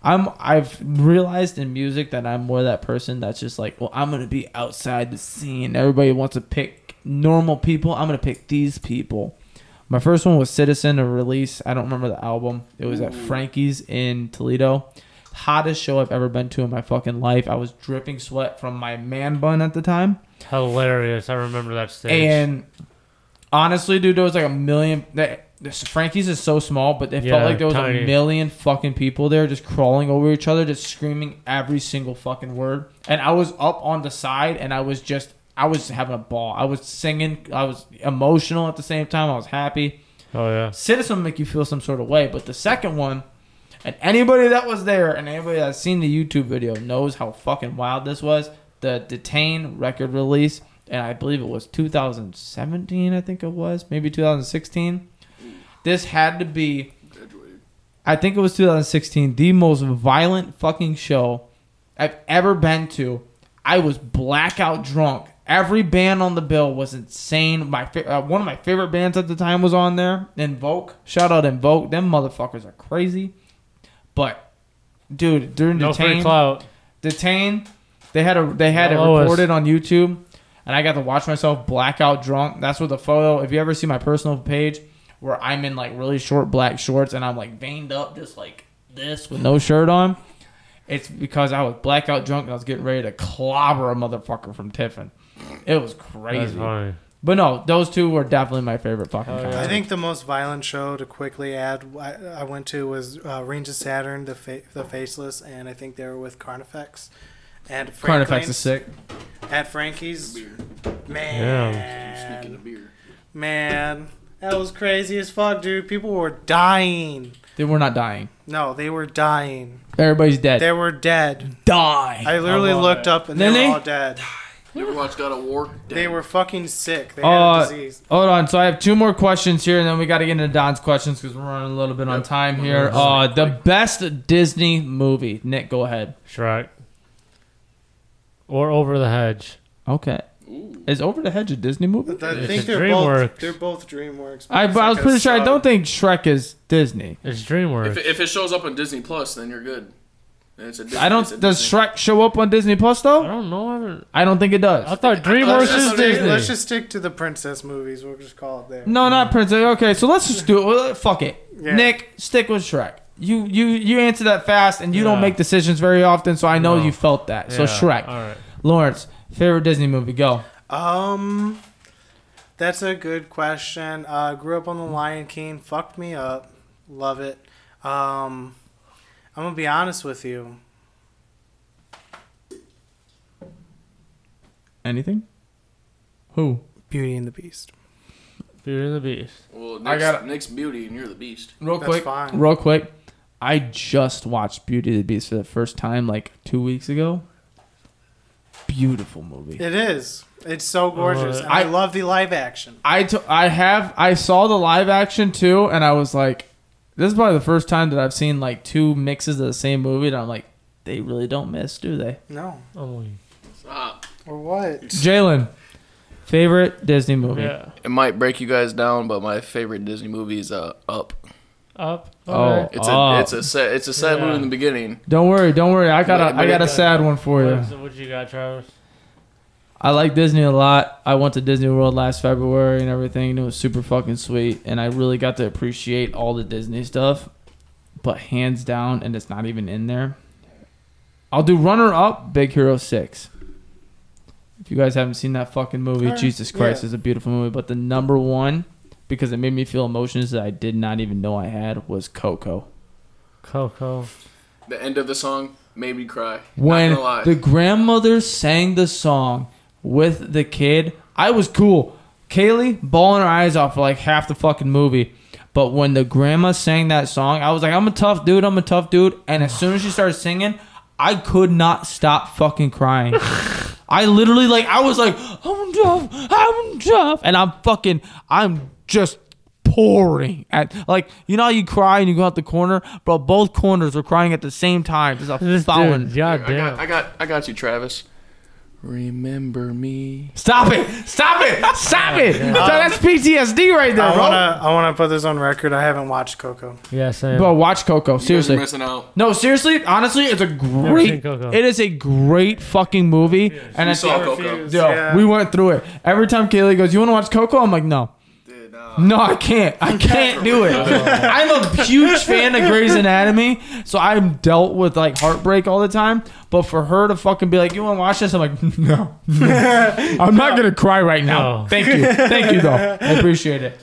[SPEAKER 1] I'm I've realized in music that I'm more that person that's just like, well, I'm gonna be outside the scene. Everybody wants to pick normal people. I'm gonna pick these people. My first one was Citizen, a release. I don't remember the album. It was at Frankie's in Toledo. Hottest show I've ever been to in my fucking life. I was dripping sweat from my man bun at the time.
[SPEAKER 2] hilarious. I remember that stage.
[SPEAKER 1] And honestly, dude, there was like a million. That, this Frankie's is so small, but it felt
[SPEAKER 2] Yeah,
[SPEAKER 1] like there was
[SPEAKER 2] tiny.
[SPEAKER 1] a million fucking people there just crawling over each other, just screaming every single fucking word. And I was up on the side and I was just, I was having a ball. I was singing, I was emotional at the same time, I was happy.
[SPEAKER 2] oh yeah.
[SPEAKER 1] Citizen will make you feel some sort of way, but the second one, and anybody that was there and anybody that's seen the YouTube video knows how fucking wild this was. The Detain record release, and I believe it was 2017, I think it was, maybe 2016. This had to be, I think it was 2016, the most violent fucking show I've ever been to. I was blackout drunk. Every band on the bill was insane. My fa- uh, one of my favorite bands at the time was on there. Invoke, shout out Invoke. Them motherfuckers are crazy. But dude, during
[SPEAKER 2] No free
[SPEAKER 1] detain,
[SPEAKER 2] clout.
[SPEAKER 1] detain, they had a they had it
[SPEAKER 2] Lowest.
[SPEAKER 1] recorded on YouTube, and I got to watch myself blackout drunk. That's what the photo. If you ever see my personal page, where I'm in like really short black shorts and I'm like veined up, just like this with no shirt on. It's because I was blackout drunk and I was getting ready to clobber a motherfucker from Tiffin. It was
[SPEAKER 2] That's
[SPEAKER 1] crazy.
[SPEAKER 2] funny.
[SPEAKER 1] But no, those two were definitely my favorite fucking
[SPEAKER 2] Hell yeah.
[SPEAKER 1] concerts.
[SPEAKER 3] I think the most violent show to quickly add I, I went to was uh, Range of Saturn, the fa- the Faceless, and I think they were with Carnifex. And
[SPEAKER 1] Carnifex is sick.
[SPEAKER 3] At Frankie's,
[SPEAKER 2] Yeah.
[SPEAKER 3] man, man, that was crazy as fuck, dude. People were dying.
[SPEAKER 1] They were not dying.
[SPEAKER 3] No, they were dying.
[SPEAKER 1] Everybody's dead.
[SPEAKER 3] They were dead.
[SPEAKER 1] Die.
[SPEAKER 3] I literally looked up and they
[SPEAKER 1] Really?
[SPEAKER 3] were all dead.
[SPEAKER 6] You ever watch God of War?
[SPEAKER 3] They were fucking sick. They had
[SPEAKER 1] Uh,
[SPEAKER 3] a disease.
[SPEAKER 1] Hold on. So I have two more questions here, and then we got to get into Don's questions because we're running a little bit on time here. Uh, the best Disney movie. Nick, go ahead.
[SPEAKER 2] Shrek. Or over the hedge.
[SPEAKER 1] Okay. Is Over the Hedge a Disney movie?
[SPEAKER 3] I
[SPEAKER 2] It's
[SPEAKER 3] think
[SPEAKER 2] a
[SPEAKER 3] they're
[SPEAKER 2] DreamWorks.
[SPEAKER 3] both they're both DreamWorks.
[SPEAKER 1] I,
[SPEAKER 3] It's
[SPEAKER 1] but I was
[SPEAKER 3] like a
[SPEAKER 1] pretty sure. I
[SPEAKER 3] sub.
[SPEAKER 1] don't think Shrek is Disney.
[SPEAKER 2] It's
[SPEAKER 6] If,
[SPEAKER 2] DreamWorks.
[SPEAKER 6] if it shows up on Disney Plus, then you're good. And It's a Disney,
[SPEAKER 1] I
[SPEAKER 6] it's a
[SPEAKER 1] don't. Does
[SPEAKER 6] Disney.
[SPEAKER 1] Shrek show up on Disney Plus
[SPEAKER 2] I
[SPEAKER 1] though?
[SPEAKER 2] don't know. I, haven't-
[SPEAKER 1] I don't think it
[SPEAKER 2] I
[SPEAKER 1] does.
[SPEAKER 2] thought
[SPEAKER 6] Let's
[SPEAKER 2] DreamWorks
[SPEAKER 6] just
[SPEAKER 2] is
[SPEAKER 6] stick-
[SPEAKER 2] Disney.
[SPEAKER 3] Let's just stick to the princess movies. We'll just call it there.
[SPEAKER 1] No, not Prince. Okay, so let's just do it. Well, Fuck it.
[SPEAKER 3] Yeah.
[SPEAKER 1] Nick, stick with Shrek. You you you answer that fast, and you don't
[SPEAKER 2] Yeah.
[SPEAKER 1] make decisions very often. So I know
[SPEAKER 2] No.
[SPEAKER 1] you felt that. So
[SPEAKER 2] Yeah,
[SPEAKER 1] Shrek,
[SPEAKER 2] All right.
[SPEAKER 1] Lawrence, favorite Disney movie? Go.
[SPEAKER 3] Um, that's a good question. Uh, grew up on The Lion King. Fucked me up. Love it. Um, I'm gonna be honest with you.
[SPEAKER 1] Anything? Who?
[SPEAKER 3] Beauty and the Beast.
[SPEAKER 2] Beauty and the Beast.
[SPEAKER 6] Well, Nick's,
[SPEAKER 1] I got
[SPEAKER 6] Nick's Beauty and You're the Beast.
[SPEAKER 1] Real
[SPEAKER 3] That's
[SPEAKER 1] quick.
[SPEAKER 3] fine.
[SPEAKER 1] Real quick. I just watched Beauty and the Beast for the first time like two weeks ago. Beautiful movie.
[SPEAKER 3] It is. It's so gorgeous.
[SPEAKER 2] Uh,
[SPEAKER 3] and I,
[SPEAKER 1] I-
[SPEAKER 3] love the live action.
[SPEAKER 1] I to- I have I saw the live action too, and I was like, this is probably the first time that I've seen like two mixes of the same movie, and I'm like, they really don't miss, do they?
[SPEAKER 3] No.
[SPEAKER 2] Oh,
[SPEAKER 4] Stop.
[SPEAKER 3] Or what?
[SPEAKER 1] Jalen, favorite Disney movie?
[SPEAKER 2] yeah.
[SPEAKER 6] It might break you guys down, but my favorite Disney movie is uh, Up.
[SPEAKER 2] Up.
[SPEAKER 1] Oh.
[SPEAKER 2] Okay.
[SPEAKER 6] It's
[SPEAKER 1] Up.
[SPEAKER 6] a it's a sad it's a sad
[SPEAKER 2] Yeah.
[SPEAKER 6] movie in the beginning.
[SPEAKER 1] Don't worry, don't worry. I got a,
[SPEAKER 6] But-
[SPEAKER 1] I got a sad one for you.
[SPEAKER 2] What, what you got, Travis?
[SPEAKER 1] I like Disney a lot. I went to Disney World last February and everything, and it was super fucking sweet. And I really got to appreciate all the Disney stuff. But hands down, and it's not even in there. I'll do runner up Big Hero 6. If you guys haven't seen that fucking movie,
[SPEAKER 3] Alright,
[SPEAKER 1] Jesus Christ
[SPEAKER 3] yeah.
[SPEAKER 1] is a beautiful movie. But the number one, because it made me feel emotions that I did not even know I had, was Coco.
[SPEAKER 2] Coco.
[SPEAKER 6] The end of the song made me cry.
[SPEAKER 1] when
[SPEAKER 6] Not gonna lie.
[SPEAKER 1] the grandmother sang the song with the kid, I was cool. Kaylee bawling her eyes off for like half the fucking movie. But when the grandma sang that song, I was like, I'm a tough dude, I'm a tough dude. And as soon as she started singing, I could not stop fucking crying. I literally like I was like, I'm tough, I'm tough, and I'm fucking, I'm just pouring at like you know how you cry and you go out the corner, bro. Both corners were crying at the same time. There's a
[SPEAKER 2] This
[SPEAKER 1] fountain.
[SPEAKER 2] dude, God
[SPEAKER 6] I
[SPEAKER 2] damn.
[SPEAKER 6] got I got I got you, Travis. Remember me.
[SPEAKER 1] Stop it! Stop it!
[SPEAKER 6] [LAUGHS]
[SPEAKER 1] Stop it! So that's PTSD right there,
[SPEAKER 3] I
[SPEAKER 1] bro.
[SPEAKER 3] wanna I wanna put this on record. I haven't watched Coco.
[SPEAKER 2] yeah, same.
[SPEAKER 1] Bro, watch Coco.
[SPEAKER 6] You're
[SPEAKER 1] Seriously.
[SPEAKER 6] missing out.
[SPEAKER 1] No, seriously, honestly, it's a
[SPEAKER 2] seen
[SPEAKER 1] great
[SPEAKER 2] Coco.
[SPEAKER 1] it is a great fucking movie. And I
[SPEAKER 6] You saw
[SPEAKER 1] think,
[SPEAKER 6] Coco.
[SPEAKER 1] yo, we went through it. Every time Kaylee goes, You wanna watch Coco? I'm like, no.
[SPEAKER 6] Dude, nah.
[SPEAKER 1] No, I can't. I can't
[SPEAKER 6] [LAUGHS]
[SPEAKER 1] do it. I'm a huge fan of Grey's Anatomy, so I'm dealt with like heartbreak all the time. But for her to fucking be like, "You want to watch this?" I'm like, [LAUGHS] "No, I'm not gonna cry right now."
[SPEAKER 2] No.
[SPEAKER 1] Thank you, thank you though. I appreciate it.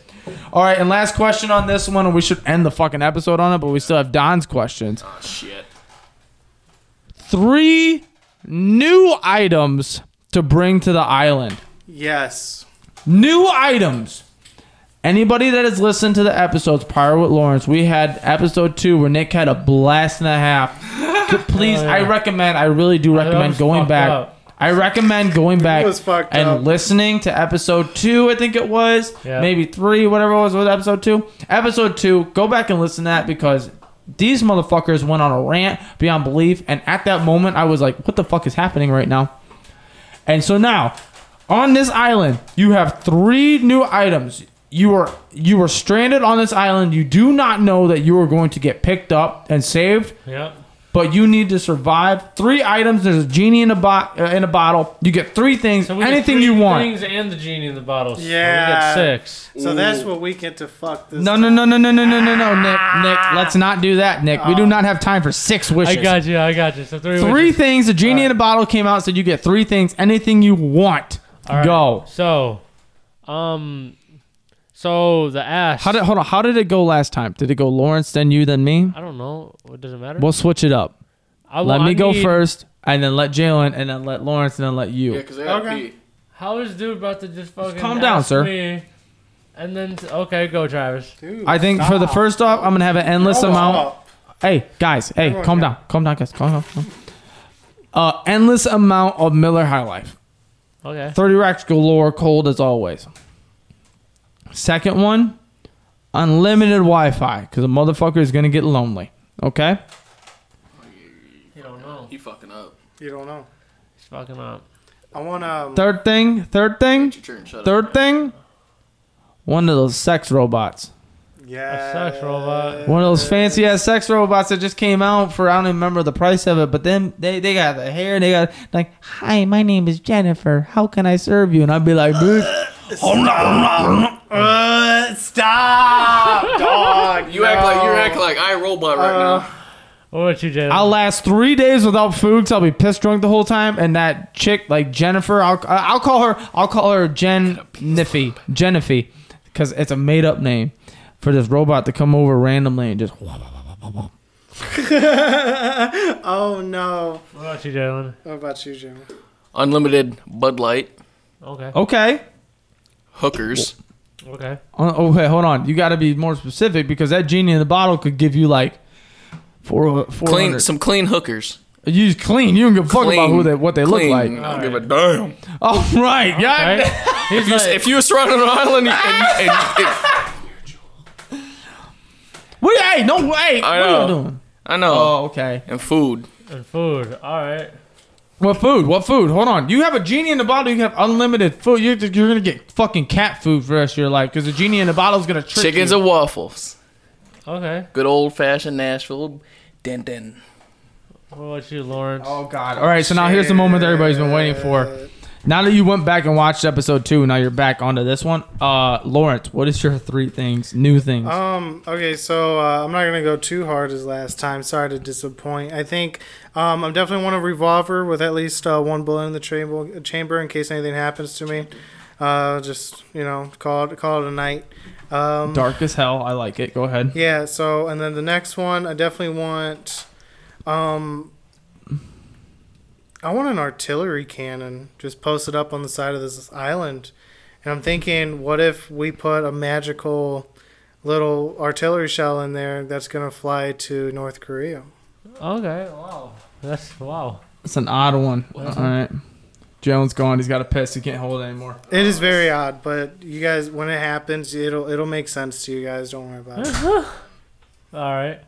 [SPEAKER 1] All right, and last question on this one, and we should end the fucking episode on it, but we still have Don's questions.
[SPEAKER 6] Oh, shit.
[SPEAKER 1] Three new items to bring to the island.
[SPEAKER 3] Yes.
[SPEAKER 1] new items. Anybody that has listened to the episodes prior with Lawrence, we had episode two where Nick had a blast and a half.
[SPEAKER 2] [LAUGHS]
[SPEAKER 1] Could- Please,
[SPEAKER 2] Oh, yeah.
[SPEAKER 1] I recommend. I really do recommend
[SPEAKER 2] was
[SPEAKER 1] going
[SPEAKER 2] fucked
[SPEAKER 1] back.
[SPEAKER 2] up.
[SPEAKER 1] I recommend
[SPEAKER 3] [LAUGHS]
[SPEAKER 1] going back
[SPEAKER 3] was fucked
[SPEAKER 1] and
[SPEAKER 3] up.
[SPEAKER 1] listening to episode two. I think it was
[SPEAKER 2] Yeah.
[SPEAKER 1] maybe three, whatever it was with episode two. Episode two, go back and listen to that because these motherfuckers went on a rant beyond belief. And at that moment, I was like, "What the fuck is happening right now?" And so now, on this island, you have three new items. You are you are stranded on this island. You do not know that you are going to get picked up and saved,
[SPEAKER 2] Yep.
[SPEAKER 1] but you need to survive. Three items. There's a genie in a bot uh, in a bottle. You get three things.
[SPEAKER 2] So we get
[SPEAKER 1] anything
[SPEAKER 2] three
[SPEAKER 1] you want.
[SPEAKER 2] Things and the genie in the bottle. So
[SPEAKER 3] Yeah.
[SPEAKER 2] we get six.
[SPEAKER 3] So that's what we get to fuck this.
[SPEAKER 1] No, no, no, no, no, no, no, no, no, Nick, Nick. Let's not do that, Nick. We do not have time for six
[SPEAKER 2] Ah. Oh. I
[SPEAKER 1] wishes.
[SPEAKER 2] got you. I got you. So three.
[SPEAKER 1] three
[SPEAKER 2] wishes.
[SPEAKER 1] things. A genie in a bottle came out. Said you get three things. Anything you want.
[SPEAKER 2] right.
[SPEAKER 1] Go.
[SPEAKER 2] So, um, so the ass.
[SPEAKER 1] How did hold on? How did it go last time? Did it go Lawrence, then you, then me?
[SPEAKER 2] I don't know. It doesn't matter.
[SPEAKER 1] We'll switch it up.
[SPEAKER 2] I,
[SPEAKER 1] let
[SPEAKER 2] I
[SPEAKER 1] me go
[SPEAKER 2] need-
[SPEAKER 1] first, and then let Jalen, and then let Lawrence, and then let you.
[SPEAKER 6] Yeah, because I got
[SPEAKER 3] Okay.
[SPEAKER 6] pee.
[SPEAKER 2] How is dude about to just fucking
[SPEAKER 1] calm down,
[SPEAKER 2] ask
[SPEAKER 1] sir.
[SPEAKER 2] me, and then t- okay, go Travis.
[SPEAKER 3] Dude,
[SPEAKER 1] I think for the
[SPEAKER 3] stop.
[SPEAKER 1] first off, I'm gonna have an endless
[SPEAKER 3] Grow
[SPEAKER 1] amount.
[SPEAKER 3] up.
[SPEAKER 1] Hey guys, hey,
[SPEAKER 3] on,
[SPEAKER 1] calm
[SPEAKER 3] yeah.
[SPEAKER 1] down, calm down, guys, calm down. calm down. Uh, endless amount of Miller High Life.
[SPEAKER 2] Okay.
[SPEAKER 1] Thirty racks galore, cold as always. Second one, unlimited Wi-Fi, because a motherfucker is gonna get lonely. Okay.
[SPEAKER 2] You don't know.
[SPEAKER 6] You fucking up.
[SPEAKER 3] You don't know.
[SPEAKER 2] He's fucking up.
[SPEAKER 3] I want um.
[SPEAKER 1] Third thing, third thing,
[SPEAKER 6] Get your turn. Shut up.
[SPEAKER 1] third thing. One of those sex robots.
[SPEAKER 3] Yeah.
[SPEAKER 2] Sex robot.
[SPEAKER 1] One of those fancy ass sex robots that just came out for I don't even remember the price of it, but then they, they got the hair and they got like, Hi, my name is Jennifer. How can I serve you? And I'd be like, dude,
[SPEAKER 3] Uh, stop, dog.
[SPEAKER 6] You act like you act like I robot right now.
[SPEAKER 2] What about you, Jalen?
[SPEAKER 1] I'll last three days without food, so I'll be pissed drunk the whole time. And that chick, like Jennifer, I'll I'll call her I'll call her Jen Niffy. Jennifer. Because it's a made up name for this robot to come over randomly and just
[SPEAKER 3] Oh no.
[SPEAKER 2] what about you, Jalen?
[SPEAKER 3] What about you, Jim?
[SPEAKER 6] Unlimited Bud Light,
[SPEAKER 2] Okay.
[SPEAKER 1] Okay.
[SPEAKER 6] hookers.
[SPEAKER 2] Okay.
[SPEAKER 1] Oh, okay, hold on. You got to be more specific because that genie in the bottle could give you like four, four
[SPEAKER 6] Clean some clean hookers.
[SPEAKER 1] You clean. You don't give a fuck
[SPEAKER 6] Clean,
[SPEAKER 1] about who they, what they
[SPEAKER 6] clean.
[SPEAKER 1] look like.
[SPEAKER 6] I don't give a damn.
[SPEAKER 1] All [LAUGHS] right, God.
[SPEAKER 2] Okay.
[SPEAKER 6] If you, if you were surrounded on an island, and, and, and,
[SPEAKER 1] What? Hey, no
[SPEAKER 6] I
[SPEAKER 1] way. What are
[SPEAKER 6] know.
[SPEAKER 1] you doing?
[SPEAKER 6] I know.
[SPEAKER 1] Oh, okay.
[SPEAKER 6] And food.
[SPEAKER 2] And food. All right.
[SPEAKER 1] What food? What food? Hold on. You have a genie in the bottle. You have unlimited food. You're, you're gonna get fucking cat food for the rest of your life because the genie in the bottle is gonna trick
[SPEAKER 6] Chickens
[SPEAKER 1] you.
[SPEAKER 6] and waffles.
[SPEAKER 2] Okay.
[SPEAKER 6] Good old fashioned Nashville. Din din.
[SPEAKER 2] What about you, Lawrence?
[SPEAKER 1] Oh God! All right, so now here's the moment that everybody's been waiting for. Now that you went back and watched episode two, now you're back onto this one. Uh, Lawrence, what is your three things, new things?
[SPEAKER 3] Um. Okay. So uh, I'm not gonna go too hard as last time. Sorry to disappoint. I think um, I'm definitely want a revolver with at least uh, one bullet in the chamber, chamber in case anything happens to me. Uh, just you know, call it call it a night. Um,
[SPEAKER 1] Dark as hell. I like it. Go ahead.
[SPEAKER 3] Yeah. So and then the next one, I definitely want. Um, I want an artillery cannon just posted up on the side of this island, and I'm thinking, what if we put a magical little artillery shell in there that's gonna fly to North Korea?
[SPEAKER 2] Okay. Wow. That's wow.
[SPEAKER 1] It's an odd one. All right. Jones gone. He's got a piss. He can't hold it anymore.
[SPEAKER 3] It is very odd, but you guys, when it happens, it'll it'll make sense to you guys. Don't worry about it.
[SPEAKER 2] All right.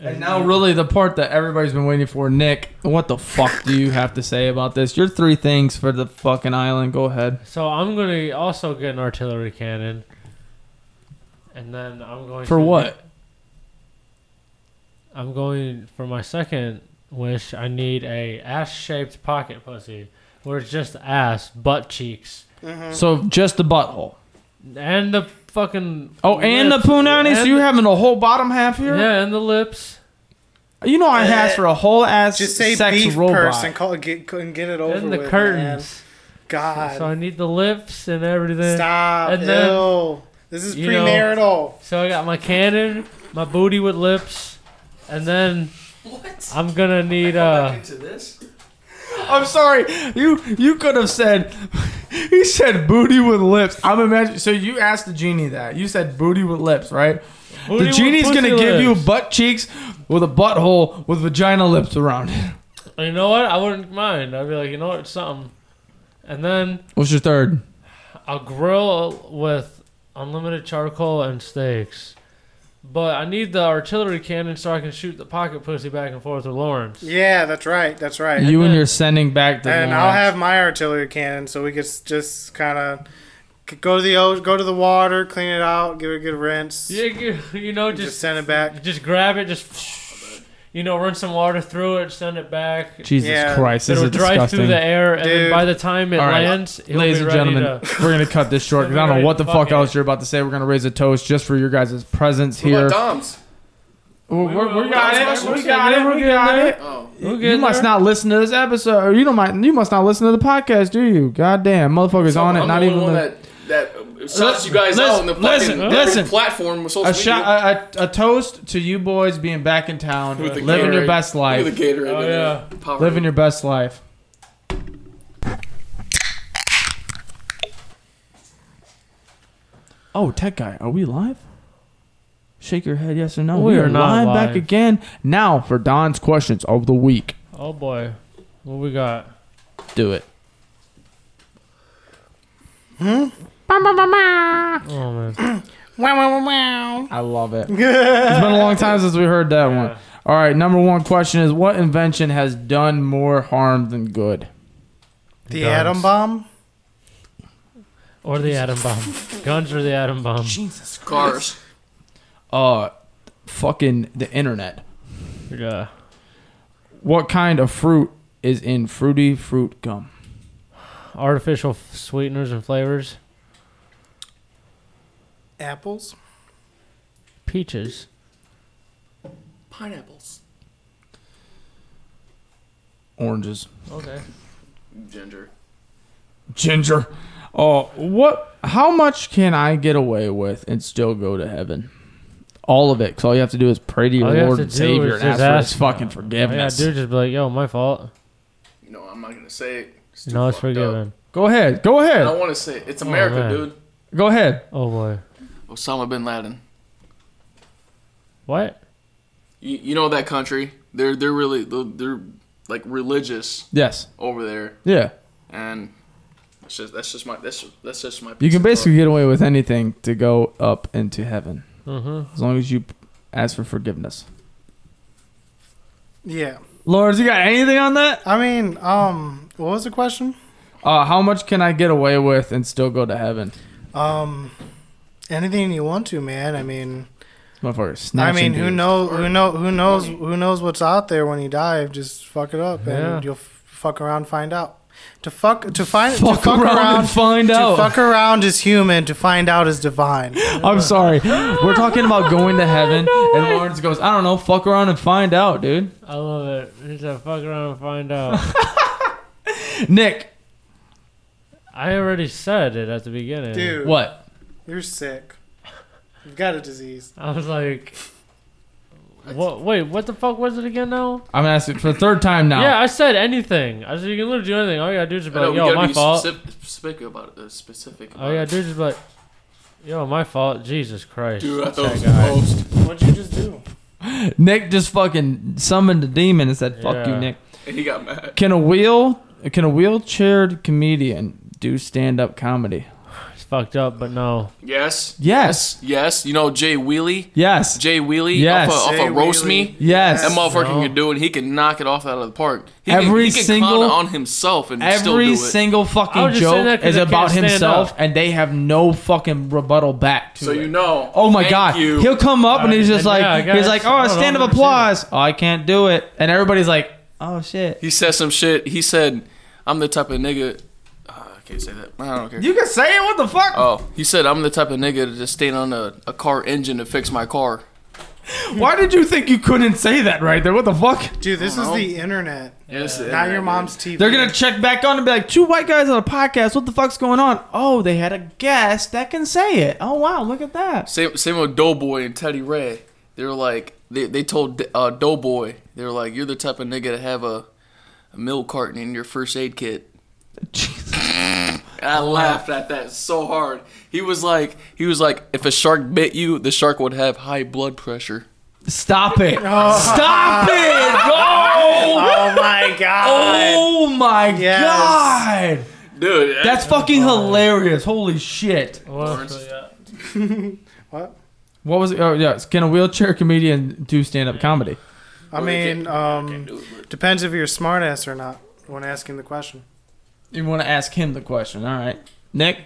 [SPEAKER 1] And now, really, the part that everybody's been waiting for, Nick. What the fuck do you have to say about this? Your three things for the fucking island. Go ahead.
[SPEAKER 2] So I'm gonna also get an artillery cannon, and then I'm going
[SPEAKER 1] For
[SPEAKER 2] to-
[SPEAKER 1] what?
[SPEAKER 2] I'm going for my second wish. I need a ass-shaped pocket pussy, where it's just ass, butt cheeks,
[SPEAKER 1] So just the butthole.
[SPEAKER 2] and the fucking
[SPEAKER 1] Oh, and the
[SPEAKER 2] lips.
[SPEAKER 1] punani. So
[SPEAKER 2] And
[SPEAKER 1] you
[SPEAKER 2] the-
[SPEAKER 1] having a whole bottom half here?
[SPEAKER 2] yeah, and the lips,
[SPEAKER 1] You know I asked for a whole ass
[SPEAKER 3] Just say
[SPEAKER 1] sex
[SPEAKER 3] beef
[SPEAKER 1] robot.
[SPEAKER 3] purse and call get and get it over
[SPEAKER 2] and the
[SPEAKER 3] with.
[SPEAKER 2] curtains.
[SPEAKER 3] man. God,
[SPEAKER 2] So I need the lips and everything.
[SPEAKER 3] stop!
[SPEAKER 2] and then-
[SPEAKER 3] Ew. This is
[SPEAKER 2] You know-
[SPEAKER 3] premarital.
[SPEAKER 2] So I got my cannon, my booty with lips, and then
[SPEAKER 6] What?
[SPEAKER 2] I'm gonna need uh.
[SPEAKER 6] Into this?
[SPEAKER 1] I'm sorry. You you could have said [LAUGHS] he said booty with lips. I'm imagining so you asked the genie that. You said booty with lips, right?
[SPEAKER 2] booty
[SPEAKER 1] the
[SPEAKER 2] with
[SPEAKER 1] genie's
[SPEAKER 2] pussy
[SPEAKER 1] gonna give you
[SPEAKER 2] lips.
[SPEAKER 1] butt cheeks with a butthole with vagina lips around it.
[SPEAKER 2] You know what? I wouldn't mind. I'd be like, you know what? It's something. And then
[SPEAKER 1] What's your third?
[SPEAKER 2] I'll grill with unlimited charcoal and steaks. But I need the artillery cannon so I can shoot the pocket pussy back and forth with Lawrence.
[SPEAKER 3] Yeah, that's right. That's right.
[SPEAKER 1] you and
[SPEAKER 2] then-
[SPEAKER 1] your sending back the
[SPEAKER 3] and I'll have my artillery cannon, so we could s- just kind of go to the o- go to the water, clean it out, give it a good rinse,
[SPEAKER 2] You, you, you know,
[SPEAKER 3] just,
[SPEAKER 2] just
[SPEAKER 3] send it back.
[SPEAKER 2] just grab it, just you know, run some water through it, send it back.
[SPEAKER 1] Jesus
[SPEAKER 3] Yeah.
[SPEAKER 1] Christ, this is
[SPEAKER 2] It'll drive
[SPEAKER 1] disgusting.
[SPEAKER 2] through the air, and then
[SPEAKER 3] Dude.
[SPEAKER 2] by the time it
[SPEAKER 1] All right.
[SPEAKER 2] lands, it'll
[SPEAKER 1] Ladies and
[SPEAKER 2] be ready
[SPEAKER 1] gentlemen,
[SPEAKER 2] to-
[SPEAKER 1] we're gonna cut this short because I don't know what the
[SPEAKER 2] Fuck
[SPEAKER 1] uh, fuck else
[SPEAKER 2] it.
[SPEAKER 1] you're about to say. We're gonna raise a toast just for your guys' presence here.
[SPEAKER 6] Dom's?
[SPEAKER 1] We're,
[SPEAKER 2] will.
[SPEAKER 1] we got it. We got it. We got it.
[SPEAKER 6] Oh.
[SPEAKER 2] We'll
[SPEAKER 1] You
[SPEAKER 2] get
[SPEAKER 1] must
[SPEAKER 2] there.
[SPEAKER 1] not listen to this episode. Or you don't mind, You must not listen to the podcast, do you? Goddamn, motherfuckers on it.
[SPEAKER 6] I'm
[SPEAKER 1] Not
[SPEAKER 6] the
[SPEAKER 1] even
[SPEAKER 6] only one
[SPEAKER 1] the-
[SPEAKER 6] that, that shuts you guys
[SPEAKER 1] listen,
[SPEAKER 6] out on the fucking
[SPEAKER 1] listen,
[SPEAKER 6] every
[SPEAKER 1] listen.
[SPEAKER 6] platform with social
[SPEAKER 1] a,
[SPEAKER 6] media.
[SPEAKER 1] shot, a, a, a toast to you boys being back in town,
[SPEAKER 6] With the
[SPEAKER 1] living your
[SPEAKER 6] Gatorade.
[SPEAKER 1] best
[SPEAKER 6] Look at
[SPEAKER 1] life,
[SPEAKER 6] the Gatorade
[SPEAKER 2] Oh,
[SPEAKER 6] in
[SPEAKER 2] yeah.
[SPEAKER 6] there. Power.
[SPEAKER 1] living your best life. Oh, tech guy, are we live? Shake your head, yes or no.
[SPEAKER 2] We are not
[SPEAKER 1] live back
[SPEAKER 2] live.
[SPEAKER 1] again. Now for Don's questions of the week.
[SPEAKER 2] Oh boy, what we got?
[SPEAKER 1] Do it.
[SPEAKER 2] Oh man,
[SPEAKER 3] Wow, wow, wow, wow.
[SPEAKER 1] I
[SPEAKER 6] [LAUGHS]
[SPEAKER 1] love it. it's been a long time since we heard that one. All right, number one question is what invention has done more harm than good?
[SPEAKER 3] The
[SPEAKER 2] Guns.
[SPEAKER 3] atom bomb.
[SPEAKER 2] or the atom bomb, guns or the atom bomb.
[SPEAKER 1] Jesus.
[SPEAKER 6] Cars.
[SPEAKER 1] Uh fucking the internet.
[SPEAKER 2] Yeah.
[SPEAKER 1] What kind of fruit is in fruity fruit gum?
[SPEAKER 2] artificial f- sweeteners and flavors.
[SPEAKER 3] Apples.
[SPEAKER 2] Peaches.
[SPEAKER 6] Pineapples.
[SPEAKER 1] Oranges.
[SPEAKER 2] Okay.
[SPEAKER 6] Ginger.
[SPEAKER 1] Ginger. Oh, what how much can I get away with and still go to heaven? All of it, because all you have to do is pray to your
[SPEAKER 2] All you have
[SPEAKER 1] Lord
[SPEAKER 2] to
[SPEAKER 1] and
[SPEAKER 2] do
[SPEAKER 1] Savior
[SPEAKER 2] is
[SPEAKER 1] and ask
[SPEAKER 2] just
[SPEAKER 1] for
[SPEAKER 2] ask- Oh,
[SPEAKER 1] His fucking
[SPEAKER 2] Yeah,
[SPEAKER 1] forgiveness.
[SPEAKER 2] dude, just be like, yo, my fault.
[SPEAKER 6] You know, I'm not going to say it. It's too
[SPEAKER 2] No, it's
[SPEAKER 6] fucked up.
[SPEAKER 2] forgiven.
[SPEAKER 1] Go ahead, go
[SPEAKER 6] I don't
[SPEAKER 1] ahead,
[SPEAKER 6] want to say it. It's America,
[SPEAKER 2] man.
[SPEAKER 6] dude.
[SPEAKER 1] go ahead.
[SPEAKER 2] Oh boy.
[SPEAKER 6] Osama bin Laden.
[SPEAKER 2] What?
[SPEAKER 6] You, you know that country? They're they're really they're, they're like religious
[SPEAKER 1] Yes,
[SPEAKER 6] over there,
[SPEAKER 1] yeah.
[SPEAKER 6] and that's just that's just my that's that's just my.
[SPEAKER 1] You
[SPEAKER 6] piece
[SPEAKER 1] can
[SPEAKER 6] of
[SPEAKER 1] basically get away with anything to go up into heaven.
[SPEAKER 6] thought.
[SPEAKER 2] Mhm.
[SPEAKER 1] as long as you ask for forgiveness.
[SPEAKER 3] Yeah.
[SPEAKER 1] Lawrence, you got anything on that?
[SPEAKER 3] I mean, um, what was the question?
[SPEAKER 1] Uh, how much can I get away with and still go to heaven?
[SPEAKER 3] Um, anything you want to, man. I mean,
[SPEAKER 1] This motherfucker
[SPEAKER 3] I
[SPEAKER 1] snatching
[SPEAKER 3] mean, who
[SPEAKER 1] dudes.
[SPEAKER 3] know, who know, who knows, who knows what's out there when you die? Just fuck it up,
[SPEAKER 2] Yeah.
[SPEAKER 3] and you'll f- fuck around, and find out. To fuck, to find,
[SPEAKER 1] Fuck,
[SPEAKER 3] to fuck
[SPEAKER 1] around,
[SPEAKER 3] around,
[SPEAKER 1] and find
[SPEAKER 3] to
[SPEAKER 1] out.
[SPEAKER 3] fuck around is human. To find out is divine.
[SPEAKER 1] I'm sorry.
[SPEAKER 3] [LAUGHS]
[SPEAKER 1] We're talking about going to heaven, and Lawrence goes, I don't know, fuck around and find out, dude.
[SPEAKER 2] I love it. He said, "Fuck around and find out."
[SPEAKER 1] [LAUGHS] Nick,
[SPEAKER 2] I already said it at the beginning,
[SPEAKER 3] Dude,
[SPEAKER 1] what?
[SPEAKER 3] You're sick. You've got a disease.
[SPEAKER 2] I was like, "What? Wait, what the fuck was it again?" Now,
[SPEAKER 1] I'm asking for the third time now.
[SPEAKER 2] yeah, I said anything. I said you can literally do anything. All you gotta do is be
[SPEAKER 4] I know,
[SPEAKER 2] like,
[SPEAKER 4] we
[SPEAKER 2] "Yo,
[SPEAKER 4] gotta
[SPEAKER 2] my
[SPEAKER 4] be
[SPEAKER 2] fault." Oh,
[SPEAKER 4] Specific, specific about it. uh, Specific. About
[SPEAKER 2] All you
[SPEAKER 4] it.
[SPEAKER 2] gotta do is be like, "Yo, my fault." Jesus Christ.
[SPEAKER 4] Dude, I thought it was the most.
[SPEAKER 3] What'd you just do?
[SPEAKER 1] Nick just fucking summoned a demon and said, fuck you,
[SPEAKER 2] Yeah.
[SPEAKER 1] Nick.
[SPEAKER 4] And he got mad.
[SPEAKER 1] Can a wheel can a wheelchair comedian do stand up comedy?
[SPEAKER 2] It's fucked up, but no.
[SPEAKER 4] Yes.
[SPEAKER 1] Yes.
[SPEAKER 4] Yes. You know Jay Wheelie.
[SPEAKER 1] Yes.
[SPEAKER 4] Jay Wheelie.
[SPEAKER 1] Yes.
[SPEAKER 4] Off a,
[SPEAKER 3] Jay
[SPEAKER 4] off a roast
[SPEAKER 3] Wheelie.
[SPEAKER 4] me.
[SPEAKER 1] Yes.
[SPEAKER 4] That motherfucker
[SPEAKER 2] No.
[SPEAKER 4] can do it. He can knock it off out of the park. He
[SPEAKER 1] Every
[SPEAKER 4] can, he can
[SPEAKER 1] single-
[SPEAKER 4] clown on himself and still do
[SPEAKER 1] Every
[SPEAKER 4] it.
[SPEAKER 1] single
[SPEAKER 2] I
[SPEAKER 1] fucking
[SPEAKER 2] was just
[SPEAKER 1] joke
[SPEAKER 2] saying that 'cause
[SPEAKER 1] is
[SPEAKER 2] I
[SPEAKER 1] about
[SPEAKER 2] can't stand
[SPEAKER 1] himself,
[SPEAKER 2] up.
[SPEAKER 1] and they have no fucking rebuttal back to
[SPEAKER 4] so
[SPEAKER 1] it.
[SPEAKER 4] you know.
[SPEAKER 1] Oh my
[SPEAKER 4] Thank
[SPEAKER 1] god.
[SPEAKER 4] you.
[SPEAKER 1] He'll come up and he's just
[SPEAKER 2] Uh,
[SPEAKER 1] like
[SPEAKER 2] yeah, I
[SPEAKER 1] he's
[SPEAKER 2] guess.
[SPEAKER 1] like,
[SPEAKER 2] I
[SPEAKER 1] "Oh,
[SPEAKER 2] don't know,
[SPEAKER 1] stand
[SPEAKER 2] I've
[SPEAKER 1] up
[SPEAKER 2] never seen
[SPEAKER 1] applause." Oh, I can't do it. And everybody's like, "Oh shit."
[SPEAKER 4] He says some shit. He said, "I'm the type of nigga." Uh, I can't say that. I don't care.
[SPEAKER 1] You can say it. What the fuck?
[SPEAKER 4] oh, he said, "I'm the type of nigga to just stand on a, a car engine to fix my car."
[SPEAKER 1] Why did you think you couldn't say that right there? What the fuck?
[SPEAKER 3] Dude, this is the internet.
[SPEAKER 4] Yes.
[SPEAKER 3] Not Uh-huh. your mom's TV.
[SPEAKER 1] They're gonna check back on and be like, two white guys on a podcast. What the fuck's going on? Oh, they had a guest that can say it. Oh wow, look at that. [LAUGHS]
[SPEAKER 4] Same, same with Doughboy and Teddy Ray. They were like, they, they told uh, Doughboy, they were like, you're the type of nigga to have a, a milk carton in your first aid kit. And I laughed at that so hard. He was like, he was like, if a shark bit you, the shark would have high blood pressure.
[SPEAKER 1] Stop it. Stop it. No. [LAUGHS]
[SPEAKER 3] Oh my god.
[SPEAKER 1] Oh my
[SPEAKER 3] Yes.
[SPEAKER 1] god.
[SPEAKER 4] Dude, that-
[SPEAKER 1] That's fucking hilarious. Holy shit.
[SPEAKER 2] Well,
[SPEAKER 4] Lawrence.
[SPEAKER 2] yeah.
[SPEAKER 3] [LAUGHS] What?
[SPEAKER 1] What was it? Oh, yeah. Can a wheelchair comedian do stand up comedy?
[SPEAKER 3] I
[SPEAKER 4] Well, you
[SPEAKER 3] mean,
[SPEAKER 4] can't-
[SPEAKER 3] um,
[SPEAKER 4] Dude, but-
[SPEAKER 3] depends if you're a smartass or not when asking the question.
[SPEAKER 1] You want to ask him the question. All right. Nick?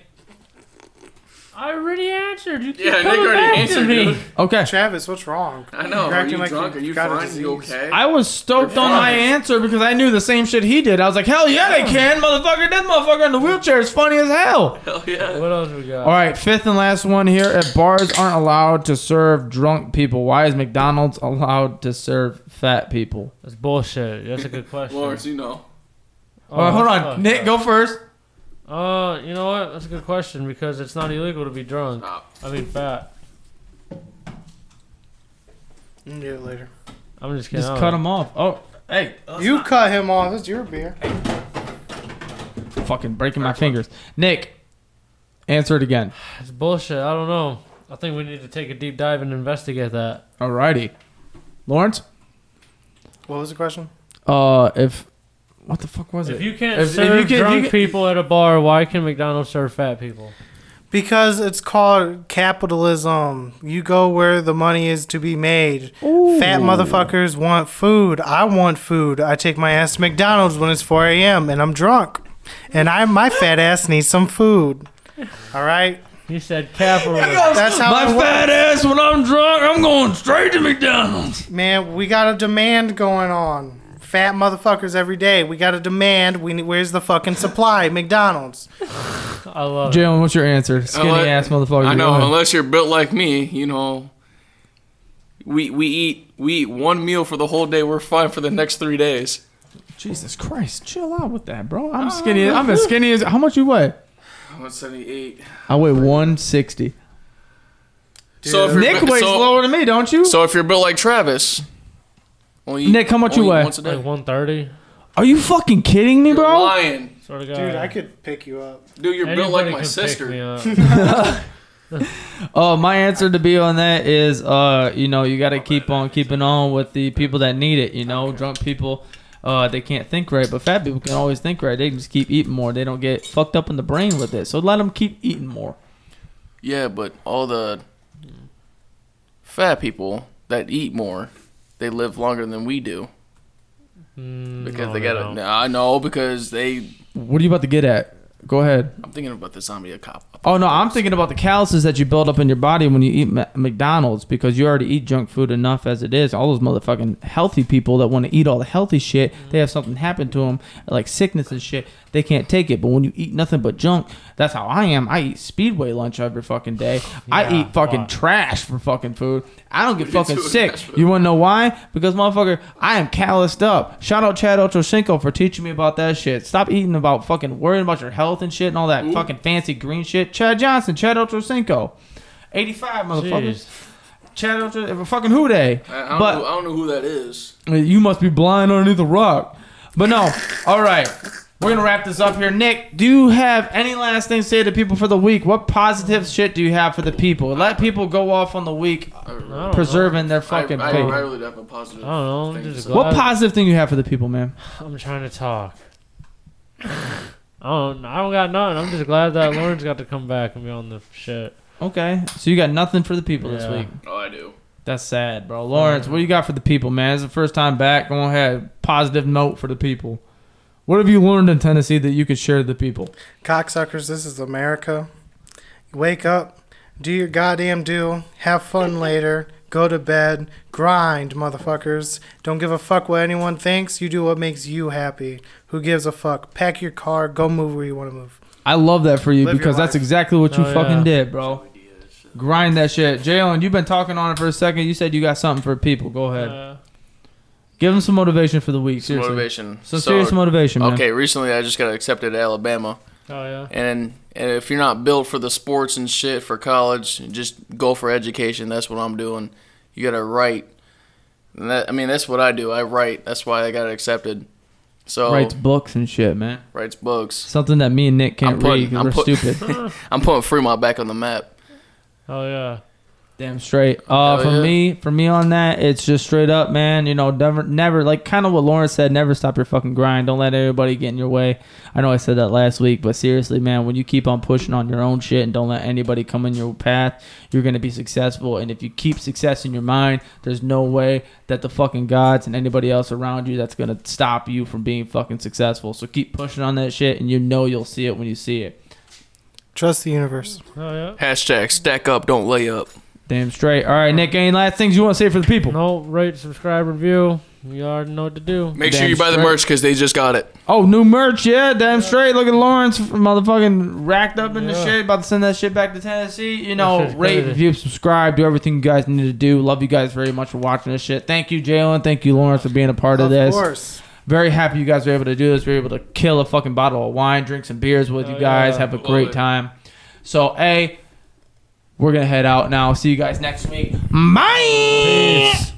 [SPEAKER 2] I already answered. You keep
[SPEAKER 4] yeah, Nick
[SPEAKER 2] coming back
[SPEAKER 4] already answered
[SPEAKER 2] to me.
[SPEAKER 4] me.
[SPEAKER 1] Okay.
[SPEAKER 3] Travis, what's wrong?
[SPEAKER 4] I know.
[SPEAKER 3] You're
[SPEAKER 4] Are
[SPEAKER 3] acting
[SPEAKER 4] you
[SPEAKER 3] like
[SPEAKER 4] drunk? Are
[SPEAKER 3] you've
[SPEAKER 4] you
[SPEAKER 3] got a
[SPEAKER 4] fine? You
[SPEAKER 3] disease.
[SPEAKER 4] okay?
[SPEAKER 1] I was stoked
[SPEAKER 4] You're
[SPEAKER 1] on my
[SPEAKER 4] fine.
[SPEAKER 1] answer because I knew the same shit he did. I was like, hell yeah, they can, motherfucker. That motherfucker in the wheelchair is funny as
[SPEAKER 4] [LAUGHS]
[SPEAKER 1] hell.
[SPEAKER 4] Hell yeah.
[SPEAKER 2] [LAUGHS] What else we got?
[SPEAKER 1] All right, fifth and last one here. If bars aren't allowed to serve drunk people, why is McDonald's allowed to serve fat people?
[SPEAKER 2] That's bullshit. That's a
[SPEAKER 4] [LAUGHS]
[SPEAKER 2] good question.
[SPEAKER 4] Lawrence, you know.
[SPEAKER 2] Oh,
[SPEAKER 1] All right, hold
[SPEAKER 2] fuck.
[SPEAKER 1] on. Nick, go first.
[SPEAKER 2] Uh, you know what? That's a good question because it's not illegal to be drunk.
[SPEAKER 4] Stop.
[SPEAKER 2] I mean, fat.
[SPEAKER 3] You can get it later.
[SPEAKER 2] I'm just kidding.
[SPEAKER 1] Just
[SPEAKER 2] I
[SPEAKER 1] cut
[SPEAKER 2] don't
[SPEAKER 1] him off. Oh, hey.
[SPEAKER 3] you cut him off. It's your beer.
[SPEAKER 1] Fucking breaking my fingers. Nick, answer it again.
[SPEAKER 2] know. It's bullshit. I don't know. I think we need to take a deep dive and investigate that.
[SPEAKER 1] Alrighty. Lawrence?
[SPEAKER 3] What was the question?
[SPEAKER 1] Uh, if. What the fuck was
[SPEAKER 2] If
[SPEAKER 1] it?
[SPEAKER 2] you can't
[SPEAKER 1] If- if
[SPEAKER 2] serve
[SPEAKER 1] you can- if
[SPEAKER 2] drunk
[SPEAKER 1] you can-
[SPEAKER 2] people at a bar, why can McDonald's serve fat people?
[SPEAKER 3] Because it's called capitalism. You go where the money is to be made. Fat motherfuckers want food. I want food. I take my ass to McDonald's when it's 4 a.m. and I'm drunk. And I, my fat ass needs some food. All right?
[SPEAKER 2] You said capitalism.
[SPEAKER 3] That's how
[SPEAKER 1] My
[SPEAKER 3] it works.
[SPEAKER 1] fat ass, when I'm drunk, I'm going straight to McDonald's.
[SPEAKER 3] Man, we got a demand going on. Fat motherfuckers every day. We got a demand. We need, where's the fucking supply? McDonald's.
[SPEAKER 2] I love it.
[SPEAKER 1] Jalen, what's your answer? Skinny
[SPEAKER 4] Unless-
[SPEAKER 1] ass motherfucker.
[SPEAKER 4] I know,
[SPEAKER 1] Go ahead.
[SPEAKER 4] unless you're built like me, you know. We we eat we eat one meal for the whole day. We're fine for the next three days.
[SPEAKER 1] Jesus Christ, chill out with that, bro. I'm skinny. I'm as skinny as. How much you weigh?
[SPEAKER 4] 178.
[SPEAKER 1] I weigh 160.
[SPEAKER 4] So if you're
[SPEAKER 1] Nick
[SPEAKER 4] bu-
[SPEAKER 1] weighs
[SPEAKER 4] so,
[SPEAKER 1] lower than me, don't you?
[SPEAKER 4] So if you're built like Travis, only eat-
[SPEAKER 1] Nick, how much
[SPEAKER 4] only
[SPEAKER 1] you
[SPEAKER 4] eat
[SPEAKER 1] weigh?
[SPEAKER 4] Once a day.
[SPEAKER 2] Like 130.
[SPEAKER 1] Are you fucking kidding me,
[SPEAKER 4] You're
[SPEAKER 1] bro?
[SPEAKER 4] lying,
[SPEAKER 2] Sort of guy.
[SPEAKER 3] Dude, I could pick you up.
[SPEAKER 4] dude. You're built like my
[SPEAKER 2] Me
[SPEAKER 4] sister.
[SPEAKER 2] up.
[SPEAKER 1] Oh, my answer to be on that is, uh, you know, you got to keep on keeping on with the people that need it. You know, drunk people, uh, they can't think right, but fat people can always think right. They can just keep eating more. They don't get fucked up in the brain with it. So let them keep eating more.
[SPEAKER 4] Yeah, but all the fat people that eat more, they live longer than we do
[SPEAKER 2] Mm,
[SPEAKER 4] because they gotta. No, I know because they.
[SPEAKER 1] What are you about to get at? Go ahead.
[SPEAKER 4] I'm thinking about the zombie cop.
[SPEAKER 1] Oh no, I'm thinking about the calluses that you build up in your body when you eat Ma- McDonald's because you already eat junk food enough as it is. All those motherfucking healthy people that want to eat all the healthy shit, they have something happen to them like sickness and shit. They can't take it. But when you eat nothing but junk, that's how I am. I eat Speedway lunch every fucking day. I
[SPEAKER 2] Yeah,
[SPEAKER 1] eat fucking
[SPEAKER 2] fuck.
[SPEAKER 1] trash for fucking food. I don't
[SPEAKER 4] [LAUGHS]
[SPEAKER 1] get fucking
[SPEAKER 4] too.
[SPEAKER 1] sick. You want to know why? Because motherfucker, I am calloused up. Shout out Chad Ochocinco for teaching me about that shit. Stop eating about fucking worrying about your health and shit and all that fucking fancy green shit. Chad Johnson, Chad Ochocinco, eighty five motherfuckers.
[SPEAKER 2] Jeez.
[SPEAKER 1] Chad Ocho, fucking who they?
[SPEAKER 4] I I don't, know, I
[SPEAKER 1] But
[SPEAKER 4] don't know who that is.
[SPEAKER 1] you must be blind underneath a rock. But no, all right. We're gonna wrap this up here. Nick, do you have any last thing to say to people for the week? What positive shit do you have for the people? Let people go off on the week
[SPEAKER 4] I don't
[SPEAKER 2] I
[SPEAKER 4] know.
[SPEAKER 2] don't
[SPEAKER 1] Oh, preserving their
[SPEAKER 4] I,
[SPEAKER 1] fucking Oh.
[SPEAKER 4] I, I
[SPEAKER 1] faith.
[SPEAKER 4] really have a positive.
[SPEAKER 2] I don't know,
[SPEAKER 4] thing to
[SPEAKER 2] just
[SPEAKER 4] say.
[SPEAKER 2] go-
[SPEAKER 1] What positive thing you have for the people, man?
[SPEAKER 2] know. I'm trying to talk. I don't. I don't got nothing. I'm just glad that Lauren's got to come back and be on the shit.
[SPEAKER 1] Okay, so you got nothing for the people this
[SPEAKER 2] Yeah.
[SPEAKER 1] week.
[SPEAKER 4] Oh, I do.
[SPEAKER 1] That's sad, bro. Lawrence, what do you got for the people, man? It's the first time back. Go ahead, positive note for the people. What have you learned in Tennessee that you could share to the people?
[SPEAKER 3] Cocksuckers, this is America. Wake up, do your goddamn do, have fun later, go to bed, grind, motherfuckers. Don't give a fuck what anyone thinks. You do what makes you happy. Who gives a fuck? Pack your car, go move where you want to move.
[SPEAKER 1] I love that for you
[SPEAKER 3] Live your
[SPEAKER 1] because that's
[SPEAKER 3] life.
[SPEAKER 1] exactly what you
[SPEAKER 2] Oh,
[SPEAKER 1] fucking
[SPEAKER 2] yeah.
[SPEAKER 1] did, bro. Grind that shit, Jalen. You've been talking on it for a second. You said you got something for people. Go ahead,
[SPEAKER 2] Uh,
[SPEAKER 1] give them some motivation for the week.
[SPEAKER 4] Some
[SPEAKER 1] Seriously,
[SPEAKER 4] motivation.
[SPEAKER 1] some serious motivation, man.
[SPEAKER 4] Okay, recently I just got accepted at Alabama,
[SPEAKER 2] oh yeah.
[SPEAKER 4] and and if you're not built for the sports and shit for college, just go for education. That's what I'm doing. You gotta write. And that, I mean, that's what I do. I write. That's why I got accepted. So
[SPEAKER 1] Writes books and shit, man.
[SPEAKER 4] writes books.
[SPEAKER 1] Something that me and Nick can't
[SPEAKER 4] I'm putting-
[SPEAKER 1] read 'cause
[SPEAKER 4] I'm
[SPEAKER 1] we're
[SPEAKER 4] putting-
[SPEAKER 1] stupid.
[SPEAKER 4] I'm putting Fremont back on the map.
[SPEAKER 2] Oh yeah.
[SPEAKER 1] Damn straight. Uh,
[SPEAKER 4] Hell
[SPEAKER 1] for
[SPEAKER 4] yeah.
[SPEAKER 1] me, for me on that, it's just straight up, man. You know, never, never like kind of what Lawrence said. Never stop your fucking grind. Don't let everybody get in your way. I know I said that last week, but seriously, man, when you keep on pushing on your own shit and don't let anybody come in your path, you're gonna be successful. And if you keep success in your mind, there's no way that the fucking gods and anybody else around you that's gonna stop you from being fucking successful. So keep pushing on that shit, and you know you'll see it when you see it.
[SPEAKER 3] Trust the universe.
[SPEAKER 2] Oh yeah.
[SPEAKER 4] Hashtag stack up, don't lay up.
[SPEAKER 1] Damn straight. All right, Nick, any last things you want to say for the people?
[SPEAKER 2] No, rate, subscribe, review. You already know what to do.
[SPEAKER 4] Make
[SPEAKER 1] Damn
[SPEAKER 4] sure you buy the
[SPEAKER 1] straight.
[SPEAKER 4] merch because they just got it.
[SPEAKER 1] Oh, new merch, yeah, damn straight. Look at Lawrence, motherfucking racked up in the
[SPEAKER 2] Yeah.
[SPEAKER 1] shit, about to send that shit back to Tennessee. You
[SPEAKER 2] That
[SPEAKER 1] know,
[SPEAKER 2] shit's
[SPEAKER 1] rate,
[SPEAKER 2] crazy.
[SPEAKER 1] review, subscribe, do everything you guys need to do. Love you guys very much for watching this shit. Thank you, Jalen. Thank you, Lawrence, for being a part of,
[SPEAKER 3] of
[SPEAKER 1] this.
[SPEAKER 3] course.
[SPEAKER 1] Very happy you guys were able to do this. We were able to kill a fucking bottle of wine, drink some beers with you
[SPEAKER 2] Oh,
[SPEAKER 1] guys,
[SPEAKER 2] yeah.
[SPEAKER 1] have a
[SPEAKER 4] Love
[SPEAKER 1] great
[SPEAKER 4] it.
[SPEAKER 1] time. So, a, we're gonna head out now. See you guys next week. Bye.
[SPEAKER 2] Peace.